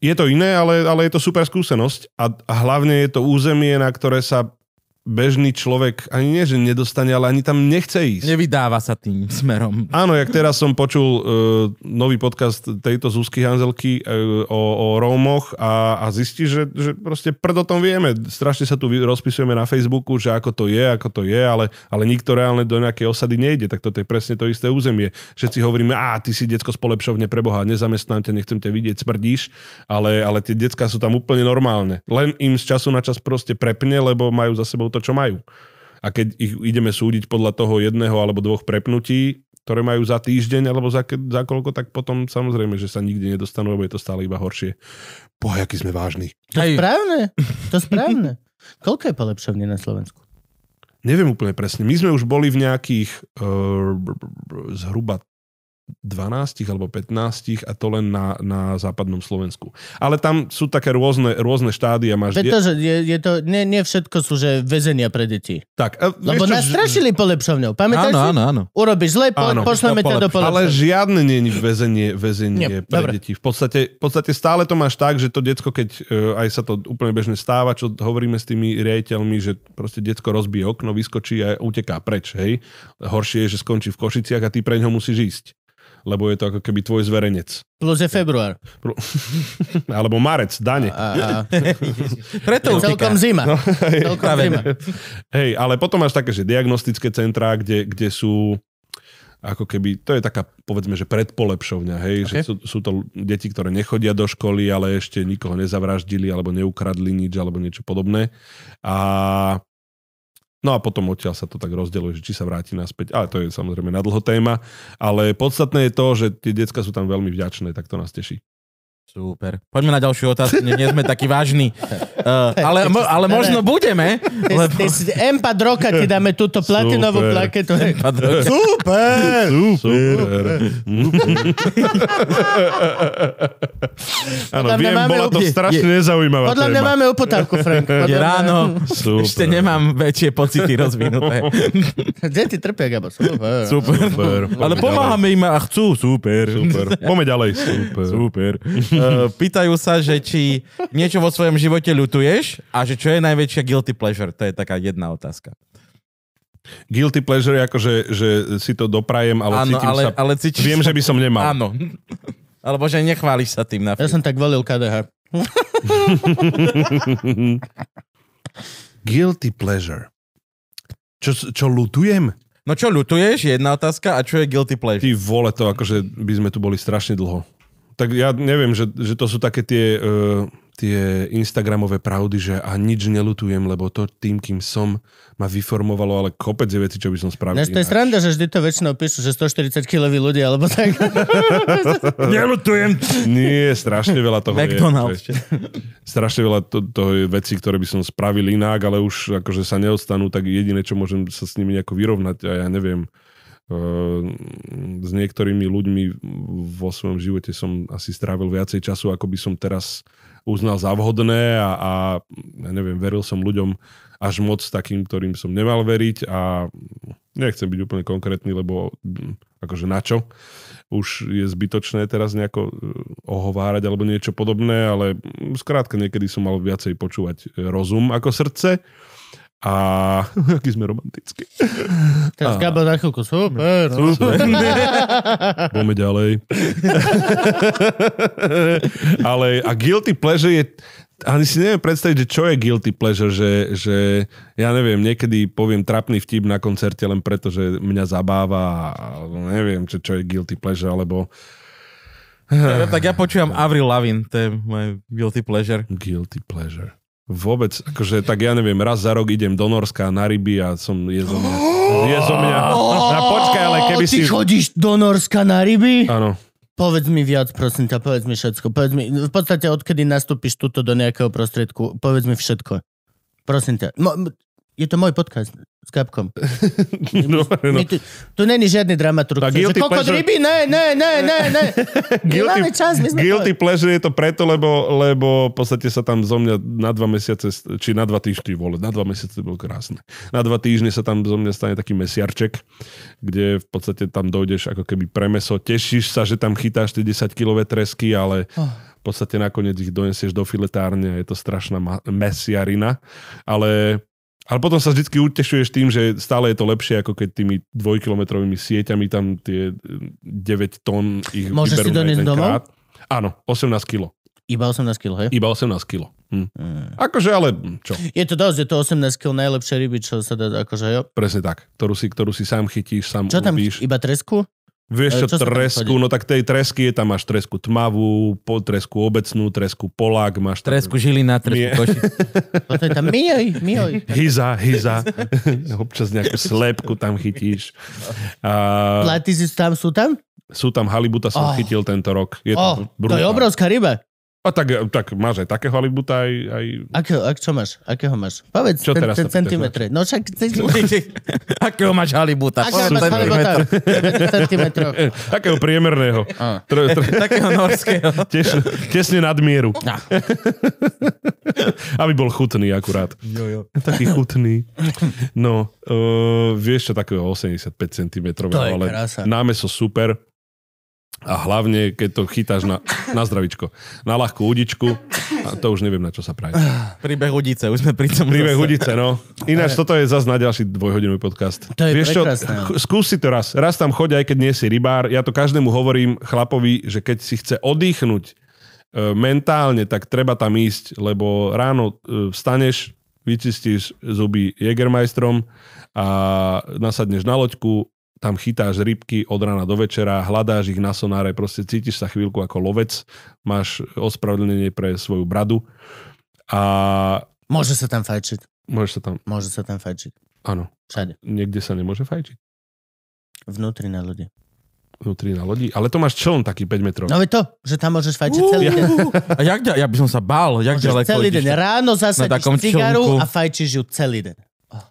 S3: je to iné, ale, ale je to super skúsenosť a, a hlavne je to územie, na ktoré sa bežný človek ani nie, že nedostane, ale ani tam nechce ísť.
S2: Nevydáva sa tým smerom.
S3: Áno, jak teraz som počul uh, nový podcast tejto Zuzky Hanzelky uh, o, o Rómoch a, a zistí, že, že proste prd o tom vieme. Strašne sa tu vy- rozpisujeme na Facebooku, že ako to je, ako to je, ale, ale nikto reálne do nejakej osady nejde. Tak toto je presne to isté územie. Všetci hovoríme, a ty si detsko z polepšovne preboha, nezamestnám ťa, nechcem ťa vidieť, smrdíš, ale, ale tie decka sú tam úplne normálne. Len im z času na čas proste prepne, lebo majú za sebou to, čo majú. A keď ich ideme súdiť podľa toho jedného alebo dvoch prepnutí, ktoré majú za týždeň alebo za, ke- za koľko, tak potom samozrejme, že sa nikde nedostanú, lebo je to stále iba horšie. Boha, aký sme vážni.
S1: To
S2: Hej.
S1: správne, to správne. Koľko je polepšovní na Slovensku?
S3: Neviem úplne presne. My sme už boli v nejakých uh, zhruba 12 alebo 15 a to len na, na západnom Slovensku. Ale tam sú také rôzne, rôzne štádia. Máš die-
S1: Pretože je, je to, nie, nie všetko sú, že väzenia pre deti.
S3: tak, a, vieš
S1: Lebo
S3: čo,
S1: nás strašili polepšovňou. Pamätáš
S2: Áno,
S1: si?
S2: áno, áno.
S1: Urobíš zle, po,
S3: Áno,
S1: pošleme
S2: to
S1: ťa do
S2: polepšovne.
S1: polepšovne.
S3: Ale žiadne není väzenie, väzenie
S1: Nie,
S3: pre
S1: dobre.
S3: deti. V podstate, v podstate stále to máš tak, že to decko, keď e, aj sa to úplne bežne stáva, čo hovoríme s tými riaditeľmi, že proste decko rozbije okno, vyskočí a uteká preč, hej. Horšie je, že skončí v Košiciach a ty pre ňo musíš ísť. Lebo je to ako keby tvoj
S1: <laughs>
S3: zverejnec.
S1: Plus je február.
S3: Pro- Alebo marec, dane.
S1: A, a, je
S2: Preto utíka.
S1: celkom zima. No, celkom
S2: práve.
S1: zima.
S3: Hej, ale potom máš také, že diagnostické centrá, kde, kde sú ako keby, to je taká, povedzme, že predpolepšovňa, hej, okay. že sú, sú to deti, ktoré nechodia do školy, ale ešte nikoho nezavraždili, alebo neukradli nič, alebo niečo podobné. A No a potom odtiaľ sa to tak rozdeluje, že či sa vráti naspäť, ale to je samozrejme na dlho téma, ale podstatné je to, že tie decka sú tam veľmi vďačné, tak to nás teší.
S2: Super. Poďme na ďalšiu otázku, nie, nie sme
S1: <laughs>
S2: takí vážni. Uh, ale, mo- ale možno budeme,
S1: Ty,
S2: lebo...
S1: ty, si- Empad roka ti dáme túto platinovú
S3: Super.
S1: plaketu.
S2: Super!
S1: <laughs>
S3: Super. Áno,
S1: Podľa mňa
S3: viem,
S1: máme
S3: bola to
S2: úplne-
S3: strašne nezaujímavá
S1: Podľa mňa
S3: téma.
S1: máme upotávku, Frank. Podľa
S2: Je
S1: mňa-
S2: ráno,
S3: Super.
S2: ešte nemám väčšie pocity rozvinuté.
S1: Deti trpia, Gabo. Super.
S2: Super.
S3: Super.
S2: Ale pomáhame im a chcú, super.
S3: Super. Poďme ďalej. Super.
S2: Super. Uh, pýtajú sa, že či niečo vo svojom živote ľutuješ a že čo je najväčšia guilty pleasure. To je taká jedna otázka.
S3: Guilty pleasure je ako, že, že si to doprajem, ale
S2: Áno,
S3: cítim
S2: ale,
S3: sa...
S2: ale cítiš...
S3: Viem, že by som nemal.
S2: Áno. Alebo že nechváliš sa tým na
S1: Ja som tak volil KDH.
S3: Guilty pleasure. Čo, čo lutujem?
S2: No čo ľutuješ, je jedna otázka, a čo je guilty pleasure?
S3: Ty vole, to akože by sme tu boli strašne dlho. Tak ja neviem, že, že to sú také tie, uh, tie Instagramové pravdy, že a nič nelutujem, lebo to tým, kým som, ma vyformovalo, ale kopec je veci, čo by som spravil.
S1: Než to je
S3: inak.
S1: sranda, že vždy to väčšinou píšu, že 140 kiloví ľudia, alebo tak.
S2: Nelutujem!
S3: Nie, strašne veľa toho
S2: McDonald's.
S3: <laughs> je. Že, strašne veľa to, toho je vecí, ktoré by som spravil inak, ale už akože sa neostanú, tak jediné, čo môžem sa s nimi nejako vyrovnať, a ja neviem, eh, s niektorými ľuďmi vo svojom živote som asi strávil viacej času, ako by som teraz uznal za vhodné a, a ja neviem, veril som ľuďom až moc takým, ktorým som nemal veriť a nechcem byť úplne konkrétny, lebo mm, akože na čo? už je zbytočné teraz nejako e, ohovárať alebo niečo podobné, ale mm, skrátka niekedy som mal viacej počúvať e, rozum ako srdce A <laughs> aký sme romantickí.
S1: Teraz Gabo na chvíľku, super.
S3: Super. Poďme ďalej. <laughs> Ale a guilty pleasure je... Ani si neviem predstaviť, že čo je guilty pleasure, že, že ja neviem, niekedy poviem trapný vtip na koncerte len preto, že mňa zabáva, alebo neviem, čo, čo je guilty pleasure, alebo
S2: Ja, tak ja počúvam Avril Lavin, to je môj guilty pleasure.
S3: guilty pleasure. Vôbec, akože tak ja neviem, raz za rok idem do Norska na ryby a som, je zo mňa, je zo mňa, na počkaj, ale keby
S1: Ty
S3: si...
S1: chodíš do Norska na ryby?
S3: Áno.
S1: Povedz mi viac, prosím ťa, povedz mi všetko. Povedz mi, v podstate odkedy nastúpiš tuto do nejakého prostriedku, povedz mi všetko. Prosím ťa. Mo, m- je to môj podcast s Gabkom.
S3: Dobre, no.
S1: My tu, tu není žiadny dramaturg. Že
S3: Tak guilty
S1: kokot
S3: pleasure-
S1: ryby? Ne, ne, ne, ne,
S3: <laughs>
S1: ne.
S3: Guilty-
S1: Nemáme čas, my sme...
S3: Guilty pleasure je to preto, lebo, lebo v podstate sa tam zo mňa na dva mesiace, st- či na dva týždne, vole, na dva mesiace to bolo krásne. Na dva týždne sa tam zo mňa stane taký mesiarček, kde v podstate tam dojdeš ako keby premeso, tešíš sa, že tam chytáš tie 10-kilové tresky, ale v podstate nakoniec ich donesieš do filetárne a je to strašná ma- mesiarina. Ale ale potom sa vždy utešuješ tým, že stále je to lepšie, ako keď tými dvojkilometrovými sieťami tam tie eh, 9 tón ich
S1: Môžeš si
S3: vyberú na
S1: doniesť
S3: jeden
S1: domov?
S3: krát. Áno, 18 kilo.
S1: Iba 18 kg, hej?
S3: Iba 18 kilo. Hm.
S1: Mm.
S3: Akože, ale hm, čo?
S1: Je to dosť, je to 18 kg najlepšie ryby, čo sa dá, akože jo.
S3: Presne tak. Ktorú si, ktorú si sám chytíš, sám
S1: Čo tam,
S3: urobíš.
S1: iba tresku?
S3: Vieš čo,
S1: čo sa tam
S3: tresku,
S1: chodí?
S3: no tak tej tresky je tam, máš tresku tmavú, po, tresku obecnú, tresku polák, máš tam-
S2: Tresku Žilina, Tresku
S3: Nie.
S2: Košic.
S1: Potom je tam mioj,
S3: <laughs>
S1: mioj.
S3: Hyza, hyza. <laughs> Občas nejakú slepku tam chytíš. A
S1: Platy si tam, sú tam?
S3: sú tam halibuta, som
S1: Oh.
S3: chytil tento rok. Je
S1: Oh, to
S3: to,
S1: je
S3: brutál.
S1: obrovská ryba.
S3: A tak, tak máš aj takého halibuta, aj, aj...
S1: Akého, ak, čo máš? Akého máš? Povedz,
S3: Čo
S1: ten,
S3: teraz
S1: ten
S3: sa pýtaš,
S1: centimetre. No však...
S2: <laughs> Akého máš halibuta?
S1: Akého
S2: Povedz
S1: máš
S2: centimetre.
S1: halibotára? Centimetrov.
S3: Eh, Takého priemerného.
S1: A.
S3: Tr- tr-
S2: Takého norského.
S3: Teš, tesne nad mieru. <laughs> Aby bol chutný akurát.
S2: Jo, jo.
S3: Taký chutný. No, uh, vieš čo, takého 85 cm,
S1: To je
S3: ale
S1: krása.
S3: námeso super. A hlavne, keď to chytáš na, na zdravičko, na ľahkú udičku, a to už neviem, na čo sa praje.
S2: Príbeh Udice, už sme pri tom.
S3: Príbeh
S2: zase.
S3: hudice, no. Ináč, toto je zase na ďalší dvojhodinový podcast.
S1: To je
S3: Vieš čo,
S1: prekrásne.
S3: ch- skús si to raz. Raz tam choď, aj keď nie si rybár. Ja to každému hovorím chlapovi, že keď si chce oddychnúť e, mentálne, tak treba tam ísť, lebo ráno e, vstaneš, vyčistíš zuby Jägermeisterom a nasadneš na loďku, tam chytáš rybky od rána do večera, hľadáš ich na sonáre, proste cítiš sa chvíľku ako lovec, máš ospravedlnenie pre svoju bradu a
S1: Môže sa tam fajčiť.
S3: môžeš sa tam,
S1: Môže sa tam fajčiť.
S3: áno,
S1: Všade.
S3: niekde sa nemôže fajčiť
S1: Vnútri na ľudí.
S3: vnútri na lodi, ale to máš čln taký 5 metrov.
S1: No veď to, že tam môžeš fajčiť celý deň.
S2: A jak, ďa- ja by som sa bál, jak
S1: Môžeš
S2: ďaleko
S1: celý
S2: ideš?
S1: deň.
S2: <laughs>
S1: Ráno
S2: Na
S1: zasadíš
S2: takom
S1: cigaru
S2: člnku.
S1: a fajčíš ju celý deň.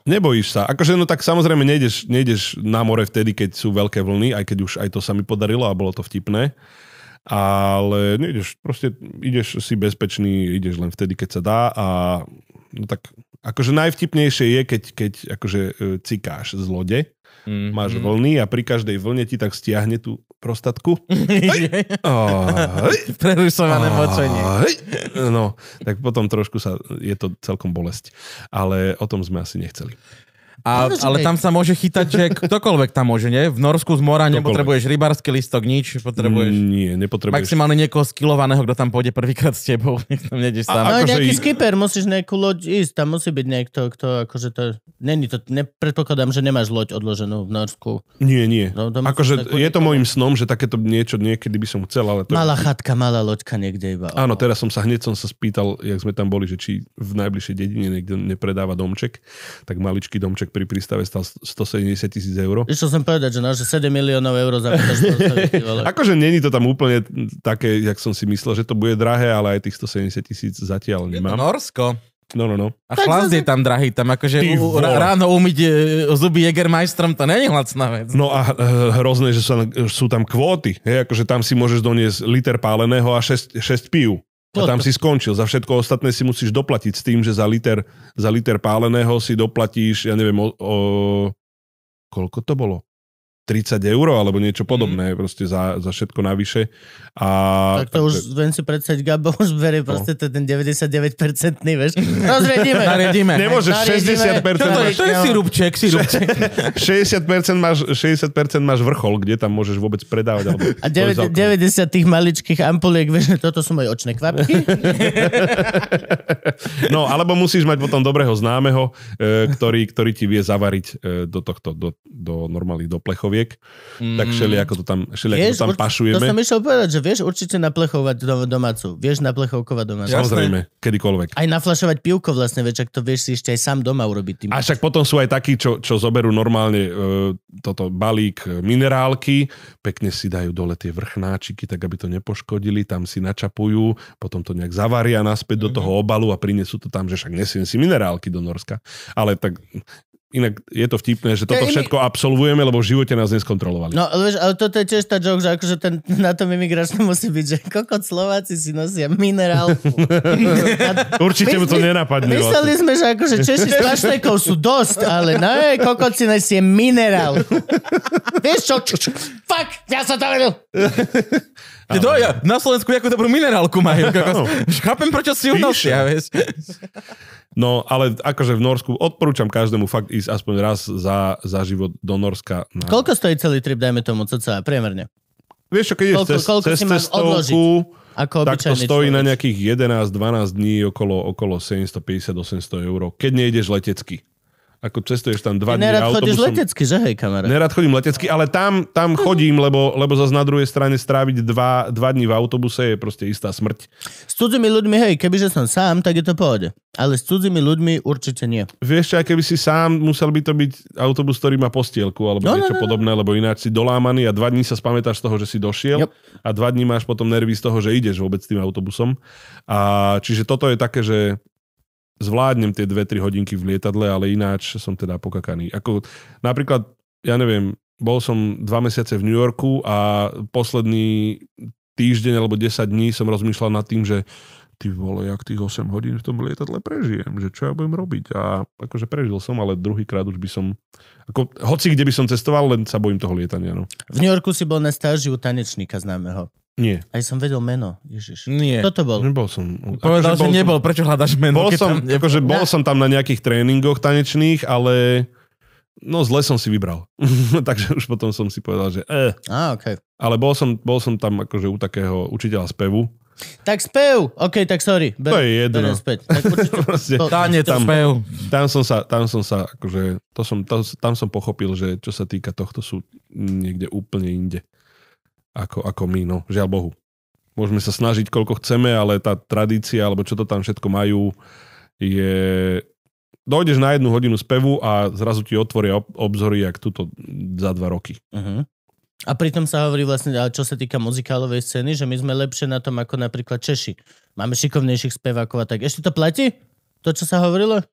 S3: Nebojíš sa. Akože no tak samozrejme nejdeš, nejdeš na more vtedy, keď sú veľké vlny, aj keď už aj to sa mi podarilo a bolo to vtipné. Ale nejdeš, proste ideš si bezpečný, ideš len vtedy, keď sa dá a no tak akože najvtipnejšie je, keď, keď akože e, cikáš z lode,
S2: Mm.
S3: máš vlny a pri každej vlne ti tak stiahne tú prostatku. Oh,
S2: Prerušované močenie.
S3: Aj, No, tak potom trošku sa, je to celkom bolesť. Ale o tom sme asi nechceli.
S2: A,
S1: Prerušené.
S2: ale tam sa môže chytať,
S3: <laughs>
S2: že ktokoľvek tam môže, nie? V Norsku z mora nepotrebuješ rybársky listok, nič, potrebuješ
S3: Mm, Nie, nepotrebuješ.
S2: maximálne niekoho skilovaného, kto tam pôjde prvýkrát s tebou. <laughs> Nech tam nejdeš
S3: A-
S2: sám.
S1: No aj
S3: akože
S1: nejaký
S3: i-
S1: skipper, musíš nejakú loď ísť, tam musí byť niekto, kto akože to... Není to, ne, predpokladám, že nemáš loď odloženú v Norsku.
S3: Nie, nie.
S1: No, to musíš
S3: Akože
S1: takú-
S3: je to môjim snom, že takéto niečo niekedy by som chcel, ale to...
S1: Malá chatka, malá loďka niekde iba.
S3: Áno, teraz som sa hneď som sa spýtal, jak sme tam boli, že či v najbližšej dedine niekto nepredáva domček, tak maličký domček pri prístave stal 170 tisíc eur.
S1: Išiel som povedať, že, no, že 7 miliónov eur za to.
S3: Akože není to tam úplne také, jak som si myslel, že to bude drahé, ale aj tých 170 tisíc zatiaľ nemám.
S2: Norsko.
S3: No, no, no.
S2: A chlast je tam drahý, tam akože
S3: Ty
S2: u,
S3: vole.
S2: ra- ráno umyť e, zuby Jägermeisterom, to není lacná vec. <laughs>
S3: No a e, hrozné, že sa, sú tam kvóty. Hej, akože tam si môžeš doniesť liter páleného a 6, 6 pív. A tam si skončil. Za všetko ostatné si musíš doplatiť s tým, že za liter, za liter páleného si doplatíš, ja neviem, o, o, koľko to bolo? 30 eur alebo niečo podobné, mm. proste za, za všetko navyše. A,
S1: Mhm. Tak to
S3: <laughs>
S1: už, viem si predstaviť, Gabo už bere proste to ten 99-percentný, vieš. Rozredíme.
S2: Naredíme.
S3: Nemo- Nemôžeš
S1: Naredíme.
S2: Čo
S3: 60%
S2: to je? To
S1: No.
S2: je sirupček, <laughs> sirupček.
S3: 60% máš, 60% máš vrchol, kde tam môžeš vôbec predávať. Alebo
S1: A 90, 90 tých maličkých ampuliek, vieš, toto sú moje očné kvapky.
S3: No, alebo musíš mať potom dobrého známeho, e, ktorý, ktorý ti vie zavariť e, do tohto, do, do normálnych, do plechoviek. Mm. Tak všeli, ako to tam, všeli, ako to tam
S1: urč-
S3: pašujeme.
S1: to som išiel povedať, že vieš určite naplechovať dom- domácu. Vieš naplechovkovať domácu.
S2: Ja.
S3: Samozrejme, kedykoľvek.
S1: Aj naflašovať pivko vlastne, vieš, ak to vieš si ešte aj sám doma urobiť tým.
S3: A však potom sú aj takí, čo, čo zoberú normálne e, toto balík e, minerálky, pekne si dajú dole tie vrchnáčiky, tak aby to nepoškodili, tam si načapujú, potom to nejak zavaria naspäť do
S1: Mhm.
S3: toho obalu a prinesú to tam, že však nesiem si minerálky do Norska. Ale tak inak je to vtipné, že
S1: Ja
S3: toto
S1: iný-
S3: všetko absolvujeme, lebo v živote nás neskontrolovali.
S1: No, ale vieš, ale toto je tiež tá joke, že akože ten, na tom imigračnom musí byť, že kokot Slováci si nosia minerálku. A
S3: Určite mu to nenapadne.
S1: Mysleli
S3: Vlastne.
S1: sme, že akože Češi s paštekov sú dosť, ale ne, kokot si nesie minerál. Vieš čo? čo, čo? Fuck, ja som to robil.
S2: Ty to, ja, na Slovensku jakú dobrú minerálku majú. Kokos. Už Chápem, prečo si ju
S3: No. Píše.
S2: nosia, vieš.
S3: No, ale akože v Norsku odporúčam každému fakt ísť aspoň raz za, za život do Norska. Na...
S1: Koľko stojí celý trip, dajme tomu, cca, priemerne?
S3: Vieš čo, keď ideš
S1: Koľko-
S3: cez,
S1: koľko
S3: cez
S1: si mám
S3: cestovku,
S1: Ako
S3: tak to
S1: obyčajný
S3: stojí na
S1: človek.
S3: nejakých 11-12 dní okolo, okolo 750-800 eur, keď nejdeš letecky. Ako cestuješ tam
S1: Ty
S3: dva dní
S1: nerad chodíš
S3: autobusom.
S1: letecky, Hm. že hej, kamarát?
S3: Nerad chodím letecky, ale tam, tam chodím, lebo, lebo zase na druhej strane stráviť dva, dva dní v autobuse je proste istá smrť.
S1: S cudzými ľuďmi, hej, kebyže som sám, tak je to v pohode. Ale s cudzými ľuďmi určite nie.
S3: Vieš, čo, aj keby si sám, musel by to byť autobus, ktorý má postielku alebo no,
S1: No, no, no,
S3: niečo no, no.
S1: no.
S3: podobné, lebo ináč si dolámaný a dva dní sa spamätáš z toho, že si došiel
S1: Yep.
S3: a dva dní máš potom nervy z toho, že ideš vôbec tým autobusom. A čiže toto je také, že zvládnem tie 2-3 hodinky v lietadle, ale ináč som teda pokakaný. Ako napríklad, ja neviem, bol som dva mesiace v New Yorku a posledný týždeň alebo 10 dní som rozmýšľal nad tým, že ty vole, jak tých 8 hodín v tom lietadle prežijem, že čo ja budem robiť. A akože prežil som, ale druhýkrát už by som, ako, hoci kde by som cestoval, len sa bojím toho lietania. No.
S1: V New Yorku si bol na stáži u tanečníka známeho.
S3: Nie,
S1: Aj som vedel meno, ježiš.
S2: Nie.
S1: Kto to bol?
S3: nebol som.
S2: Povedal, že
S3: akože bol som-
S2: nebol. Prečo hľadaš meno?
S3: Bol
S2: keď
S3: som,
S2: tam nebol?
S3: akože bol som tam na nejakých tréningoch tanečných, ale no zle som si vybral. <laughs> Takže už potom som si povedal, že eh.
S1: Á, okej.
S3: Ale bol som, bol som tam akože u takého učiteľa spevu. <laughs>
S1: Tak spev! OK, tak sorry. Ber,
S3: To je jedno.
S1: Berem späť. Tak určite,
S3: Proste,
S1: to,
S2: Tanec,
S3: Tam.
S2: spev.
S3: tam som sa, tam som sa, akože, to som, to, tam som pochopil, že čo sa týka tohto sú niekde úplne inde. Ako, ako my, no. Žiaľ Bohu. Môžeme sa snažiť, koľko chceme, ale tá tradícia, alebo čo to tam všetko majú, je... Dojdeš na jednu hodinu spevu a zrazu ti otvoria ob- obzory, jak tuto za dva roky.
S1: uh-huh. A pritom sa hovorí vlastne, a čo sa týka muzikálovej scény, že my sme lepšie na tom ako napríklad Češi. Máme šikovnejších spevákov a tak. Ešte to platí? To, čo sa hovorilo?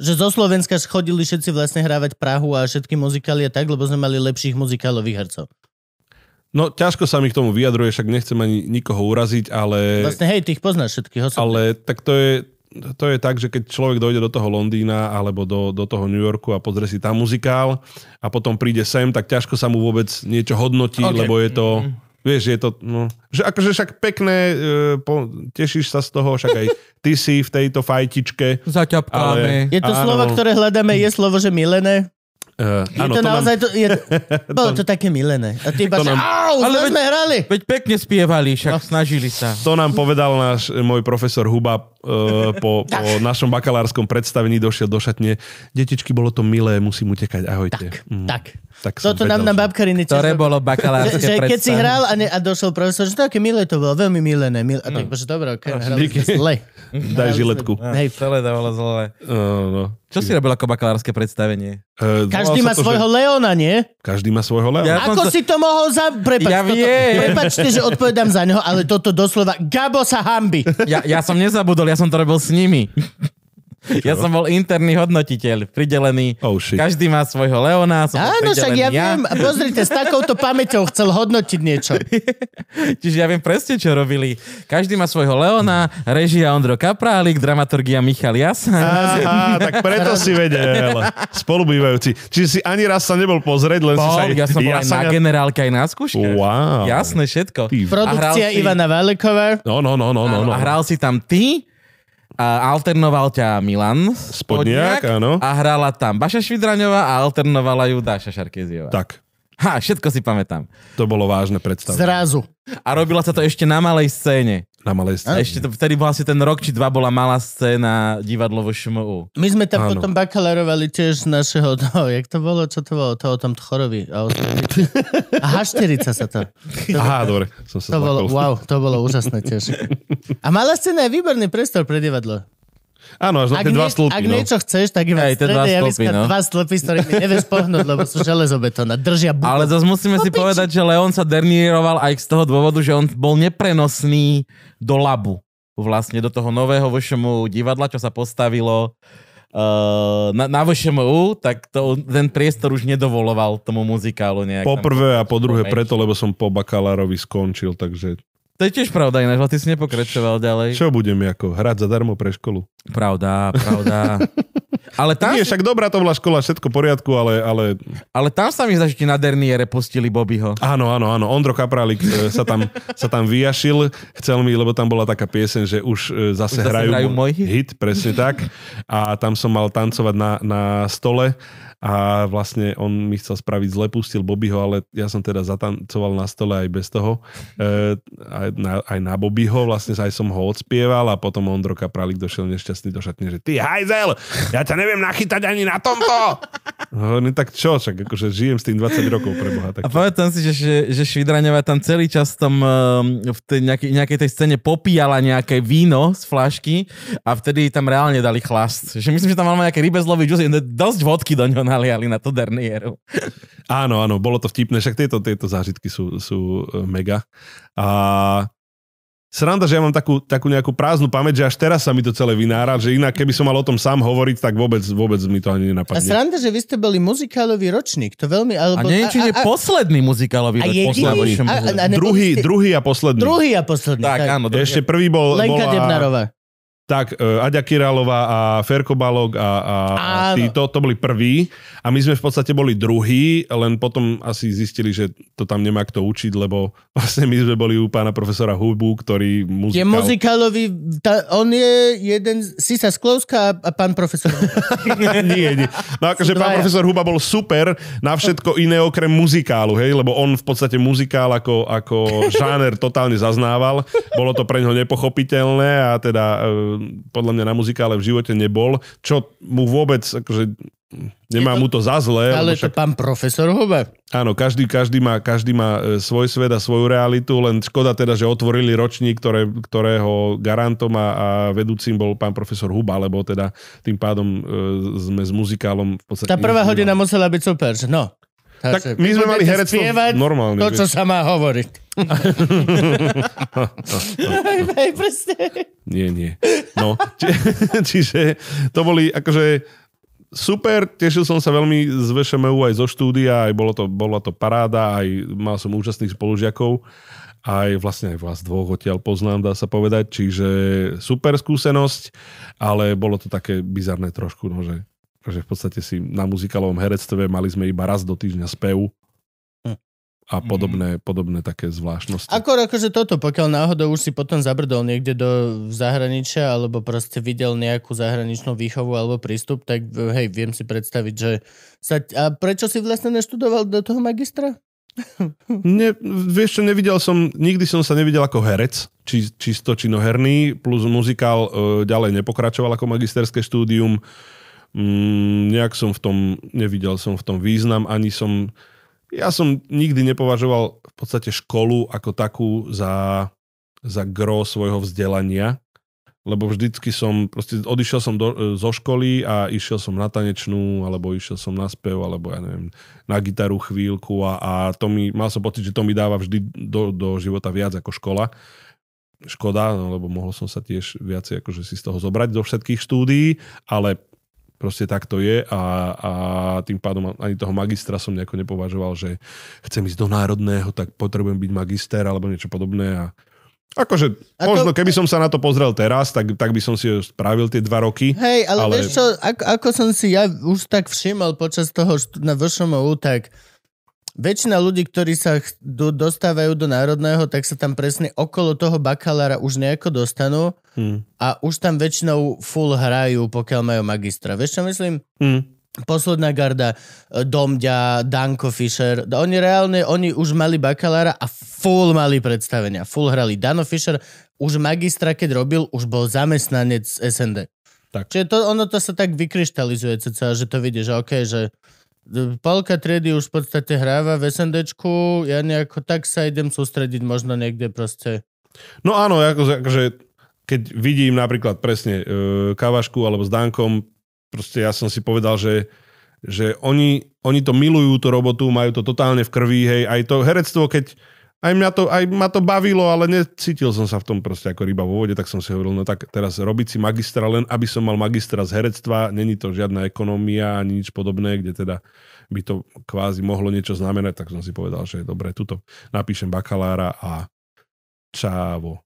S1: Že zo Slovenska chodili všetci vlastne hrávať Prahu a všetky muzikály a tak, lebo sme mali lepších muzikálových hercov.
S3: No, ťažko sa mi k tomu vyjadruje, však nechcem ani nikoho uraziť, ale...
S1: Vlastne, hej, tých poznáš všetkých osobne.
S3: E, Ale tak to je, to je tak, že keď človek dojde do toho Londýna alebo do, do toho New Yorku a pozrie si tam muzikál a potom príde sem, tak ťažko sa mu vôbec niečo hodnotí, okay.
S1: Ok. Mhm.
S3: lebo je to... Vieš, je to, no, že akože však pekné, e, po, tešíš sa z toho, však aj ty si v tejto fajtičke.
S2: Zaťapkáme.
S1: Je to
S3: áno.
S1: slovo, ktoré hľadáme, je slovo, že milené.
S3: E,
S1: Je
S3: áno,
S1: to,
S3: to, nám,
S1: naozaj, to, je,
S3: <laughs>
S1: bolo to také milené. A ty iba,
S3: To
S1: že
S3: nám-
S1: au,
S2: Ale
S1: zle
S2: veď-
S1: sme hrali.
S2: Veď pekne spievali, však snažili sa.
S3: to nám povedal náš e, môj profesor Huba e,
S1: <laughs>
S3: po, po našom bakalárskom predstavení, došiel do šatne. Detičky, bolo to milé, musím utekať, ahojte.
S1: Tak,
S3: Mm,
S1: tak.
S3: tak som
S1: Toto nám
S3: vedel,
S1: na
S3: že-
S1: babkariny tiež
S2: <laughs> Ktoré
S1: robí.
S2: bolo
S1: že, že
S2: bakalárske
S1: keď si
S2: predstavenie.
S1: hral a, ne, a došel profesor, že také milé to bolo, veľmi milené. Mil, a tak, bože, dobré, ok, hrali
S3: díky.
S1: sme zle.
S3: Daj
S1: Hrali sme-
S3: žiletku.
S2: Á,
S1: Hej.
S2: Celé to bolo zlé.
S3: Uh, no.
S2: Čo si robil ako bakalárske predstavenie?
S3: Uh,
S1: Každý má
S3: to,
S1: svojho
S3: Že...
S1: Leona, nie?
S3: Každý má svojho leva.
S2: Ja- som
S1: Ako
S2: sa-
S1: si to mohol za... Prepač,
S2: Ja
S1: toto,
S2: viem.
S1: Prepačte, že odpovedám za neho, ale toto doslova... Gabo sa hambi.
S2: Ja, ja som nezabudol, ja som to robil s nimi. Ja som bol interný hodnotiteľ, pridelený.
S3: Oh shit.
S2: Každý má svojho Leona, som bol
S1: Áno, však ja,
S2: pridelený ja
S1: viem. A Pozrite, s takouto pamäťou chcel hodnotiť niečo.
S2: Čiže ja viem presne, čo robili. Každý má svojho Leona, režia Ondro Kaprálik, dramaturgia Michal Jasan.
S3: Aha, tak preto si vedel. Spolubývajúci. Čiže si ani raz sa nebol pozrieť, len si sa...
S2: Bol, ja som bol aj
S3: sa
S2: na
S3: ne-
S2: generálke, aj na skúške.
S3: Wow.
S2: Jasné, všetko.
S3: Ty-
S1: Produkcia
S2: si-
S1: Ivana Veliková.
S3: No, no, no, no,
S2: Áno,
S3: no. no.
S2: A hral si tam ty, a alternoval ťa Milan
S3: Spodniak, áno.
S2: A hrala tam Baša Švidraňová a alternovala ju Dáša Šarkeziová.
S3: Tak,
S2: Ha, všetko si pamätám.
S3: to bolo vážne predstavenie.
S1: Zrazu.
S2: A robila sa to ešte na malej scéne.
S3: Na malej
S2: A
S3: scéne.
S2: ešte to, vtedy bola asi ten rok či dva bola malá scéna divadlo vo ŠMU.
S1: My sme tam
S3: Áno.
S1: potom bakalárovali tiež z našeho, no, jak to bolo, čo to bolo, to o tom chorovi. A o a H40 sa to.
S3: Aha, dobre. Som sa
S1: To bolo,
S3: zlakol.
S1: wow, to bolo úžasné tiež. A malá scéna je výborný priestor pre divadlo.
S3: Áno, až na
S1: Ak,
S3: tie dva
S1: nie-
S3: stĺpy,
S1: ak
S3: no.
S1: niečo chceš, tak iba v
S2: Hej, tie
S1: strede
S2: dva
S1: javiska
S2: stĺpy, no.
S1: dva stĺpy, s ktorými nevieš pohnúť, lebo sú železobetóna, držia buku.
S2: Ale zase musíme si povedať, že Leon sa dernieroval aj z toho dôvodu, že on bol neprenosný do labu. Vlastne do toho nového VŠMU divadla, čo sa postavilo eh, na, na VŠMU, tak to, ten priestor už nedovoloval tomu muzikálu nejak.
S3: Po
S2: tam.
S3: prvé a po druhé
S2: Pomeň.
S3: preto, lebo som po bakalárovi skončil, takže
S2: To je tiež pravda ináč, ale ty si nepokračoval ďalej.
S3: čo budem ako hrať zadarmo pre školu?
S2: Pravda,
S3: <laughs>
S2: pravda. Ale tam,
S3: Nie, však dobrá to bola škola, všetko v poriadku, ale, ale
S2: ale tam sa mi zdá, že ti na derniére pustili Bobbyho.
S3: áno, áno, áno, Ondro Kaprálik e, sa tam, <laughs> sa tam vyjašil, chcel mi, lebo tam bola taká pieseň, že už e,
S2: Už zase
S3: zase, hrajú,
S2: hrajú môj hit.
S3: hit, presne tak. A tam som mal tancovať na, na stole a vlastne on mi chcel spraviť zle, pustil Bobbyho, ale ja som teda zatancoval na stole aj bez toho, e, aj, na, aj na Bobbyho, vlastne aj som ho odspieval a potom Ondro Kaprálik došiel nešťastný do šatne, že ty hajzel, ja ťa neviem nachytať ani na tomto. <laughs> Hovorím, tak čo, však akože žijem s tým 20 rokov pre Boha. Tak...
S2: A pamätám si, že, že, že Švidraňová tam celý čas tam ehm, v tej nejakej, nejakej tej scéne popíjala nejaké víno z flašky a vtedy tam reálne dali chlast. Že myslím, že tam mal nejaké rybezlový džus, dosť vodky do ňoho naliali na tú dernieru.
S3: Áno, áno, bolo to vtipné, však tieto, tieto zážitky sú, sú e, mega. A sranda, že ja mám takú, takú nejakú prázdnu pamäť, že až teraz sa mi to celé vynára, že inak keby som mal o tom sám hovoriť, tak vôbec, vôbec mi to
S1: A
S3: ani nenapadne.
S1: sranda, že vy ste boli muzikálový ročník, to veľmi... Alebo,
S2: A neviem, či je posledný muzikálový
S1: a
S2: roč,
S1: jediný- a-
S2: posledný.
S1: a- a- neboli
S3: Druhý,
S1: ste-
S3: druhý a posledný.
S1: Druhý a posledný.
S2: tak, áno. to-
S3: Ešte prvý bol,
S1: Lenka
S3: bola,
S1: Debnarová.
S3: tak, e, Aďa Királová a Ferko Balog a, a, a
S1: Áno.
S3: títo, to boli prví a my sme v podstate boli druhí, len potom asi zistili, že to tam nemá kto učiť, lebo <laughs> vlastne my sme boli u pána profesora Hubu, ktorý
S1: Je
S3: muzikál...
S1: muzikálový, tá, on je jeden, z- Sisa Sklovská a, a pán profesor.
S3: <laughs> nie, nie. No akože
S1: Dvaja.
S3: pán profesor Huba bol super na všetko iné okrem muzikálu, hej, lebo on v podstate muzikál ako, ako
S1: <laughs>
S3: žáner totálne zaznával. Bolo to pre neho nepochopiteľné a teda e, podľa mňa na muzikále v živote nebol, čo mu vôbec akože
S1: Je
S3: Nemá
S1: to-
S3: mu to za zlé,
S1: Ale
S3: lebo
S1: to
S3: však,
S1: pán profesor Huba.
S3: áno, každý, každý, má, každý má e, svoj svet a svoju realitu, len škoda teda, že otvorili ročník, ktoré, ktorého garantom a, a vedúcim bol pán profesor Huba, lebo teda tým pádom e, sme s muzikálom v podstate...
S1: Tá
S3: nič
S1: prvá
S3: nemali.
S1: hodina musela byť super, že no.
S3: Tak my sme mali
S1: budete
S3: herectvo
S1: spievať
S3: normálne,
S1: To,
S3: vieš.
S1: čo sa má
S3: <laughs>
S1: hovoriť. Hej, hej, presne.
S3: Nie, nie. No, či, <laughs> čiže to boli akože super, tešil som sa veľmi z VŠMU aj zo štúdia, aj bolo to, bola to paráda, aj mal som úžasných spolužiakov, aj vlastne aj vás dvoch odtiaľ poznám, dá sa povedať, čiže super skúsenosť, ale bolo to také bizarné trošku, no, že, že v podstate si na muzikálovom herectve mali sme iba raz do týždňa spev a podobné, podobné také zvláštnosti.
S1: Akor akože toto, pokiaľ náhodou už si potom zabrdol niekde do zahraničia, alebo proste videl nejakú zahraničnú výchovu alebo prístup, tak hej, viem si predstaviť, že sa... A prečo si vlastne neštudoval do toho magistra?
S3: Ne, vieš čo, nevidel som, nikdy som sa nevidel ako herec, či, čisto činoherný, plus muzikál e, ďalej nepokračoval ako magisterské štúdium. Mm, nejak som v tom, nevidel som v tom význam, ani som, ja som nikdy nepovažoval v podstate školu ako takú za, za gro svojho vzdelania, lebo vždycky som, proste odišiel som do, e, zo školy a išiel som na tanečnú, alebo išiel som na spev, alebo ja neviem, na gitaru chvíľku a, a to mi, mal som pocit, že to mi dáva vždy do, do života viac ako škola. škoda, no, lebo mohol som sa tiež viacej akože si z toho zobrať do všetkých štúdií, ale proste tak to je a, a tým pádom ani toho magistra som nejako nepovažoval, že chcem ísť do národného, tak potrebujem byť magister alebo niečo podobné a akože
S1: A to-
S3: možno keby som sa na to pozrel teraz, tak, tak by som si spravil tie dva roky.
S1: Hej, ale, ale...
S3: Ale-
S1: vieš čo, ako, ako som si ja už tak všimol počas toho štú- na VŠMU, tak väčšina ľudí, ktorí sa ch- do, dostávajú do národného, tak sa tam presne okolo toho bakalára už nejako dostanú
S3: Hm.
S1: a už tam väčšinou full hrajú, pokiaľ majú magistra. Vieš čo myslím?
S3: Hm.
S1: Posledná garda, e, Domďa, Danko Fischer, oni reálne, oni už mali bakalára a full mali predstavenia, full hrali. Dano Fischer už magistra, keď robil, už bol zamestnanec SND.
S3: Tak.
S1: Čiže to, ono to sa tak vykryštalizuje, cca, že to vidíš, že okej, že e, polka triedy už v podstate hráva v SNDčku, ja nejako tak sa idem sústrediť možno niekde proste.
S3: No áno, akože, akože keď vidím napríklad presne e, Kavašku alebo s Dankom, proste ja som si povedal, že že oni, oni to milujú, tú robotu, majú to totálne v krvi, hej, aj to herectvo, keď aj mňa to, aj ma to bavilo, ale necítil som sa v tom proste ako ryba vo vode, tak som si hovoril, no tak teraz robiť si magistra len, aby som mal magistra z herectva, není to žiadna ekonomia ani nič podobné, kde teda by to kvázi mohlo niečo znamenať, tak som si povedal, že dobre, tuto napíšem bakalára a čávo.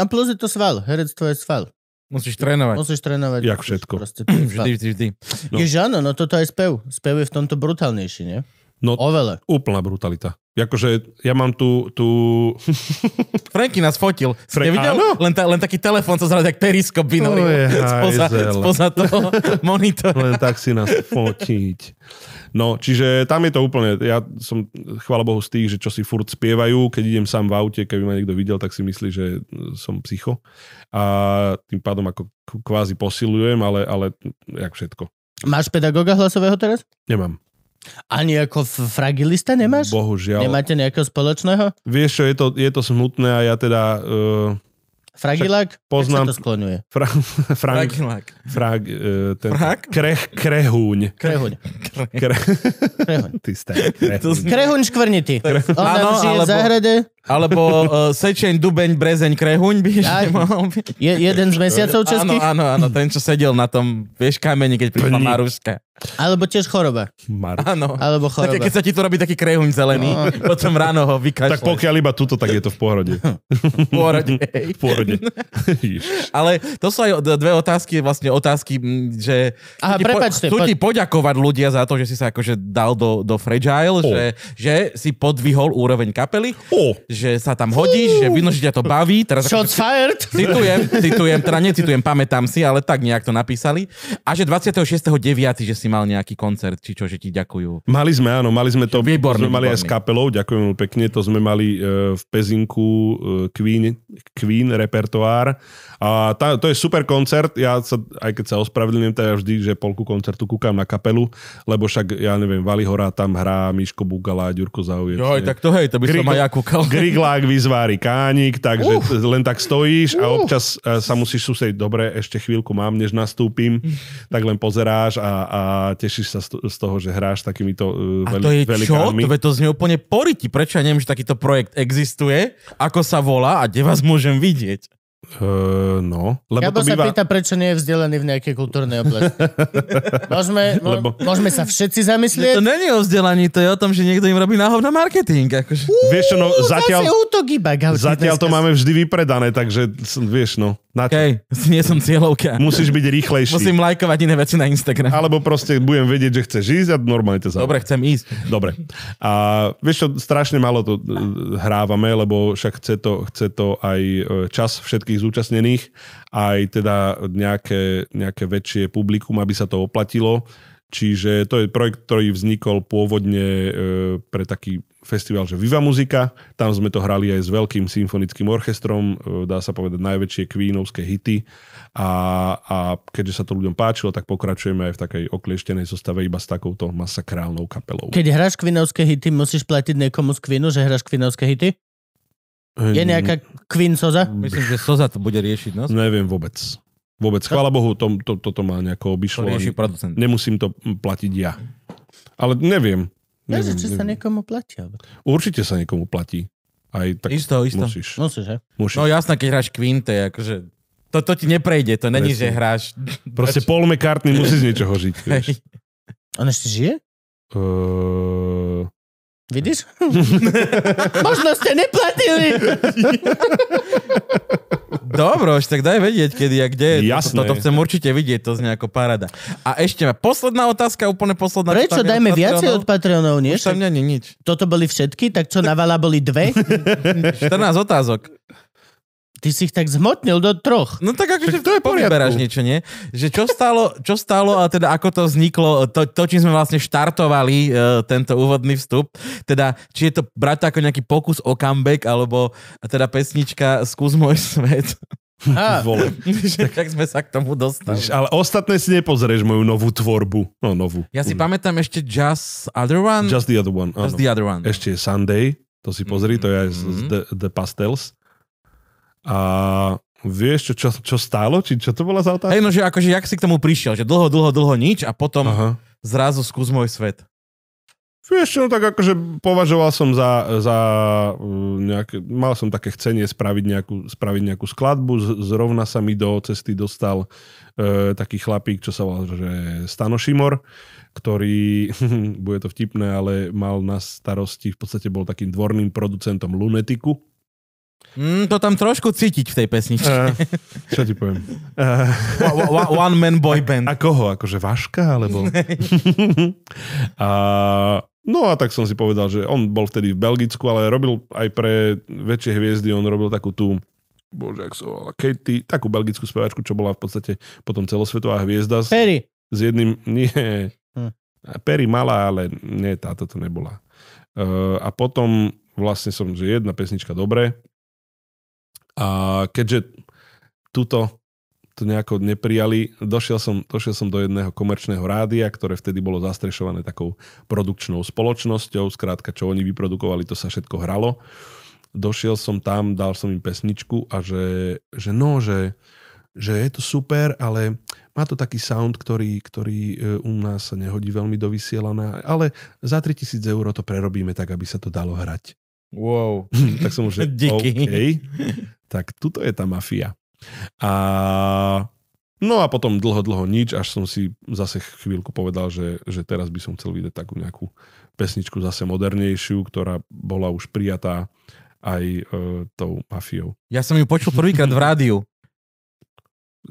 S1: A plus je to sval, herectvo je sval.
S2: Musíš trénovať.
S1: Musíš trénovať.
S3: Jak
S1: musíš
S3: všetko.
S1: Proste,
S3: <clears throat>
S1: to je sval.
S2: <clears throat> Vždy, vždy, vždy.
S3: No.
S1: No. Jež áno, no toto aj spev. Spev je v tomto brutálnejší, nie?
S3: No-
S1: Oveľa.
S3: Úplná brutalita. Jakože ja mám tu, tu...
S2: Franky nás fotil. Si
S3: Frank-
S2: nevidel?
S3: áno.
S2: Len, ta, len taký telefón, co zrazu jak periskop vynoril.
S3: To je
S2: <laughs> spoza,
S3: hajzel.
S2: spoza
S3: <laughs>
S2: toho monitora.
S3: len tak si nás fotiť. No, čiže tam je to úplne, ja som, chvála Bohu, z tých, že čo si furt spievajú, keď idem sám v aute, keby ma niekto videl, tak si myslí, že e, som psycho. A tým pádom ako k- kvázi posilujem, ale, ale jak všetko.
S1: Máš pedagoga hlasového teraz?
S3: Nemám.
S1: Ani ako f- fragilista nemáš? Bo,
S3: Bohužiaľ.
S1: Nemáte nejakého spoločného?
S3: Vieš čo, je to, je to smutné a ja teda... Uh,
S1: Fragilák?
S3: poznám-
S1: Jak sa to skloňuje?
S3: Fra, Frank,
S2: Frank.
S3: Frank, uh, ten,
S2: Frank?
S3: Kreh,
S2: <laughs>
S3: krehúň.
S1: Krehuň.
S3: Kre,
S1: Krehuň.
S3: ty ste, krehúň.
S2: To znie-
S1: Krehuň škvrnitý. On nám
S2: Áno,
S1: žije v
S2: alebo-
S1: záhrade.
S2: Alebo uh, Sečeň, Dubeň, Brezeň, Krehuň by ešte <laughs>
S1: Aj.
S2: mohol byť.
S1: Je, jeden z mesiacov
S2: Áno,
S1: českých?
S2: áno, áno, ten, čo sedel na tom, vieš, kameni, keď prišla
S3: Plní.
S2: Maruška.
S1: Alebo tiež choroba.
S3: Mar-
S2: Áno.
S1: Alebo
S2: Také,
S1: choroba.
S2: keď sa ti to robí taký krehuň zelený,
S1: No.
S2: <laughs> potom ráno ho vykašľaš.
S3: Tak pokiaľ iba tuto, tak je to v pohode.
S2: <laughs> Pôrode, hej.
S3: V pohode.
S2: <laughs> Ale to sú aj d- dve otázky, vlastne otázky, m, že
S1: Aha,
S2: chcú ti
S1: prepáčte,
S2: chcú
S1: poď.
S2: ti poďakovať ľudia za to, že si sa akože dal do, do Fragile, že, že si podvihol úroveň kapely,
S3: o,
S2: že sa tam hodíš, že vidno, že ťa to baví. Teraz akože
S1: Shots fired!
S2: Citujem, citujem, teda necitujem, pamätám si, ale tak nejak to napísali. A že 26.9. že si mal nejaký koncert, či čo, že ti ďakujú.
S3: mali sme, áno, mali sme to.
S2: Výborný,
S3: sme mali aj s
S2: výborný.
S3: kapelou, ďakujem veľmi pekne, to sme mali e, v Pezinku e, Queen, Queen repertoár. A tá, to je super koncert, ja sa, aj keď sa ospravedlňujem, tak ja vždy, že polku koncertu kúkam na kapelu, lebo však, ja neviem, Vali Hora tam hrá, Miško Bugala, Ďurko Zaujec.
S2: Joj, tak to hej, to by som
S3: Grigo-
S2: aj ja kúkal.
S3: Griglák vyzvári kánik, takže t- len tak stojíš a občas e, sa musíš susediť, dobre, ešte chvíľku mám, než nastúpim, tak len pozeráš a, a tešíš sa z to- z toho, že hráš takýmito uh,
S2: A
S3: veli,
S2: to je čo?
S3: velikánmi.
S2: To, veď to znie úplne poriti. Prečo ja neviem, že takýto projekt existuje? Ako sa volá a kde vás môžem vidieť?
S3: Uh, no, lebo
S1: Gabo sa
S3: to býva...
S1: pýta, prečo nie je vzdelaný v nejakej kultúrnej oblasti. môžeme, mo-
S3: Lebo-
S1: môžeme sa všetci
S2: To
S1: zamyslieť?
S2: není o vzdelaní, to je o tom, že niekto im robí náhov na marketing. Akože.
S3: Vieš čo, no,
S1: Zatiaľ,
S3: zatiaľ,
S1: Zase útok iba, Gabo, ty
S3: zatiaľ to
S1: dneska.
S3: máme vždy vypredané, takže s- vieš, no, na čo?
S2: Hej, nie som cieľovka.
S3: Musíš byť rýchlejší.
S2: Musím lajkovať iné veci na Instagram.
S3: Alebo proste budem vedieť, že chceš ísť a normálne ťa zavolám.
S2: Dobre, chcem ísť.
S3: Dobre. A vieš čo, strašne málo to e, hrávame, lebo však chce to, chce to aj e, čas všetkých zúčastnených, aj teda nejaké, nejaké väčšie publikum, aby sa to oplatilo. Čiže to je projekt, ktorý vznikol pôvodne e, pre taký festival, že Viva Muzika. Tam sme to hrali aj s veľkým symfonickým orchestrom, e, dá sa povedať najväčšie queenovské hity. A, a keďže sa to ľuďom páčilo, tak pokračujeme aj v takej oklieštenej zostave iba s takouto masakrálnou kapelou.
S1: Keď hráš kvinovské hity, musíš platiť niekomu z kvinu, že hráš kvinovské hity? Je nejaká kvincoza?
S2: Myslím, že Soza to bude riešiť, no?
S3: Neviem vôbec. Vôbec. Chvála Bohu, to, to, toto má
S2: To
S3: nejako obišlo.
S2: rieši producent.
S3: Nemusím to platiť ja. Ale neviem.
S1: Ja,
S3: neviem,
S1: že či sa
S3: neviem.
S1: niekomu platí. alebo-
S3: Určite sa niekomu platí. Aj tak
S2: Isto, isto.
S3: musíš.
S1: Musíš, že?
S3: musíš.
S2: No jasné, keď hráš kvinte, akože... To, to ti neprejde, to není,
S3: Presne.
S2: že hráš...
S3: Proste Paul McCartney musí z niečoho žiť. Vieš.
S2: Hej.
S1: On ešte žije?
S3: Uh,
S1: Vidíš? Možno ste neplatili.
S2: Dobro, už tak daj vedieť, kedy a kde.
S3: Jasné.
S2: Toto, toto chcem určite vidieť, to znie ako parada. A ešte ma- posledná otázka, úplne posledná. čo
S1: Prečo
S2: tam je
S1: dajme
S2: od
S1: viacej od
S2: Patreonov?
S1: Patreonov, nie?
S2: Už tam není nič.
S1: Toto boli všetky, tak čo navala boli dve?
S2: 14 otázok.
S1: Ty si ich tak zhmotnil do troch.
S2: No tak akože
S3: Však to je v poriadku.
S2: povyberáš niečo, nie? Že čo stálo, čo stálo a teda ako to vzniklo, to, to čím sme vlastne štartovali e, tento úvodný vstup, teda či je to brať to ako nejaký pokus o comeback, alebo teda pesnička Skús môj svet.
S1: Á,
S3: vole.
S2: že tak sme sa k tomu dostali.
S3: Ale ostatné si nepozrieš moju novú tvorbu. No, novú.
S2: Ja si pamätám ešte Just Other One.
S3: Just the other one.
S2: Just
S3: Áno.
S2: the Other One.
S3: Ešte je Sunday, to si pozri, to je aj z, z
S2: Mhm.
S3: the, the Pastels. A vieš, čo, čo, čo stálo? Či čo to bola za otázka?
S2: Hej, no že akože jak si k tomu prišiel, že dlho, dlho, dlho nič a potom Aha.
S3: Aha.
S2: zrazu skús môj svet.
S3: Vieš čo, no tak akože považoval som za, za uh, nejaké, mal som také chcenie spraviť nejakú, spraviť nejakú skladbu, Z, zrovna sa mi do cesty dostal e, taký chlapík, čo sa volal, že Stano Šimor, ktorý, <laughs> bude to vtipné, ale mal na starosti, v podstate bol takým dvorným producentom Lunetiku.
S2: Mm, to tam trošku cítiť v tej
S3: <laughs>
S2: pesničke.
S3: E, čo ti poviem? E,
S2: Wa- wa- One man boy band.
S3: A koho? Akože Vaška? Alebo... a... No a tak som si povedal, že on bol vtedy v Belgicku, ale robil aj pre väčšie hviezdy, on robil takú tú bože, ak sa volala, Katy, takú belgickú speváčku, čo bola v podstate potom celosvetová hviezda s,
S1: Perry.
S3: s jedným, <laughs> nie,
S1: Hm.
S3: Perry mala, ale nie, táto to nebola. Uh, a potom vlastne som, že jedna pesnička dobre. A keďže túto to nejako neprijali, došiel som, došiel som do jedného komerčného rádia, ktoré vtedy bolo zastrešované takou produkčnou spoločnosťou, zkrátka čo oni vyprodukovali, to sa všetko hralo. Došiel som tam, dal som im pesničku a že, že no, že, že je to super, ale má to taký sound, ktorý, ktorý e, u nás sa nehodí veľmi do vysielania, ale za 3000 eur to prerobíme tak, aby sa to dalo hrať.
S2: Wow.
S3: <laughs> tak som už, že
S2: <laughs> Díky.
S3: OK. Tak tuto je tá mafia. A No a potom dlho, dlho nič, až som si zase chvíľku povedal, že, že teraz by som chcel vydať takú nejakú pesničku zase modernejšiu, ktorá bola už prijatá aj e, tou mafiou.
S2: Ja som ju počul prvýkrát v rádiu.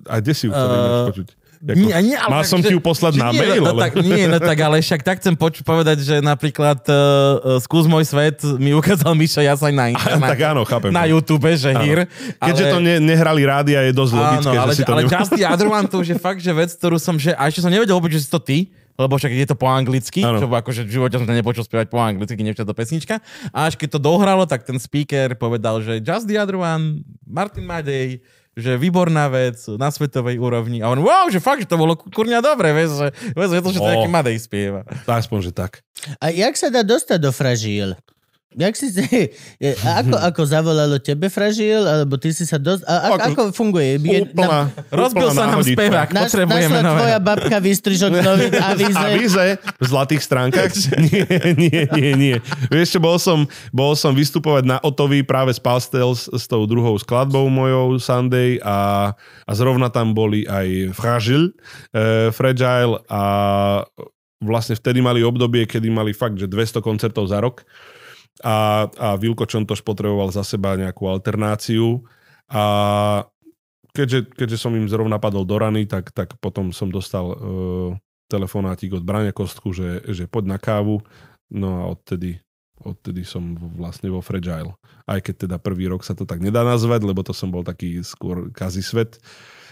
S3: A kde si ju chcel
S2: Eh,
S3: ináč počuť? Jako,
S2: Nie, nie, ale
S3: mal
S2: tak,
S3: som
S2: že-
S3: ti ju
S2: že
S3: poslať na
S2: nie,
S3: mail,
S2: no,
S3: ale... <laughs>
S2: tak, nie, no tak, ale však tak chcem poč- povedať, že napríklad uh, Skús môj svet mi ukázal Mišo Jasaj na, na,
S3: tak áno, chápem.
S2: na YouTube, že
S3: Áno.
S2: hír.
S3: Keďže to ne, nehrali rádia, je dosť logické,
S2: Áno, ale,
S3: že si to
S2: ale
S3: nemá...
S2: Just the Other One to už je fakt, že vec, ktorú som, že, a ešte som nevedel vôbec, že si to ty, lebo však je to po anglicky, čo
S3: Áno.
S2: akože v živote som to nepočul spievať po anglicky, nevčia to pesnička. A až keď to dohralo, tak ten speaker povedal, že Just the Other One, Martin Madej, že výborná vec na svetovej úrovni. A on, wow, že fakt, že to bolo ku- kurňa dobre, vieš, že, vieš, je to, že to
S3: No.
S2: nejaký Madej spieva.
S3: Aspoň, že tak.
S1: A jak sa dá dostať do fražíl? Jak si, <laughs> je- a ako, ako zavolalo tebe fražíl, alebo ty si sa dosť... A, a,
S3: Ako-
S1: ako funguje? na,
S3: Úplná,
S2: Rozbil
S3: úplná
S2: sa nám
S3: náhodička.
S2: spevák,
S1: naš,
S2: potrebujeme
S1: našla
S2: nové.
S1: tvoja babka výstrižok
S3: <laughs>
S1: nový avize.
S3: avize v zlatých stránkach? <laughs> Nie, nie, nie, nie. Vieš čo, bol som, bol som vystupovať na Otovi práve s Pastels s tou druhou skladbou mojou Sunday a, a zrovna tam boli aj Fragile, e, Fragile a vlastne vtedy mali obdobie, kedy mali fakt, že 200 koncertov za rok a, a Vilko Čontoš potreboval za seba nejakú alternáciu a keďže, keďže som im zrovna padol do rany, tak, tak potom som dostal uh, telefonátik od Brania Kostku, že, že poď na kávu, no a odtedy odtedy som vlastne vo Fragile. Aj keď teda prvý rok sa to tak nedá nazvať, lebo to som bol taký skôr kazi svet,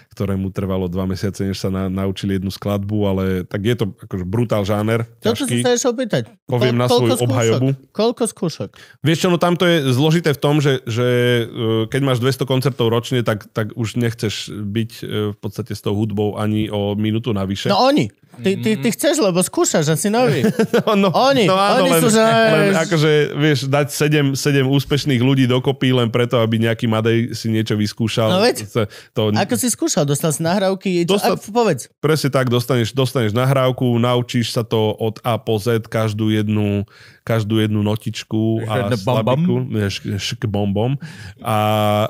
S3: ktorému trvalo dva mesiace, než sa na, naučili jednu skladbu, ale tak je to akože brutál žáner,
S1: To, čo som sa
S3: ťažký.
S1: ešte opýtať.
S3: Poviem na
S1: koľko
S3: svoju obhajobu.
S1: Koľko skúšok?
S3: Vieš čo, no tam to je zložité v tom, že, že e, keď máš 200 koncertov ročne, tak, tak už nechceš byť e, v podstate s tou hudbou ani o minútu navyše.
S1: No oni. Ty, ty,
S3: Mm.
S1: ty chceš, lebo skúšaš, asi nový.
S3: <laughs> No,
S1: Oni, oni sú, že-
S3: len akože, vieš, dať sedem, sedem úspešných ľudí dokopy len preto, aby nejaký Madej si niečo vyskúšal.
S1: No veď.
S3: to, to,
S1: Ako si skúšal? Dostal si nahrávky? Čo,
S3: Dostal-
S1: Dostal... A, povedz.
S3: Presne tak, dostaneš, dostaneš nahrávku, naučíš sa to od A po Z, každú jednu, každú jednu notičku a
S2: Žiadne bam-bam?
S3: slabiku, ne, šk- šk bombom. A,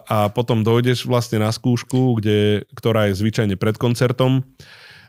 S3: a potom dojdeš vlastne na skúšku, kde, ktorá je zvyčajne pred koncertom.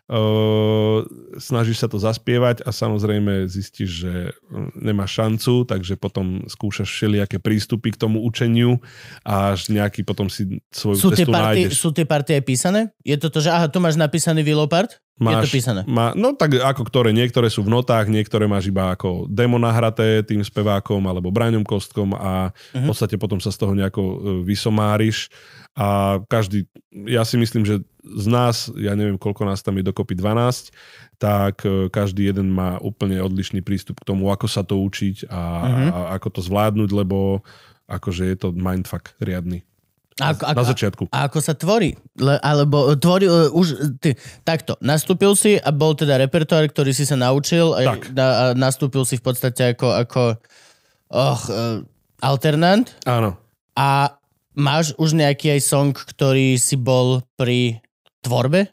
S3: Uh, snažíš sa to zaspievať a samozrejme zistíš, že mm, nemáš šancu, takže potom skúšaš všelijaké prístupy k tomu učeniu a až nejaký potom si
S1: Sú
S3: svoju
S1: tie,
S3: cestu
S1: party,
S3: nájdeš.
S1: sú tie party aj písané? Je to to, že aha, tu máš napísaný Willow part? Je to písané.
S3: Má, no tak ako ktoré, niektoré sú v notách, niektoré máš iba ako demo nahraté tým spevákom alebo Braňom Kostkom a v
S1: Mhm.
S3: podstate potom sa z toho nejako e, vysomáriš a každý, ja si myslím, že z nás, ja neviem koľko nás tam je dokopy 12, tak e, každý jeden má úplne odlišný prístup k tomu, ako sa to učiť a,
S1: Mhm.
S3: a ako to zvládnuť, lebo akože je to mindfuck riadny.
S1: Ako, ako,
S3: Na začiatku.
S1: a ako sa tvorí? Le, alebo e, tvorí, e, už, e, ty, takto, nastúpil si a bol teda repertoár, ktorý si sa naučil a,
S3: Tak.
S1: na, a nastúpil si v podstate ako, ako och, e, alternant
S3: Áno.
S1: a máš už nejaký aj song, ktorý si bol pri tvorbe?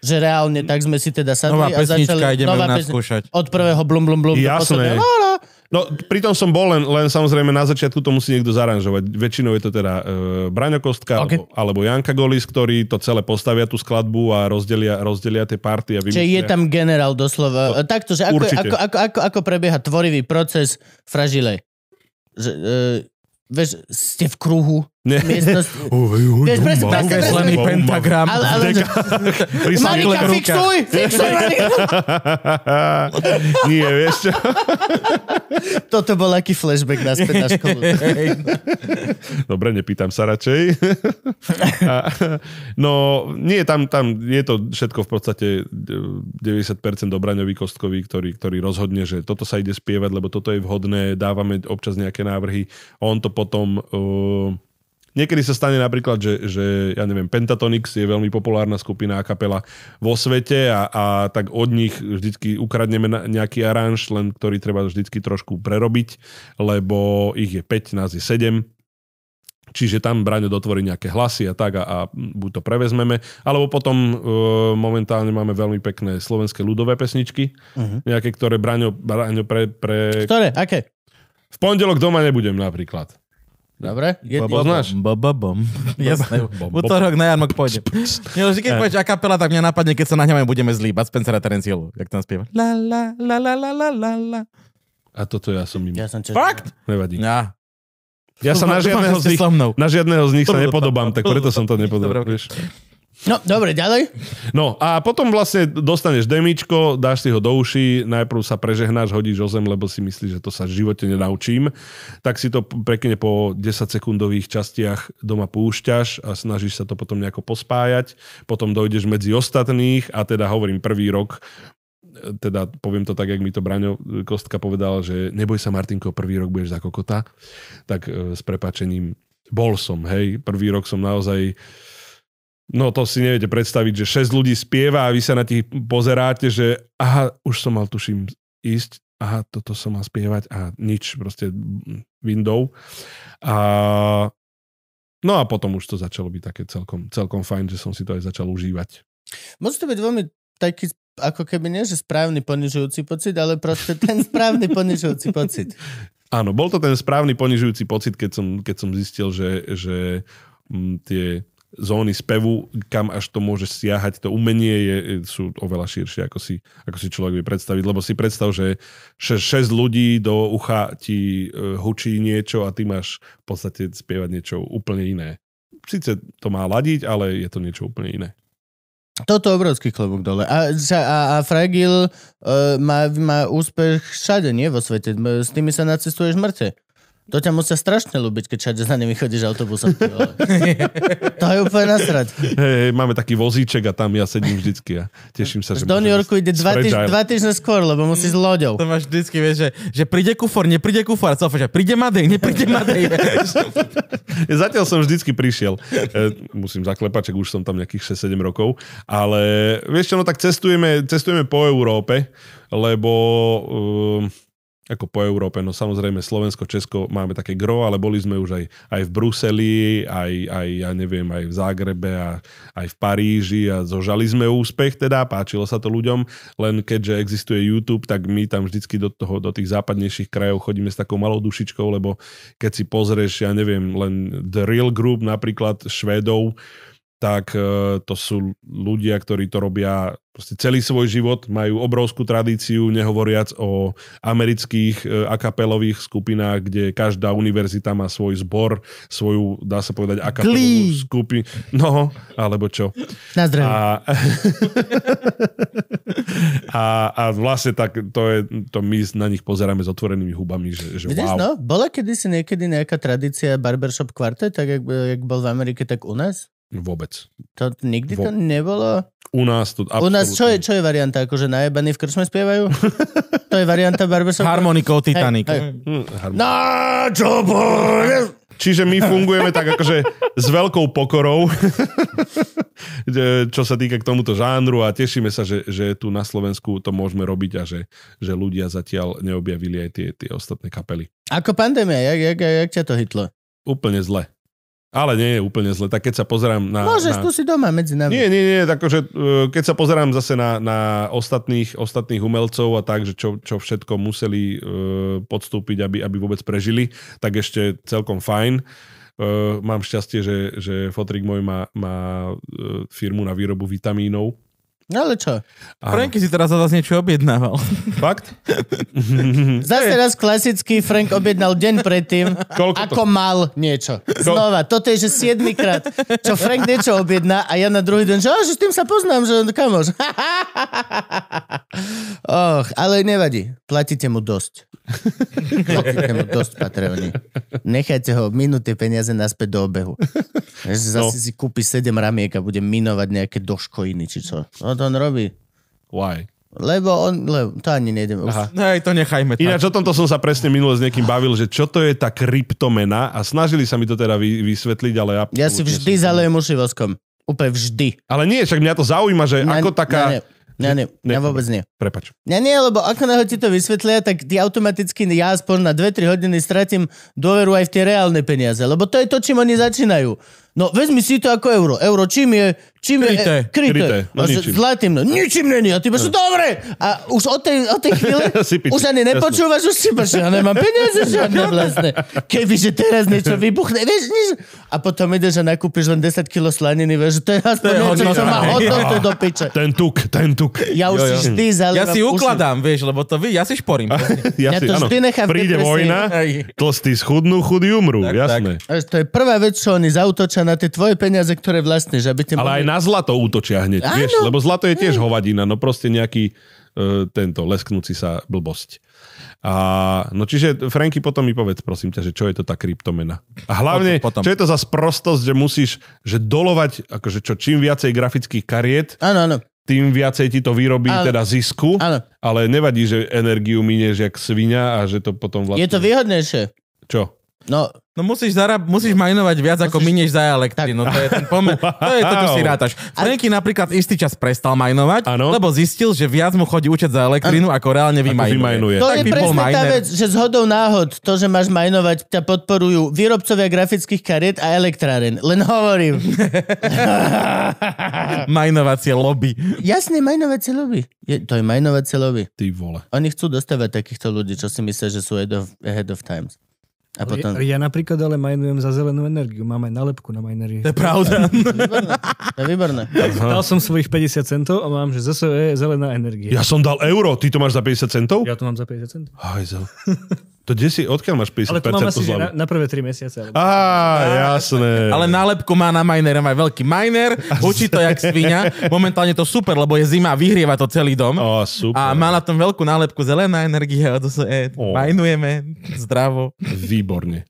S1: Že reálne, tak sme si teda sadli
S2: Nová
S1: a začali...
S2: pesnička, ideme ju
S1: nová pesni-
S2: naskúšať.
S1: Od prvého blum blum blum. do
S3: Jasné.
S1: posledného, la, la.
S3: No, pritom som bol, len, len samozrejme na začiatku to musí niekto zaranžovať. Väčšinou je to teda e, Braňo
S1: Ok.
S3: Kostka okay. alebo, alebo Janka Golis, ktorí to celé postavia tú skladbu a rozdelia, rozdelia tie party a
S1: Čiže je
S3: vymyslia.
S1: tam generál doslova. Takto, že ako,
S3: Určite.
S1: ako, ako, ako, ako prebieha tvorivý proces fražile. Že, e, vieš, ste v kruhu.
S3: Nie.
S1: Miestnosť,
S3: Oj, oj,
S1: Vieš, presne
S3: bomba,
S1: tak,
S3: bomba,
S1: Kreslený
S2: Kreslený
S3: bomba.
S2: pentagram.
S1: ale, ale, že,
S3: Pri
S2: Marika,
S1: Marika,
S3: sample-
S1: fixuj! Fixuj, Marika!
S3: Nie, vieš čo?
S1: Toto bol aký flashback naspäť na školu.
S3: Dobre, nepýtam sa radšej. A, no, nie, tam, tam je to všetko v podstate e, 90% obraňový kostkový, ktorý, ktorý rozhodne, že toto sa ide spievať, lebo toto je vhodné, dávame občas nejaké návrhy. On to potom... Uh, Niekedy sa stane napríklad, že, že ja neviem, Pentatonix je veľmi populárna skupina a kapela vo svete a, a tak od nich vždycky ukradneme na- nejaký aranž, len ktorý treba vždycky trošku prerobiť, lebo ich je 5, nás je 7, Čiže tam Braňo dotvorí nejaké hlasy a tak a, a buď to prevezmeme, alebo potom e, momentálne máme veľmi pekné slovenské ľudové pesničky,
S1: Mhm.
S3: nejaké, ktoré Braňo, Braňo pre, pre...
S1: Ktoré? Aké?
S3: V pondelok doma nebudem napríklad.
S1: Dobre. Je,
S3: Lebo- poznáš?
S1: <laughs>
S2: Bababom. <laughs> Jasné.
S3: Bom, bom.
S2: V útorok na jarmok pôjdem. Nie, že keď povieš a kapela, tak mňa napadne, keď sa nahňame, budeme zlí. Bud Spencer a Terence Hill, jak tam spieva. La, la, la, la, la, la, la, la.
S3: A toto ja som im...
S1: ja som čo...
S2: Fakt?
S3: Nevadí.
S2: Ja.
S3: Ja sa na
S2: Dúfam,
S3: žiadneho
S2: že
S3: z
S2: ste
S3: nich...
S2: so mnou.
S3: Na žiadneho z nich
S2: To
S3: sa
S2: bolo
S3: nepodobám,
S2: to- to
S3: tak
S2: bolo
S3: preto som to
S2: to-
S3: nepodobal.
S2: dobre,
S3: vieš.
S1: No, dobre, ďalej.
S3: No a potom vlastne dostaneš demičko, dáš si ho do uší, najprv sa prežehnáš, hodíš o zem, lebo si myslíš, že to sa v živote nenaučím. Tak si to pekne po 10 sekundových častiach doma púšťaš a snažíš sa to potom nejako pospájať. Potom dojdeš medzi ostatných a teda hovorím prvý rok e, teda poviem to tak, jak mi to Braňo e, Kostka povedal, že neboj sa Martinko, prvý rok budeš za kokota, tak e, s prepačením bol som, hej, prvý rok som naozaj No to si neviete predstaviť, že 6 ľudí spieva a vy sa na tých pozeráte, že aha, už som mal tuším ísť, aha, toto som mal spievať a nič, proste mm, window. A, no a potom už to začalo byť také celkom, celkom fajn, že som si to aj začal užívať.
S1: Môže to byť veľmi taký ako keby nie, že správny ponižujúci pocit, ale proste ten správny ponižujúci pocit.
S3: Áno, bol to ten správny ponižujúci pocit, keď som, keď som zistil, že, že mm, tie zóny spevu, kam až to môže siahať, to umenie je, je- sú oveľa širšie, ako si, ako si človek vie predstaviť. Lebo si predstav, že 6 ľudí do ucha ti e, hučí niečo a ty máš v podstate spievať niečo úplne iné. Sice to má ladiť, ale je to niečo úplne
S1: <laughs>
S3: iné.
S1: Toto obrovský klobúk dole. A, že- a, a Fragil e, uh, má, má úspech všade, nie vo svete. M- S tými sa nacestuješ mŕte. To ťa musia strašne ľúbiť, keď všade za nimi chodíš autobusom. ty vole. to je úplne nasrať.
S3: Hej, hej, máme taký vozíček a tam ja sedím vždycky a teším sa, že...
S1: Do
S3: môžem
S1: New Yorku ide dva, týž-
S3: Fragile.
S1: dva týždne skôr, lebo musí s loďou.
S2: To máš vždycky, vieš, že, že príde kufor, nepríde kufor, a celá že príde Madej, nepríde
S1: <laughs>
S2: Madej. vieš.
S3: Ja <laughs> Zatiaľ som vždycky prišiel. E, musím zaklepať, čak už som tam nejakých 6-7 rokov. Ale vieš čo, no tak cestujeme, cestujeme po Európe, lebo... Um, ako po Európe, no samozrejme Slovensko, Česko máme také gro, ale boli sme už aj, aj v Bruseli, aj, aj, ja neviem, aj v Zágrebe a aj v Paríži a zožali sme úspech teda, páčilo sa to ľuďom, len keďže existuje YouTube, tak my tam vždycky do, toho, do tých západnejších krajov chodíme s takou malou dušičkou, lebo keď si pozrieš, ja neviem, len The Real Group napríklad Švédov, tak e, to sú ľudia, ktorí to robia proste celý svoj život, majú obrovskú tradíciu, nehovoriac o amerických e, akapelových skupinách, kde každá univerzita má svoj zbor, svoju, dá sa povedať, akapelovú
S1: Glee.
S3: skupinu. No, alebo čo.
S1: Na zdravie.
S3: A, <laughs> a, a vlastne tak to, je, to my na nich pozeráme s otvorenými hubami, že, že
S1: Vidíš,
S3: wow.
S1: no, bola kedysi niekedy nejaká tradícia barbershop kvartet, tak jak, jak bol v Amerike, tak u nás?
S3: Vôbec.
S1: To nikdy to
S3: Vo-
S1: nebolo?
S3: U nás to
S1: U nás čo je,
S3: absolútne-
S1: čo je varianta? Akože najebaní v krčme
S3: <laughs>
S1: spievajú? to je varianta barbershop
S2: Harmonikou Titanic.
S1: Hej,
S3: Hm, harmo-
S1: Na čo bude?
S3: Čiže my fungujeme tak akože s veľkou pokorou, <laughs> že- čo sa týka k tomuto žánru a tešíme sa, že, že tu na Slovensku to môžeme robiť a že, že ľudia zatiaľ neobjavili aj tie, tie ostatné kapely.
S1: Ako pandémia, jak, jak, jak, jak ťa to hitlo?
S3: Úplne zle. Ale nie je úplne zle. Tak keď sa pozerám na...
S1: Môžeš,
S3: na...
S1: tu si doma medzi nami.
S3: Nie, nie, nie, akože eh, keď sa pozerám zase na, na ostatných, ostatných umelcov a tak, že čo, čo všetko museli eh, podstúpiť, aby, aby vôbec prežili, tak ešte celkom fajn. Eh, Mám šťastie, že, že fotrik môj má, má eh, firmu na výrobu vitamínov.
S1: No ale čo?
S3: A,
S2: Franky si teraz od nás niečo objednával.
S3: fakt?
S1: Zase raz klasický Frank objednal deň predtým,
S3: <laughs> Koľko to?
S1: ako mal niečo. Znova, toto je, že siedmikrát, čo Frank niečo objedná a ja na druhý deň, že, "Á, že s tým sa poznám, že kamoš. <laughs> Och, ale nevadí, platíte mu dosť. Platíte mu dosť, Patreoni. Nechajte ho minúty peniaze naspäť do obehu. Zase
S3: No.
S1: si kúpi sedem ramiek a bude minovať nejaké doškojiny, či čo. No to on robí.
S3: Why?
S1: Lebo on, lebo, to ani nejdem.
S2: <laughs>
S1: Už.
S2: Hej, No to nechajme tak.
S3: Ináč o tomto som sa presne minule s niekým bavil, že čo to je tá kryptomena a snažili sa mi to teda vy, vysvetliť, ale ja...
S1: Ja si vždy zalejem uši voskom. Úplne vždy.
S3: Ale nie, však mňa to zaujíma, že
S1: Ne-
S3: ako
S1: Ne,
S3: taká...
S1: ne, ne, ne,
S3: Ne.
S1: ja vôbec nie.
S3: Prepač.
S1: Ne, nie, lebo ako náhle ti to vysvetlia, tak ty automaticky, ja aspoň na 2-3 hodiny stratím dôveru aj v tie reálne peniaze, lebo to je to, čím oni začínajú. No vezmi si to ako euro. Euro čím je? Čím
S2: Kryté.
S1: je? e, kryté.
S3: Kryté, no
S1: A že
S3: ničím.
S1: Zlatým. No, ničím není. A ty máš, dobre. A už od tej, od tej chvíle
S3: Si piči,
S1: už ani
S3: jasné.
S1: nepočúvaš, už si máš, ja nemám peniaze žiadne vlastné. Kebyže teraz niečo vybuchne, vieš, nič. A potom ideš a nakúpiš len 10 kg slaniny, vieš, že to je aspoň
S2: To je
S1: niečo, čo
S2: hodnota,
S1: má
S2: hej.
S1: hodnotu do piče.
S3: Ten tuk, ten tuk.
S1: Ja už si vždy
S2: Ja
S1: zalievam
S2: si
S1: uši.
S2: ukladám, vieš, lebo to vy, ja si
S3: <laughs>
S2: šporím.
S1: <laughs>
S3: Ja,
S1: Ja
S3: si,
S1: to
S3: áno.
S1: vždy nechám v
S3: Príde
S1: depresii.
S3: vojna,
S2: Hej.
S3: tlstí schudnú, chudí umrú,
S2: Tak,
S3: jasné.
S1: Až to je prvá vec, čo oni zautočia na tie tvoje peniaze, ktoré vlastníš, aby ti
S3: Ale aj na zlato útočia hneď,
S1: Áno.
S3: vieš, lebo zlato je tiež hovadina, no proste nejaký e, tento lesknúci sa blbosť. A, no čiže, Franky, potom mi povedz, prosím ťa, že čo je to tá kryptomena. A hlavne,
S2: Potom, potom.
S3: potom. čo je to za sprostosť, že musíš že dolovať, akože čo, čím viacej grafických kariet,
S1: Áno, áno.
S3: tým viacej ti to vyrobí
S1: Áno.
S3: teda zisku,
S1: Áno.
S3: ale nevadí, že energiu minieš jak svinia a že to potom
S1: Je
S3: vlastne...
S1: to výhodnejšie.
S3: Čo?
S1: No,
S2: No musíš, zarab- musíš majnovať viac, ako minieš za elektrínu. To je ten <laughs> pomer. To je to, čo si
S3: Wow.
S2: rátaš. Franky napríklad istý čas prestal majnovať,
S3: Áno.
S2: lebo zistil, že viac mu chodí účet za elektrínu, ako reálne
S3: vymajnuje.
S2: vymajnuje.
S1: to
S2: Tak
S1: je
S2: by bol
S1: presne tá
S2: miner.
S1: vec, že zhodou náhod to, že máš majnovať, ťa podporujú výrobcovia grafických kariet a elektráren. Len hovorím.
S2: Majnovacie lobby.
S1: Jasne, majnovacie lobby. Je, to je majnovacie lobby.
S3: Ty vole.
S1: Oni chcú dostávať takýchto ľudí, čo si myslia, že sú ahead of, ahead of times. A potom...
S4: Ja, ja napríklad ale majnujem za zelenú energiu. Mám aj nálepku na majnerii.
S2: To je pravda.
S1: Výborné. To je výborné.
S4: Dal som svojich 50 centov a mám, že zase je zelená energia.
S3: Ja som dal euro, ty to máš za 50 centov?
S4: ja to mám za 50 centov.
S3: Hajzel. To kde si, odkiaľ máš 50%
S4: Ale to mám asi že
S3: zľavu?
S4: na, na prvé tri mesiace. Alebo...
S3: Á, jasné.
S2: Ale nálepku má na Minerom aj veľký Miner, hučí to jak svinia. Momentálne to super, lebo je zima, vyhrieva to celý dom.
S3: Ó, super.
S2: A má na tom veľkú nálepku zelená energia, to sa e,
S3: Ó.
S2: majnujeme, zdravo,
S3: Výborne.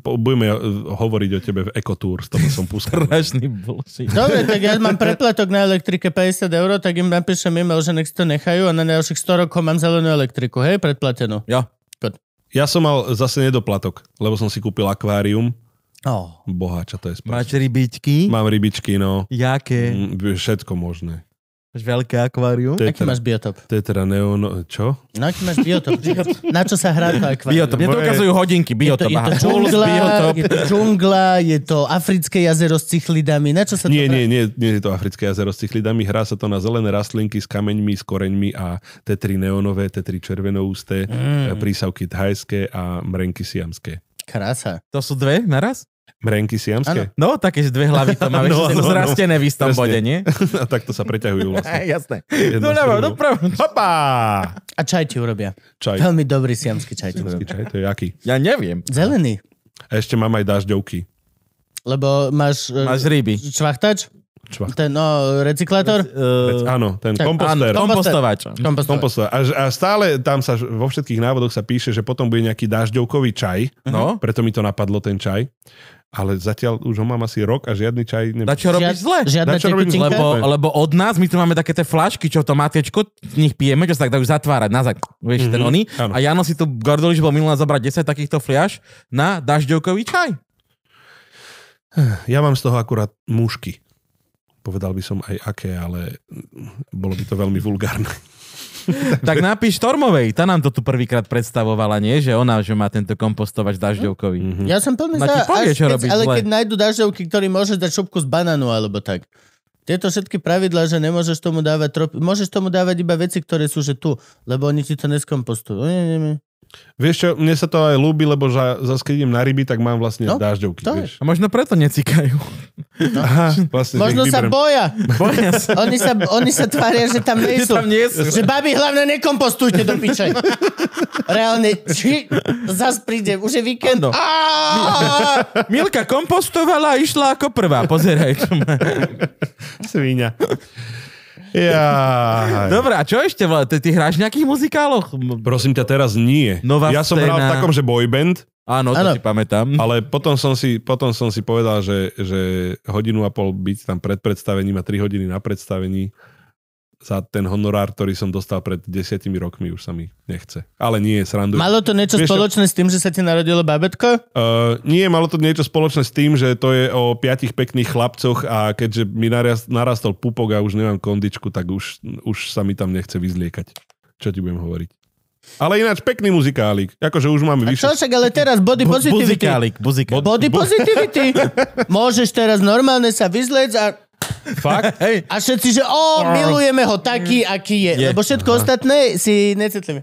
S3: Po- Budeme eh, hovoriť o tebe v Ecotour, z toho som púskal.
S2: strašný <laughs> bullshit.
S1: Dobre, tak ja mám preplatok na elektrike 50 eur, tak im napíšem e-mail, že nech si to nechajú a na ďalších 100 rokov mám zelenú elektriku, hej, predplatenú.
S2: Jo.
S3: Ja som mal zase nedoplatok, lebo som si kúpil akvárium.
S1: Oh.
S3: Boháča to je spáč.
S2: Máš rybičky?
S3: Mám rybičky, no.
S2: Jaké?
S3: Mm, Všetko možné.
S2: Máš veľké akvárium?
S1: Aký máš biotop?
S3: Tetra neono... Čo?
S1: No, aký máš biotop? Na čo sa hrá to akvárium?
S2: Biotop. Mne to ukazujú hodinky,
S1: Je to,
S2: biotop.
S1: je to
S2: Aha, Jules,
S1: džungla,
S2: biotop.
S1: je to džungla, je to africké jazero s cichlidami, na čo sa to hrá?
S3: Nie, nie, nie, nie je to africké jazero s cichlidami. Hrá sa to na zelené rastlinky s kameňmi, s koreňmi a tetri neonové, tetri červenoústé, mm. prísavky thajské a mrenky siamské.
S1: Krása.
S2: To sú dve naraz?
S3: Mrenky siamské?
S2: No, také, že dve hlavy to má, vieš,
S3: No,
S2: no,
S3: no, no.
S2: zrastené v istom
S3: Presne.
S2: bode, nie?
S3: <laughs>
S2: No,
S3: a takto sa preťahujú vlastne.
S2: Jasné.
S3: Jedna
S2: Doľava,
S3: s druhou.
S2: doprava.
S3: Hopa!
S1: A čaj ti urobia.
S3: Čaj.
S1: Veľmi dobrý siamský čaj ti
S3: Siamský
S1: urobia.
S3: čaj, to je aký?
S2: Ja neviem.
S1: Zelený,
S3: A ešte mám aj dažďovky.
S1: lebo máš, e,
S2: Máš ryby.
S1: čvachtač,
S3: Čvach.
S1: ten no, recyklátor,
S2: Uh,
S3: Áno, ten
S1: Tak,
S3: komposter.
S1: áno,
S2: kompostovač.
S1: kompostovač.
S3: Komposta. A, a stále tam sa ž- vo všetkých návodoch sa píše, že potom bude nejaký dažďovkový čaj.
S2: No.
S3: Preto mi to napadlo, ten čaj. Ale zatiaľ už ho mám asi rok a žiadny čaj... Ne...
S2: Na čo robíš zle?
S1: Žiadna
S3: Na čo robím
S1: tekutinka?
S3: zle?
S2: Lebo,
S3: Chápem.
S2: lebo od nás, my tu máme také tie flašky, čo to matiečko, z nich pijeme, čo sa tak dajú zatvárať nazad, vieš, mm-hmm. ten oný.
S3: áno.
S2: A Jano si tu Gordoliš bol minulá zobrať 10 takýchto fliaš na dažďovkový čaj.
S3: Ja mám z toho akurát mušky. Povedal by som aj aké, ale mm, bolo by to veľmi vulgárne. <laughs>
S2: Tak napíš Tormovej, tá nám to tu prvýkrát predstavovala, nie? Že ona, že má tento kompostovač dažďovkový. Mm-hmm.
S1: Ja som plný
S2: No
S1: za...
S2: ti
S1: až
S2: povie, čo
S1: keď-
S2: robíš
S1: ale
S2: zle.
S1: keď nájdu dažďovky, ktorý môžeš dať šupku z banánu alebo tak. Tieto všetky pravidlá, že nemôžeš tomu dávať trop... Môžeš tomu dávať iba veci, ktoré sú že tu, lebo oni ti to neskompostujú. Nie, nie, nie.
S3: Vieš čo, mne sa to aj ľúbi, lebo za, zas keď idem na ryby, tak mám vlastne
S1: No,
S3: no, dážďovky.
S1: to je.
S3: Vieš.
S2: A možno preto necikajú.
S3: Aha, vlastne
S1: Možno
S3: nech
S1: sa
S3: vyberem.
S1: boja.
S2: Boja sa.
S1: Oni sa, oni sa tvária, že tam
S2: <laughs> Že
S1: nejsú.
S2: tam nie sú.
S1: Že babi, hlavne nekompostujte do piče. Reálne, či zas príde, už je víkend.
S2: Áno.
S1: Á!
S2: Milka kompostovala a išla ako prvá, pozeraj. čo má.
S3: Svíňa.
S2: <laughs>
S3: Jaj.
S2: Dobre, a čo ešte? vole, Ty, ty hráš v nejakých muzikáloch? M-
S3: Prosím ťa, teraz nie.
S2: Nová
S3: ja som hral v
S2: scéna.
S3: takom, že boyband,
S2: Áno, to
S1: Áno.
S2: si pamätám. <laughs>
S3: ale potom som si, potom som si povedal, že, že hodinu a pol byť tam pred predstavením a tri hodiny na predstavení za ten honorár, ktorý som dostal pred desiatimi rokmi, už sa mi nechce. Ale nie, srandujem.
S1: Malo to niečo
S3: Vieš čo?
S1: spoločné s tým, že sa ti narodilo babetko?
S3: Uh, nie, malo to niečo spoločné s tým, že to je o piatich pekných chlapcoch a keďže mi naraz, narastol pupok a už nemám kondičku, tak už, už sa mi tam nechce vyzliekať. Čo ti budem hovoriť? Ale ináč pekný muzikálik. Akože už
S1: A
S3: máme
S1: čo
S3: vyše...
S1: však, ale teraz body positivity.
S2: Buzikálik, buzikálik.
S1: Body
S3: <laughs>
S1: positivity. Môžeš teraz normálne sa vyzlec a,
S3: Fakt?
S2: <laughs> Hej,
S1: a všetci, že o, milujeme ho taký, aký je.
S2: Je.
S1: Lebo všetko ostatné si necitlíme.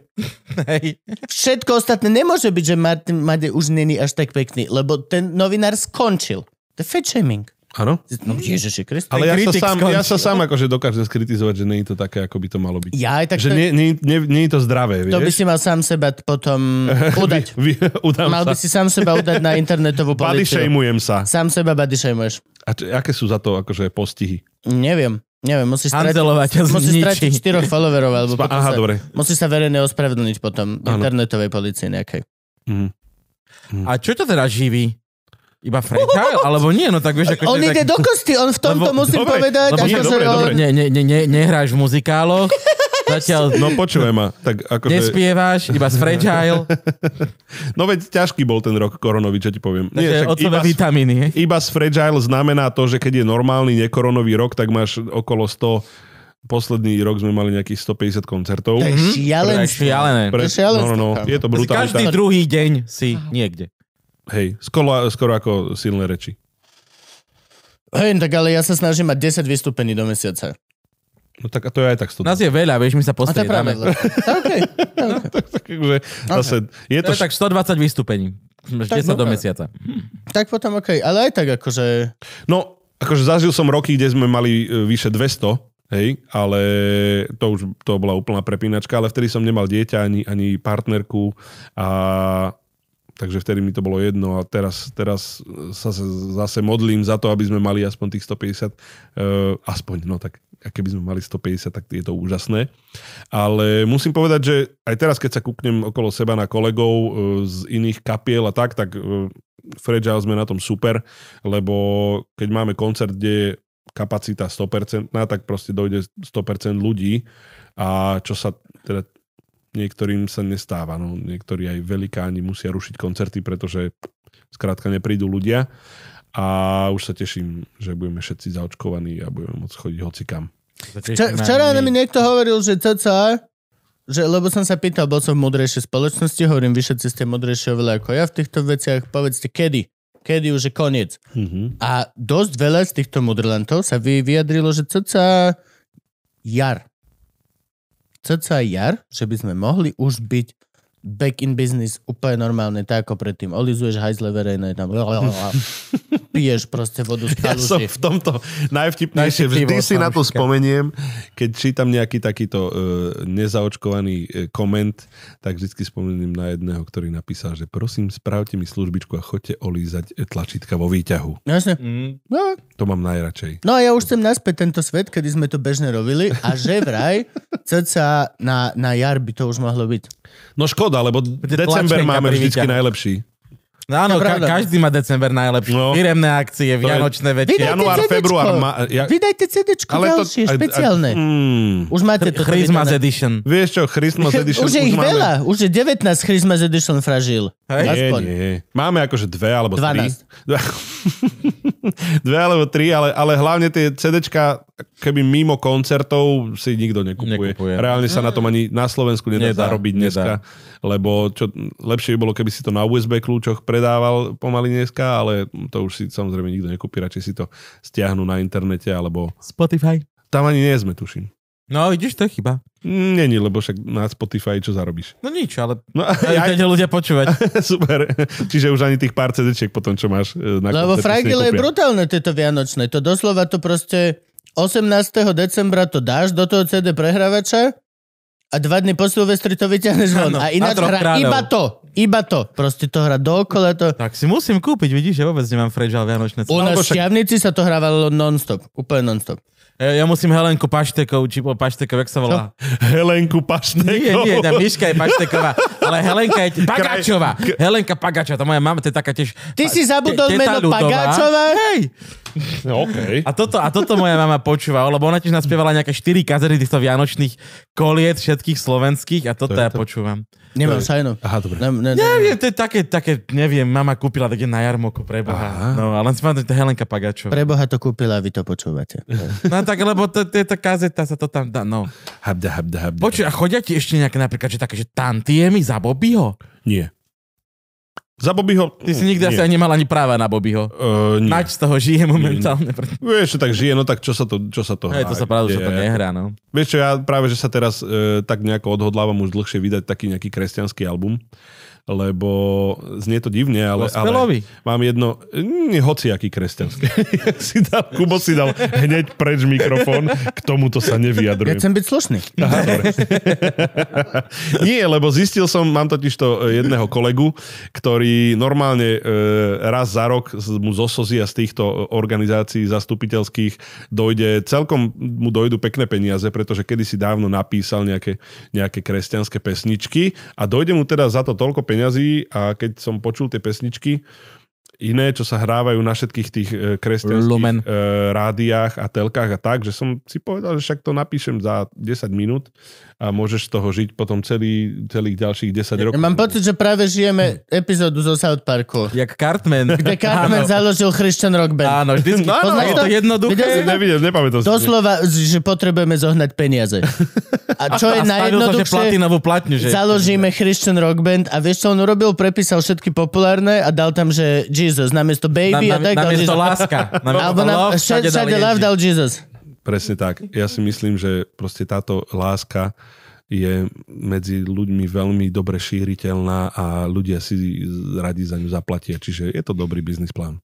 S2: hej.
S1: Všetko ostatné nemôže byť, že Martin Made už není až tak pekný, lebo ten novinár skončil. To je fat shaming.
S3: Áno.
S1: No, Ježiši Kriste.
S3: Mm. Ale ja sa,
S2: kritik
S3: sám,
S2: skončil.
S3: ja sa sám akože dokážem skritizovať, že nie je to také, ako by to malo byť.
S1: Ja aj tak
S3: Že
S1: to,
S3: nie, nie, nie, nie je to zdravé,
S1: to by si
S3: vieš?
S1: mal sám seba t-
S3: <laughs>
S1: potom udať.
S3: Vy, <laughs> udám
S1: Mal by
S3: sa.
S1: si sám seba udať na internetovú
S3: Body
S1: políciu.
S3: shameujem sa.
S1: Sám seba body shameuješ.
S3: A č- aké sú za to akože postihy?
S1: Neviem. Neviem, musíš
S2: Hanzelová ťa
S1: stratiť, musíš
S2: zničí.
S1: stratiť štyroch followerov. Alebo
S3: Spa-
S1: potom
S3: aha,
S1: sa,
S3: dobre.
S1: Musíš sa verejne ospravedlniť potom
S3: Áno.
S1: internetovej policii nejakej.
S3: Mhm.
S2: A čo ťa teda živí? Iba franchise? Alebo nie? No tak vieš,
S1: On
S2: ako... to je
S1: ide
S2: tak...
S1: do kosti, on v tomto
S3: Lebo-
S1: musím
S3: dobre,
S1: povedať.
S2: lebo
S3: nie,
S1: akože
S3: dobre,
S1: on-
S3: dobre.
S2: Ne, ne, ne, ne, nehráš v <laughs> muzikáloch, zatiaľ
S3: No počujem ma. Tak akože...
S2: nespievaš, iba z fragile,
S3: No veď ťažký bol ten rok koronový, čo ti poviem.
S2: takže
S3: však
S2: otcové
S3: iba,
S2: vitamíny. hej.
S3: iba z Fragile znamená to, že keď je normálny nekoronový rok, tak máš okolo 100... Posledný rok sme mali nejakých 150
S1: To
S3: koncertov.
S1: je
S2: Tak
S1: šialenstvo.
S2: šialené.
S1: to je šialenstvo,
S3: no, no, no,
S1: kámo.
S3: je to brutalita.
S2: Každý druhý deň si niekde.
S3: Hej, skoro, skoro ako silné reči.
S1: Hej, no tak ale ja sa snažím mať 10 vystúpení do mesiaca.
S3: No tak a to je aj tak 100.
S2: Nás je veľa, vieš, my
S1: A to
S2: sa
S1: je
S2: postriedáme.
S1: <laughs> pravidlo. Okay.
S3: Takže zase, je
S2: To
S3: to...
S2: je tak 120 vystúpení. Máš
S1: Tak
S2: 10 do
S1: dobre.
S2: mesiaca.
S1: Tak potom OK, ale aj tak akože...
S3: No, akože zažil som roky, kde sme mali e, vyše 200, Hej, ale to už to bola úplná prepínačka, ale vtedy som nemal dieťa ani, ani partnerku a takže vtedy mi to bolo jedno a teraz, teraz sa z- zase modlím za to, aby sme mali aspoň tých 150, uh, aspoň, no tak a keby sme mali 150, tak je to úžasné. Ale musím povedať, že aj teraz, keď sa kúknem okolo seba na kolegov eh, z iných kapiel a tak, tak eh, Fragile sme na tom super, lebo keď máme koncert, kde je kapacita 100%, tak proste dojde 100% ľudí a čo sa teda niektorým sa nestáva. No, niektorí aj velikáni musia rušiť koncerty, pretože skrátka neprídu ľudia a už sa teším, že budeme všetci zaočkovaní a budeme môcť chodiť hocikam.
S1: Včera, včera mi niekto hovoril, že CCA, že, lebo som sa pýtal, bol som v modrejšej spoločnosti, hovorím, vy všetci ste modrejšie oveľa ako ja v týchto veciach, povedzte, kedy? Kedy už je koniec?
S3: Mm-hmm.
S1: A dosť veľa z týchto mudrlantov sa vy, vyjadrilo, že cca jar. Cca jar, že by sme mohli už byť back in business úplne normálne, tak ako predtým. Olizuješ hajzle verejné,
S3: <laughs>
S1: tam piješ proste vodu z
S3: Ja som
S1: kaluži.
S3: v tomto najvtipnejšie. Vždy si na to spomeniem, keď čítam nejaký takýto uh, nezaočkovaný uh, koment, tak vždy spomeniem na jedného, ktorý napísal, že prosím, spravte mi službičku a chodte olízať eh, tlačítka vo výťahu.
S1: No, jasne.
S3: Mm.
S1: no,
S3: To mám najradšej.
S1: no a ja už chcem naspäť tento svet, kedy sme to bežne robili a že vraj cca na, na jar by to už mohlo byť.
S3: No škoda, lebo december
S2: tlačenka
S3: máme
S2: pri
S3: vždycky
S2: výťahu.
S3: najlepší.
S2: Áno,
S1: To je
S2: ka-
S1: pravda. no.
S2: každý má december najlepší. No.
S3: No.
S2: Firemné akcie, vianočné večery.
S1: Vydajte
S3: Január,
S1: CDčko.
S3: február, ma- ja-
S1: Vydajte CDčko ďalšie,
S3: aj- aj-
S1: špeciálne.
S3: Mm,
S1: Už máte toto
S2: Christmas
S1: vydané.
S2: edition.
S3: vieš čo, Christmas Edition
S1: <laughs> už je ich
S3: máme...
S1: veľa, už je 19 Christmas Edition fražil.
S2: Hej?
S3: Nie,
S1: Aspoň.
S3: nie. Máme akože dve alebo
S1: Dvanásť.
S3: tri. <laughs> dve alebo tri, ale, ale hlavne tie CDčka, keby mimo koncertov si nikto nekupuje.
S2: Nekupuje.
S3: Reálne sa na tom ani na Slovensku nedá, nedá
S2: Nedá,
S3: zarobiť dneska,
S2: nedá.
S3: lebo čo, lepšie by bolo, keby si to na USB kľúčoch predával pomaly dneska, ale to už si samozrejme nikto nekúpi, radšej si to stiahnu na internete, alebo
S2: Spotify.
S3: tam ani nie sme, tuším.
S2: No, vidíš, to je chyba.
S3: Není, lebo však na Spotify čo zarobíš.
S2: No nič,
S3: <laughs>
S2: ale
S3: No,
S2: ja...
S3: aj,
S2: to ľudia počúvať. <laughs>
S3: <laughs> super. Čiže už ani tých pár CD-čiek potom, čo máš e, na
S1: Lebo
S3: koncerte, si
S1: fragile je
S3: nekúpia.
S1: brutálne tieto vianočné. To doslova to proste 18. decembra to dáš do toho CD prehrávača a dva dny po Silvestri to vyťahneš von.
S2: Áno,
S1: A ináč
S2: na troch
S1: hra
S2: kráľov.
S1: iba to. Iba to. Proste to hra dookola to.
S2: tak si musím kúpiť, vidíš, ja vôbec nemám fragile vianočné.
S1: U
S2: No,
S1: nás v
S3: Alebo však-
S1: Šťavnici sa to hrávalo non-stop. Úplne non-stop.
S2: Ja, ja musím Helenku Paštekov, či po Paštekov, jak sa volá?
S3: Helenku
S2: Nie,
S3: Paštekov.
S2: nie, tá Miška je Pašteková, ale Helenka je... Pagačová! Helenka Pagačová, to moja mama, to je taká tiež...
S1: Ty si zabudol
S2: te- teta
S1: meno
S2: ľudová.
S1: Pagáčová?
S2: Hej!
S3: No, OK.
S2: A toto, a toto moja mama počúva, lebo ona tiež naspievala nejaké 4 kazety týchto vianočných koliet všetkých slovenských a toto
S3: To je
S2: ja
S3: to.
S2: počúvam.
S1: Nemám šajnu.
S3: Aha, dobre.
S1: Ne, ne, ne,
S2: Neviem, to je také, také, neviem, mama kúpila také na jarmoku pre
S3: Aha.
S2: Boha. No, ale len si pamätám, to je Helenka Pagačová.
S1: Pre Boha to kúpila a vy to
S2: <laughs>
S1: počúvate.
S2: No tak, lebo to, to je tá kazeta, sa to tam dá, no.
S3: Habda, habda, habda.
S2: Počuj, a chodia ti ešte nejaké napríklad, že také, že tantiemy za Bobbyho?
S3: Nie. Za Bobbyho...
S2: Ty si nikdy
S3: nie.
S2: asi ani nemal ani práva na Bobbyho.
S3: Uh, nie.
S2: Nač z toho žije momentálne. preto-
S3: Vieš, čo tak žije, no tak čo sa to, čo sa to hrá?
S2: Hej, to sa pravda, že to
S3: Je-
S2: nehrá, no.
S3: Vieš čo, ja práve, že sa teraz e, tak nejako odhodlávam už dlhšie vydať taký nejaký kresťanský album, lebo znie to divne, ale, ale
S2: Gospelový?
S3: mám jedno, mm, hociaký kresťanský. <laughs> Ja si dal, Kubo si dal hneď preč mikrofón, k tomuto sa
S1: Ja
S3: nevyjadrujem.
S1: chcem byť slušný.
S3: Aha, dobre. <laughs> Nie, lebo zistil som, mám totiž to e, jedného kolegu, ktorý normálne e, raz za rok z- mu zosozia z týchto e, organizácií zastupiteľských dojde, celkom mu dojdu pekné peniaze, pretože kedysi dávno napísal nejaké, nejaké kresťanské pesničky a dojde mu teda za to toľko peňazí a keď som počul tie pesničky, iné, čo sa hrávajú na všetkých tých e,
S2: Lumen.
S3: kresťanských e, rádiách a telkách a tak, že som si povedal, že však to napíšem za 10 minút a môžeš z toho žiť potom celý, celých ďalších 10
S1: Ja
S3: rokov.
S1: mám pocit, že práve žijeme epizódu zo South Parku.
S2: Jak Cartman.
S1: <laughs>
S2: <laughs>
S1: Kde Cartman No,
S2: Áno.
S1: založil Christian Rock Band.
S2: Áno, vždycky.
S3: Áno,
S2: Poznáš
S1: áno.
S2: to jednoduché.
S1: Videl si to?
S3: Nevidím, nepamätám si.
S1: Doslova, že potrebujeme zohnať peniaze. A čo je
S2: A spravil to, že
S1: najjednoduchšie?
S2: platinovú platňu, že...
S1: Založíme Christian Rock Band a vieš, čo on urobil? Prepísal všetky populárne a dal tam, že Jesus, namiesto
S2: Na,
S1: Baby
S2: na,
S1: a tak dal
S2: namiesto
S1: Jesus.
S2: láska.
S1: Alebo
S2: Namiesto
S1: na,
S2: love,
S1: všade,
S2: dali
S1: všade love
S2: Ježiš.
S1: dal Jesus.
S3: Presne tak. Ja si myslím, že proste táto láska je medzi ľuďmi veľmi dobre šíriteľná a ľudia si radi za ňu zaplatia. Čiže je to dobrý biznis plán.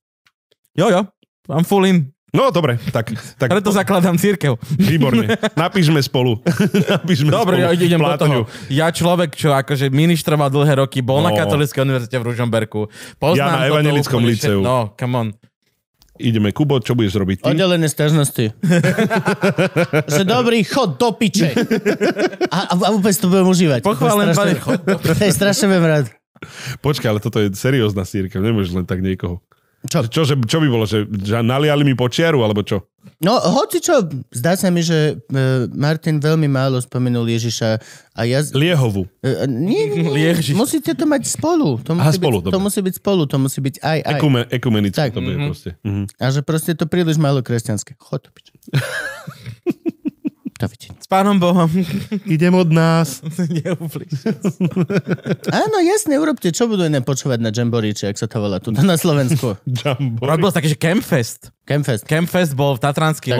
S2: Jo, jo. I'm full in.
S3: No dobre, tak, tak
S2: Preto zakladám církev. <laughs>
S3: výborne. Napíšme spolu. <laughs> Napíšme
S2: Dobre,
S3: spolu.
S2: ja idem do
S3: Plátoňu.
S2: toho. Ja človek, čo akože ministroval dlhé roky, bol no. na
S3: No.
S2: Katolíckej univerzite v Ružomberku. Poznám
S3: Ja na
S2: toto
S3: evangelickom
S2: úplne
S3: liceu.
S2: všet- No, come on.
S3: Ideme, Kubo, čo budeš robiť
S2: Hm?
S3: ty?
S1: Oddelené
S2: <laughs>
S1: stiažnosti. že dobrý chod do piče. A, a, a úplne si to budem užívať.
S2: Pochválen
S1: To je strašne-
S2: pane chod do
S1: To je strašne budem rád.
S3: Počkaj, ale toto je seriózna církev, nemôžeš len tak niekoho.
S1: Čo?
S3: Čo, že, čo by bolo, že, že naliali mi počiaru, alebo čo?
S1: No, hoci čo, zdá sa mi, že e, Martin veľmi málo spomenul Ježiša a ja... z-
S3: Liehovu.
S1: E, nie, nie, nie,
S2: Ježiš.
S1: musíte to mať spolu. To musí,
S3: Aha, spolu,
S1: byť, to
S3: dobre.
S1: musí byť spolu, to musí byť aj, aj.
S3: Ekume, ekumenické
S1: Tak.
S3: to bude
S2: Mhm.
S3: proste. Mhm.
S1: A že proste je to príliš málo kresťanské. Chod do
S3: <laughs>
S1: piče. Dovidenia.
S2: S pánom Bohom. <laughs>
S3: Idem od nás.
S2: Neublíž.
S1: Áno, jasne, urobte, čo budú iné počúvať na Jamboree, či ak sa to volá tu na
S3: <laughs>
S1: Slovensku.
S3: Jumbo.
S2: Bol taký, že Campfest.
S1: Campfest.
S2: Campfest bol v Tatranskej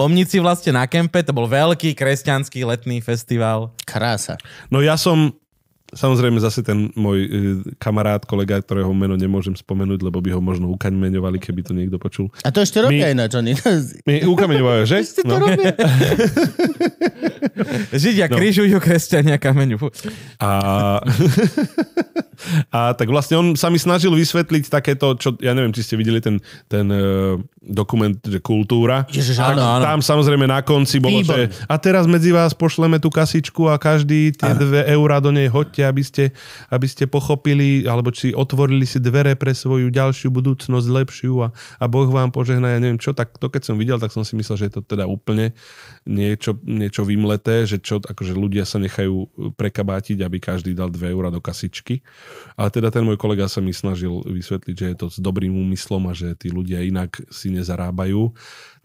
S1: Tak.
S2: Lomnici vlastne na Kempe, to bol veľký kresťanský letný festival.
S1: Krása.
S3: No ja som, samozrejme zase ten môj e, kamarát, kolega, ktorého meno nemôžem spomenúť, lebo by ho možno ukaňmeňovali, keby to niekto počul.
S1: A to ešte robia My... ináč oni. <laughs>
S3: My ukameňovajú, že? No.
S1: Ešte to robia.
S2: Židia no. križujú, kresťania kameňu.
S3: A, a tak vlastne on sa mi snažil vysvetliť takéto, čo, ja neviem, či ste videli ten, ten uh, dokument, že kultúra.
S1: Ježiš,
S3: Tak
S1: áno,
S2: áno.
S3: Tam samozrejme na konci bolo,
S1: Výborne.
S3: že a teraz medzi vás pošleme tú kasičku a každý tie dve eurá do nej hoďte, aby ste, aby ste pochopili, alebo či otvorili si dvere pre svoju ďalšiu budúcnosť lepšiu a, a Boh vám požehná, ja neviem čo, tak to keď som videl, tak som si myslel, že je to teda úplne niečo, niečo vymleté, že čo, akože ľudia sa nechajú prekabátiť, aby každý dal 2 eurá do kasičky. Ale teda ten môj kolega sa mi snažil vysvetliť, že je to s dobrým úmyslom a že tí ľudia inak si nezarábajú.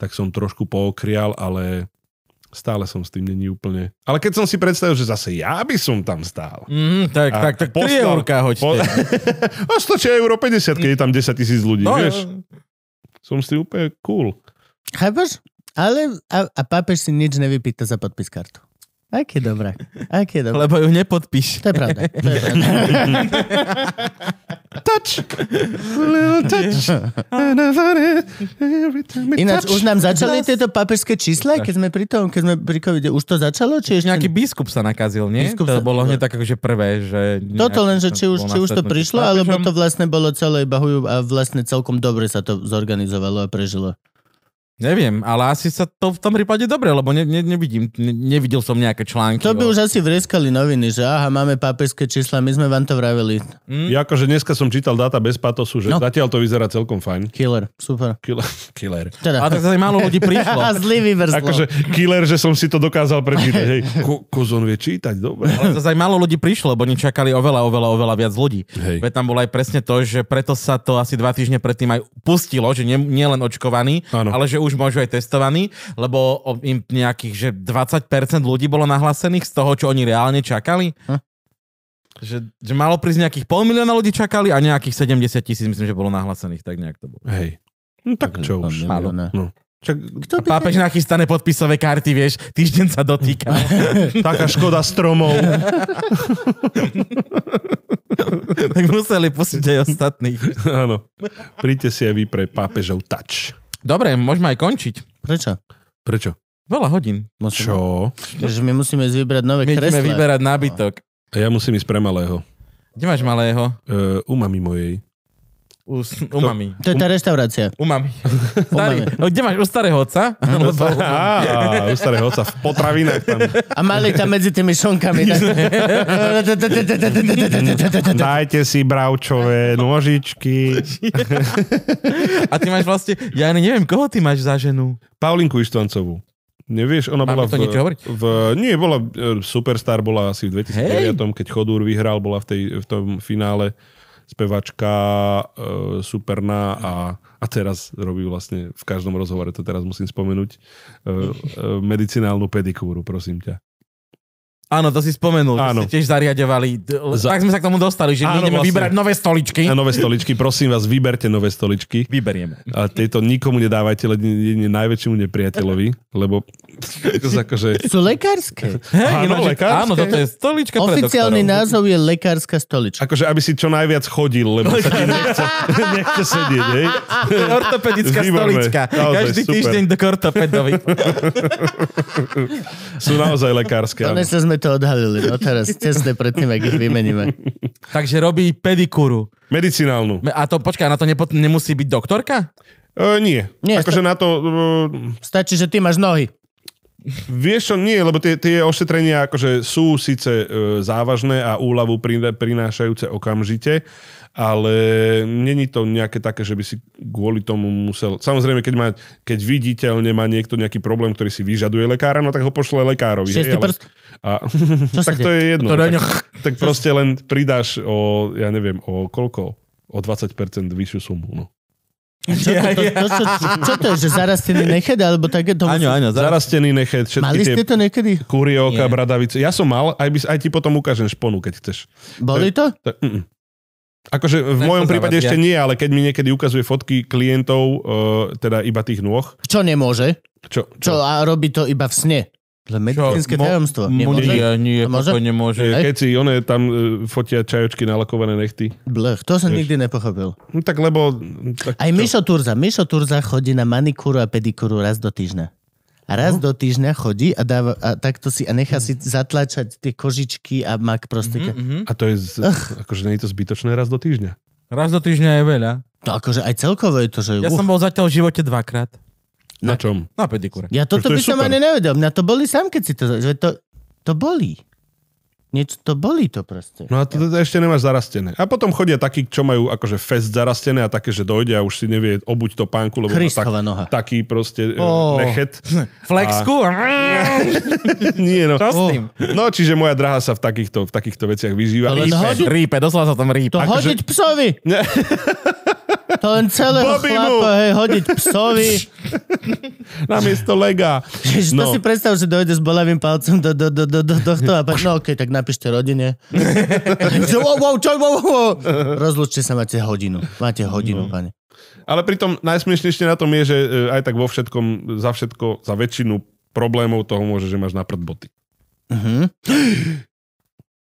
S3: Tak som trošku pookrial, ale stále som s tým není úplne... Ale keď som si predstavil, že zase ja by som tam stál.
S2: Mm, tak,
S3: A
S2: tak, tak, tak 3
S3: poslal-
S2: eurka hoďte.
S3: <laughs> a stočia euro 50, keď je tam 10 tisíc ľudí,
S2: No,
S3: vieš? Som s tým úplne cool.
S1: Chápeš? Ale a, a pápež si nič nevypýta za podpis kartu. Aké dobré. Aké dobré.
S2: lebo ju nepodpíš.
S1: To je pravda. To je pravda.
S2: <laughs>
S3: Touch! Little touch! Every time we
S1: Ináč,
S3: touch.
S1: už nám začali tieto pápežské čísla, keď sme pri tom, keď sme pri covide, už to začalo? Či ešte...
S2: Nejaký biskup sa nakazil, nie?
S1: Biskup
S2: Biskup to
S1: sa-
S2: bolo hneď tak akože prvé, že...
S1: Toto
S2: nejak-
S1: len, že či už,
S2: bol
S1: či už to
S2: na stretnutí
S1: prišlo,
S2: s
S1: alebo
S2: pápežom.
S1: to vlastne bolo celé iba hujú a vlastne celkom dobre sa to zorganizovalo a prežilo.
S2: Neviem, ale asi sa to v tom prípade dobre, lebo ne, ne, nevidím, ne, nevidel som nejaké články.
S1: To by
S2: o-
S1: už asi vrieskali noviny, že aha, máme pápežské čísla, my sme vám to vravili.
S3: Ja akože dneska som čítal dáta bez patosu, že
S1: No.
S3: no. zatiaľ to vyzerá celkom fajn.
S1: Killer, super.
S3: Killer. killer.
S2: A
S1: Teda.
S2: tak zase málo
S1: <laughs>
S2: ľudí prišlo.
S1: Zlý vyvrzlo.
S3: Akože killer, že som si to dokázal prečítať. <laughs> Hej, Ko, kozon vie čítať, dobre.
S2: Ale zase aj málo ľudí prišlo, lebo oni čakali oveľa, oveľa, oveľa viac ľudí.
S3: Hej.
S2: Veď tam bolo aj presne to, že preto sa to asi dva týždne predtým aj pustilo, že nie, nie len očkovaní,
S3: Áno.
S2: ale že už môžu aj testovaní, lebo o- im nejakých, že 20% ľudí bolo nahlásených z toho, čo oni reálne čakali.
S1: Hm.
S2: Že, že malo prísť nejakých pol milióna ľudí čakali a nejakých 70 tisíc, myslím, že bolo nahlásených, tak nejak to bolo.
S3: Hej. No tak čo
S1: Pán
S3: už.
S1: Miliona.
S3: No. Čak,
S1: Kto by...
S2: Pápež nachystané podpisové karty, vieš, týždeň sa
S3: <laughs>
S2: dotýka.
S3: taká škoda stromov.
S2: tak museli pustiť aj ostatných.
S3: <laughs> Áno. Príďte si aj vy pre pápežov touch.
S2: Dobre, môžeme aj končiť.
S1: Prečo?
S3: Prečo?
S2: Veľa hodín.
S1: Musíme,
S3: Čo?
S1: že my musíme ísť vybrať nové
S2: No. My ideme
S1: kreslá.
S2: vyberať nábytok.
S3: Ja musím ísť pre malého.
S2: Kde máš malého?
S3: Uh, u mami mojej.
S2: U, u mami.
S1: To je tá
S2: <laughs>
S1: reštaurácia.
S2: U mami. Starý.
S1: mami.
S2: No, kde máš? U starého otca? Lebo,
S3: No <laughs> Á, u starého oca v potravinách tam.
S1: A mali tam medzi tými šonkami.
S2: <laughs>
S1: tak-
S3: Dajte si bravčové nožičky.
S2: a ty máš vlastne, ja ani neviem, koho ty máš za ženu.
S3: Paulinku Ištvancovú. Nevieš, ona
S2: Máme
S3: bola
S2: to
S3: v,
S2: niečo hovoriť?
S3: v... Nie, bola e, superstar, bola asi v 2009, keď Chodúr vyhral, bola v, tej, v tom finále spevačka e, superná a, a teraz robí vlastne, v každom rozhovore to teraz musím spomenúť, e, e, medicinálnu pedikúru, prosím ťa.
S2: Áno, to si spomenul,
S3: Áno.
S2: že ste tiež zariadovali. D-
S3: Za-
S2: Tak sme sa k tomu dostali, že my
S3: Áno,
S2: ideme
S3: vlastne.
S2: vyberať nové stoličky.
S3: A nové stoličky, prosím vás, vyberte nové stoličky.
S2: Vyberieme.
S3: A tieto nikomu nedávajte, len jedine najväčšiemu nepriateľovi, lebo <laughs> akože...
S1: Sú lekárske.
S3: Áno,
S2: Ináč,
S3: lekárske.
S2: no, áno, toto je stolička pre
S1: Oficiálny
S2: doktorov.
S1: názov je lekárska stolička.
S3: Akože, aby si čo najviac chodil, lebo sa ti nechce, nechce sedieť, hej?
S2: <laughs> Ortopedická
S3: Výborné.
S2: stolička.
S3: Naozaj,
S2: Každý
S3: super.
S2: týždeň do ortopedovi. <laughs>
S3: Sú naozaj lekárske. áno.
S1: Konečne sme to odhalili, no teraz, tesne predtým, ak ich vymeníme.
S2: Takže robí pedikúru.
S3: Medicinálnu.
S2: A to, počkaj, na to nepo, nemusí byť doktorka?
S3: E, nie.
S1: Nie,
S3: akože na to... e,
S1: Stačí, že ty máš nohy.
S3: Vieš čo, nie, lebo tie, tie ošetrenia akože sú síce e, závažné a úľavu pri- prinášajúce okamžite, ale není to nejaké také, že by si kvôli tomu musel... Samozrejme, keď, má, keď viditeľne má niekto nejaký problém, ktorý si vyžaduje lekára, no tak ho pošle lekárovi.
S1: Šiestý
S3: hej, ale-
S1: prst.
S3: A,
S1: Čo sa
S3: <laughs> tak to
S1: deje?
S3: je jedno.
S2: To
S3: tak,
S2: Daňo.
S3: tak proste len pridáš o, ja neviem, o koľko? O 20% vyššie sumu. No.
S1: Čo to, to, to, čo, čo to je, že zarastený neched, alebo také to...
S2: Áno, áno. Zaraz.
S3: Zarastený nechet, všetky
S1: Mali
S3: tie
S1: ste to niekedy?
S3: kurioka,
S2: Nie.
S3: bradavice. Ja som mal, aj, by, aj ti potom ukážem šponu, keď chceš.
S1: Boli to?
S3: Tak, mm, mm. Akože v
S2: Tak
S3: mojom
S2: to
S3: prípade
S2: zavadzia.
S3: ešte nie, ale keď mi niekedy ukazuje fotky klientov, e, teda iba tých nôh,
S1: Čo nemôže?
S3: čo,
S1: Čo a robí to iba v sne? To je medicínske
S2: No. Mo-
S1: tajomstvo.
S2: mu-
S1: Nemôže?
S2: Nie, nie,
S1: To môže?
S2: to nemôže.
S1: Hej.
S3: keď si one tam e, fotia čajočky nalakované nechty.
S1: Blech, to som
S3: Vieš.
S1: nikdy nepochopil.
S3: No tak lebo... Tak,
S1: Aj
S3: čo?
S1: Mišo Turza. Mišo Turza chodí na manikúru a pedikúru raz do týždňa. A
S3: Hm?
S1: raz do týždňa chodí a, dáva, a takto si a nechá si zatlačať tie kožičky a mak proste. Mm-hmm.
S2: Mhm.
S3: A to je, z, akože nie je to zbytočné raz do týždňa.
S2: Raz do týždňa je veľa.
S1: To akože aj celkovo je to, že... uh,
S2: Ja som bol zatiaľ v živote dvakrát.
S3: Na čom?
S2: Na pedikúre.
S1: ja toto
S3: To
S1: by
S3: je
S1: som
S3: super.
S1: ani nevedel. Mňa to boli sám, keď si to... Že to, to bolí. Niečo to bolí to proste.
S3: No a to, to ešte nemáš zarastené. A potom chodia takí, čo majú akože fest zarastené a také, že dojde a už si nevie obuť to pánku, lebo má tak,
S1: Kristova noha.
S3: taký proste
S1: Ó.
S3: oh. nechet.
S2: Flexku? <laughs>
S3: nie no.
S2: Čo s tým?
S3: No, čiže moja drahá sa v takýchto, v takýchto veciach vyžíva.
S1: Ale
S3: I-
S1: no, hodiť,
S2: Rípe, doslova sa tam Akože rípe.
S1: to hodiť psovi!
S3: akože- Ne.
S1: To len celého
S3: Bobby mu.
S1: chlapa, hej, hodiť psovi.
S3: <laughs> Namiesto lega.
S1: Ježiš, to
S3: No.
S1: si predstav, že dojde s bolavým palcom do, do, do, do, do tohto a pa- no okej, tak napíšte rodine. Že wow, wow, čo, wow, wow. Rozlučte sa, máte hodinu. Máte hodinu, pane.
S3: Ale pritom najsmiešnejšie na tom je, že e, aj tak vo všetkom, za všetko, za väčšinu problémov toho môže, že máš na prd boty.
S1: Mhm.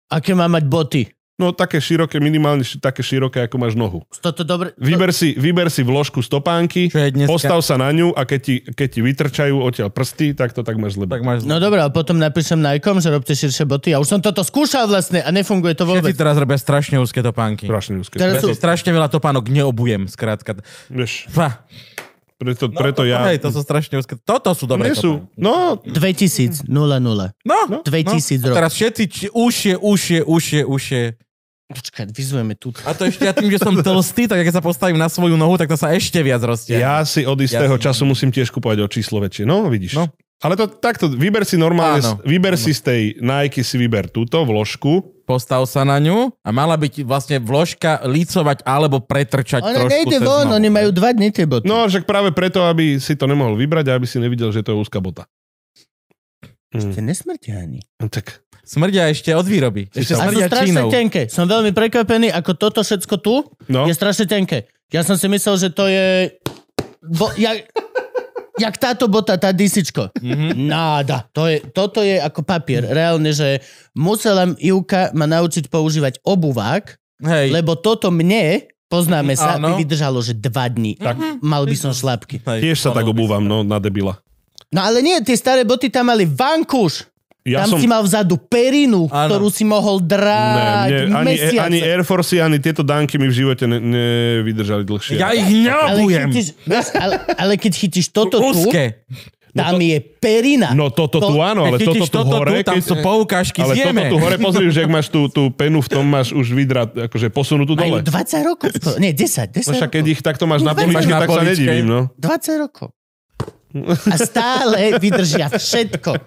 S1: Aké má mať boty?
S3: No také široké, minimálne ši- také široké, ako máš nohu.
S1: Toto dobre...
S3: Vyber si, vyber si vložku stopánky,
S2: Čo je dneska?
S3: postav sa na ňu a keď ti, keď ti vytrčajú odtiaľ prsty, tak to tak máš zle.
S2: Tak máš...
S1: No dobré, a potom napíšem Nikeom, že robte širšie boty. Ja už som toto skúšal vlastne a nefunguje to
S2: Všetci
S1: vôbec.
S2: teraz robia strašne úzke topánky.
S3: Strašne úzke.
S1: Teraz-
S2: Ja si strašne veľa topánok neobujem, skrátka.
S3: Vieš,
S2: Fa.
S3: preto, preto
S2: No,
S3: ja...
S2: Hej, to sú strašne úzke. Toto sú dobré
S3: Nie sú.
S2: topánky.
S3: No,
S1: 2000, 00.
S2: No, no.
S1: 2000 rokov.
S2: A teraz všetci či, ušie, ušie, ušie, ušie.
S1: Počkaj, vyzujeme tu.
S2: A to ešte ja tým, že som tlstý, tak keď sa postavím na svoju nohu, tak to sa ešte viac roztie.
S3: Ja si od istého
S2: Ja si-
S3: času musím tiež kúpovať o číslo väčšie. No, vidíš.
S2: No.
S3: No. Ale to takto, vyber si normálne,
S2: Áno.
S3: Áno. vyber si z tej Nike si vyber túto vložku.
S2: Postav sa na ňu a mala byť vlastne vložka lícovať alebo pretrčať
S1: Ona
S2: trošku.
S1: nejde
S2: cez
S1: von,
S2: nohu.
S1: oni majú dva dny tie boty.
S3: No, však práve preto, aby si to nemohol vybrať a aby si nevidel, že to je úzka bota.
S1: Ste
S3: Mm.
S1: nesmrteľní.
S3: Tak,
S2: Smrdia ešte od výroby. Ešte
S1: A sú
S2: smrdia
S1: strašne
S2: čínou.
S1: tenké. Som veľmi prekvapený, ako toto všetko tu
S3: no.
S1: je strašne tenké. Ja som si myslel, že to je... Bo, jak, jak táto bota, tá disičko.
S3: Mhm.
S1: Mm-hmm. Náda. To je, toto je ako papier. Reálne, že musela Ivka ma naučiť používať obuvák,
S2: Hej.
S1: lebo toto mne, poznáme sa, by
S2: Áno.
S1: vydržalo, že dva dní. Tak. Mal by som šlapky.
S2: Hej.
S3: Tiež sa tak obúvam, no, na debila.
S1: No ale nie, tie staré boty tam mali vankúš.
S3: Ja
S1: tam
S3: som...
S1: si mal vzadu perinu,
S2: Áno.
S1: ktorú si mohol dráť
S3: Ne, mne, ani,
S1: mesiace.
S3: ani Air Force, ani tieto danky mi v živote ne- nevydržali dlhšie.
S2: Ja ich
S1: ale,
S2: neobujem.
S1: chytíš, vieš, ale, ale keď chytíš toto tu,
S2: Úzke.
S1: tam je perina.
S3: No toto
S1: To-
S3: tu áno, ale
S2: Keď
S3: toto
S2: chytíš
S3: tu
S2: toto
S3: hore...
S2: tu, tam
S3: keď-
S2: sú poukážky,
S3: Ale toto
S2: zjeme.
S3: tu hore, pozri, že ak máš tú, tú penu v tom, máš už vydra, akože posunutú
S1: Majú
S3: dole.
S1: 20 rokov skoro. Nie, 10. 10
S3: No však keď
S1: rokov.
S3: ich takto máš na
S1: Máš
S3: poličke,
S2: na
S3: tak sa
S2: poličke.
S3: nedivím, no.
S1: 20 rokov. A stále vydržia všetko.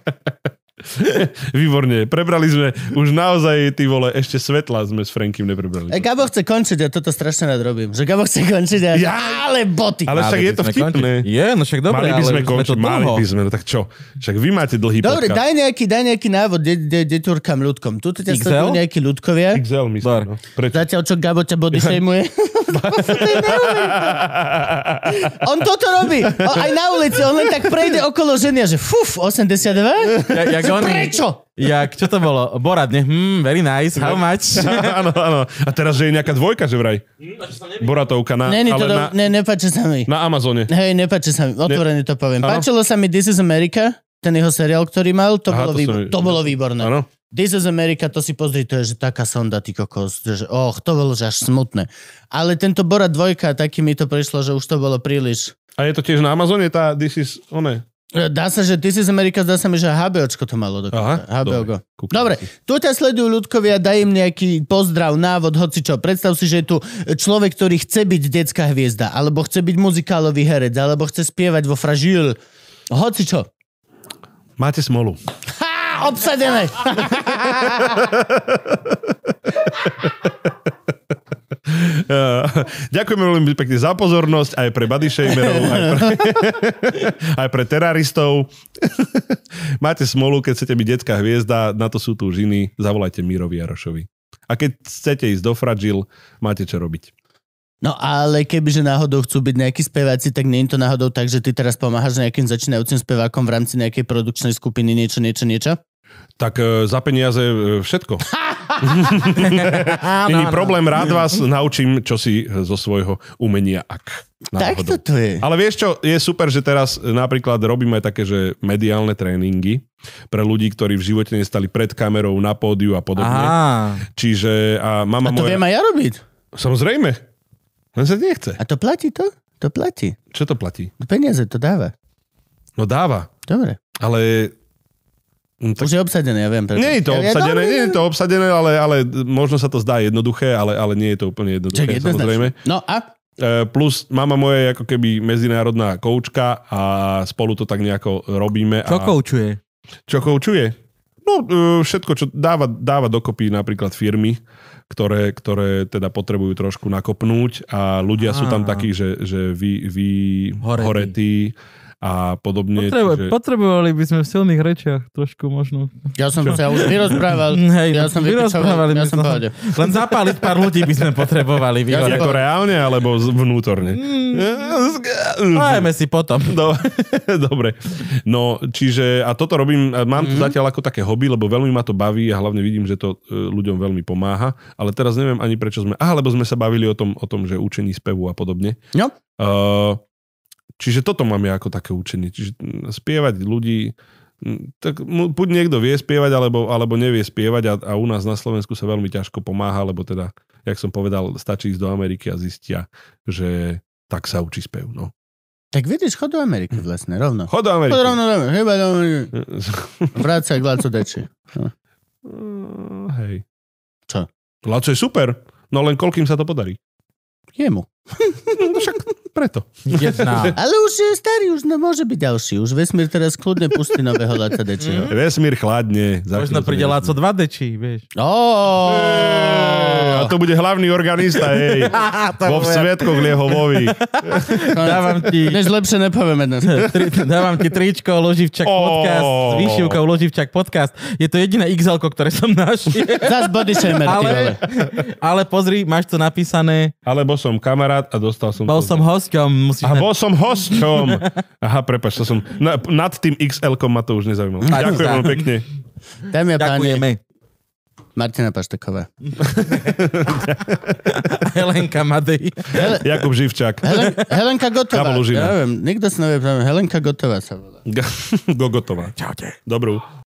S3: Výborne, prebrali sme už naozaj, ty vole, ešte svetla sme s Frankim neprebrali.
S1: E, Gabo chce končiť, ja toto strašne rád robím. Že Gabo chce končiť, ja,
S3: Ja-
S1: ale boty.
S3: Ale
S2: Mali
S3: však
S2: by
S3: je to
S2: sme
S3: vtipné.
S2: končiť. Je, no však dobre,
S3: mali by sme
S2: ale už
S3: končiť,
S2: sme to
S3: mali
S2: dlho.
S3: by sme, no tak čo? Však vy máte dlhý
S1: Dobre,
S3: podcast.
S1: daj nejaký, daj nejaký návod de, de, deturkám ľudkom. Tuto ťa
S2: XL?
S1: sledujú nejakí ľudkovia.
S3: XL
S2: Dobre.
S3: myslím, no. Prečo?
S1: Zatiaľ, čo Gabo ťa body shameuje. on toto robí. O, aj na ulici. On len tak prejde okolo ženia, že fuf,
S3: <laughs>
S1: 82?
S2: Ja, jak
S1: Že
S2: oni-
S1: prečo?
S2: Jak, čo to bolo? Borat, ne? Hmm, very nice, how
S3: <laughs>
S2: much?
S3: <laughs> áno, áno. A teraz, že je nejaká dvojka, že vraj. Boratovka na,
S1: Není
S3: ale
S1: to do...
S3: na,
S1: ne, nepáči sa mi.
S3: na Amazone.
S1: Hej, nepáči sa mi. Otvorene to poviem.
S3: Áno.
S1: Páčilo sa mi This is America, ten jeho seriál, ktorý mal, to,
S3: Aha,
S1: bolo,
S3: to som
S1: výbor...
S3: nevidel.
S1: to bolo výborné.
S3: Áno.
S1: This is America, to si pozri, to je že taká sonda, ty kokos, že och, to bolo že až smutné. Ale tento Bora dvojka, taký mi to prišlo, že už to bolo príliš.
S3: A je to tiež na Amazone tá This is... One.
S1: E, Dá sa, že This is America, zdá sa mi, že HBOčko to malo dokonca.
S3: Aha,
S1: HBO
S3: dobre.
S1: Go. Dobre, tu ťa sledujú ľudkovia, daj im nejaký pozdrav, návod, hoci čo. Predstav si, že je tu človek, ktorý chce byť detská hviezda, alebo chce byť muzikálový herec, alebo chce spievať vo fražil. Hoci čo.
S3: Máte smolu.
S1: Ha, obsadené. <laughs>
S3: Uh, <laughs> ďakujeme veľmi pekne za pozornosť, aj pre body shamerov, aj pre, <laughs> aj pre teraristov. <laughs> Máte smolu, keď chcete byť detská hviezda, na to sú tu už iní, zavolajte Mírovi Jarošovi. A keď chcete ísť do Fragil, máte čo robiť.
S1: No ale kebyže náhodou chcú byť nejakí speváci, tak nie je to náhodou tak, že ty teraz pomáhaš nejakým začínajúcim spevákom v rámci nejakej produkčnej skupiny niečo, niečo, niečo?
S3: Tak e, za peniaze e, všetko.
S2: Áno,
S3: Není problém, rád vás naučím, čo si zo svojho umenia ak.
S1: Tak
S3: náhodou.
S1: toto je.
S3: Ale vieš čo, je super, že teraz e, napríklad robíme aj také, že mediálne tréningy pre ľudí, ktorí v živote nestali pred kamerou, na pódiu a podobne. Aha.
S2: Á,
S3: Čiže a mama
S1: A to
S3: moja...
S1: viem aj ja robiť.
S3: Samozrejme. Len sa nechce.
S1: A to platí to? To platí.
S3: Čo to platí?
S1: Peniaze to dáva.
S3: No dáva,
S1: Dobre.
S3: ale... No,
S1: Tak... Už je obsadené, ja viem. Preto.
S3: Nie je
S1: Ja-
S3: to
S1: ja-
S3: obsadené,
S1: dobre,
S3: nie je to obsadené, ale, ale možno sa to zdá jednoduché, ale, ale nie je to úplne
S1: Čak,
S3: jednoduché,
S1: jednoznačne.
S3: samozrejme.
S1: No a?
S3: E, Plus mama moja je ako keby medzinárodná koučka a spolu to tak nejako robíme.
S2: čo
S3: a...
S2: koučuje?
S3: Čo koučuje? No e, všetko, čo dáva, dáva dokopy napríklad firmy, ktoré, ktoré teda potrebujú trošku nakopnúť a ľudia sú tam
S2: Á.
S3: takí, že, že vy, vy
S2: Horetí.
S3: horetí a podobne.
S5: Potrebo- Potrebovali by sme v silných rečiach trošku možno.
S1: Ja som sa už
S3: <laughs>
S1: vyrozprával.
S2: Mm, Hej, no,
S1: ja som
S2: vyrozprávali
S1: vypičoval. Ja
S2: sme
S1: som
S2: sa.
S1: povedal.
S2: <laughs> Len zapáliť pár ľudí by sme potrebovali.
S1: Ja
S2: Výhore.
S1: som-
S3: ako reálne alebo z- vnútorne?
S2: Hmm. Dajme si potom.
S3: No, <laughs> dobre. No, čiže a toto robím, a mám to
S1: Mhm.
S3: zatiaľ ako také hobby, lebo veľmi ma to baví a hlavne vidím, že to e, ľuďom veľmi pomáha, ale teraz neviem ani prečo sme, aha, lebo sme sa bavili o tom, o tom že učení spevu a podobne.
S1: No,
S3: Uh, čiže toto mám ja ako také učenie. Čiže mm, spievať ľudí, mm, tak mu- buď niekto vie spievať, alebo, alebo nevie spievať a, a u nás na Slovensku sa veľmi ťažko pomáha, lebo teda, jak som povedal, stačí ísť do Ameriky a zistia, že tak sa učí spev. No.
S1: tak vidíš, chod do Ameriky vlastne, rovno.
S3: Chod do Ameriky. E,
S1: Chod rovno do Ameriky. Chyba do Ameriky. Vráť sa k Laco Deči.
S3: Mm, Hej.
S1: Čo?
S3: Laco je super, no len koľkým sa to podarí.
S1: Jemu.
S3: No však preto.
S1: <laughs>
S2: Jedna.
S1: Ale už je starý, už nemôže byť ďalší. Už vesmír teraz kľudne pustí nového Laca
S3: <laughs>
S1: Dečiho.
S3: Vesmír chladne. za
S2: Možno
S3: chvíľu sa
S2: príde
S3: nedostaneme.
S2: Laco 2 dečí, vieš.
S1: Oh,
S3: Ej, A to bude hlavný organista, <laughs> hej. Vo svetkoch liehovovi.
S2: Dávam ti,
S1: Než lepšie nepovieme
S3: <laughs>
S1: dnes.
S2: tri, dávam ti tričko Loživčak
S3: Ó.
S2: podcast s výšivkou Loživčak podcast. Je to jediné xl ktoré som
S1: <laughs>
S2: našiel.
S1: Zas body shamer, ty vole.
S2: Ale, ale pozri, máš to napísané.
S3: Alebo som kamarát a dostal som...
S2: Bol som hosťom, musíš...
S3: A
S2: na-
S3: bol som hosťom. Aha, prepač, to som... Na, nad tým XL-kom ma to už nezaujímalo.
S2: Tak,
S3: Ďakujem
S2: tak.
S3: veľmi pekne.
S1: Dámy a páni,
S2: Ďakujeme.
S1: Martina Paštaková.
S2: Helenka Madej.
S1: Hele,
S3: Jakub Živčák.
S1: Helen, Helenka Gotová.
S3: Gabo Lužina.
S1: Ja viem, nikto si nevie, povedať. Helenka Gotová sa volá.
S3: Gogotová.
S2: Čaute.
S3: Dobrú.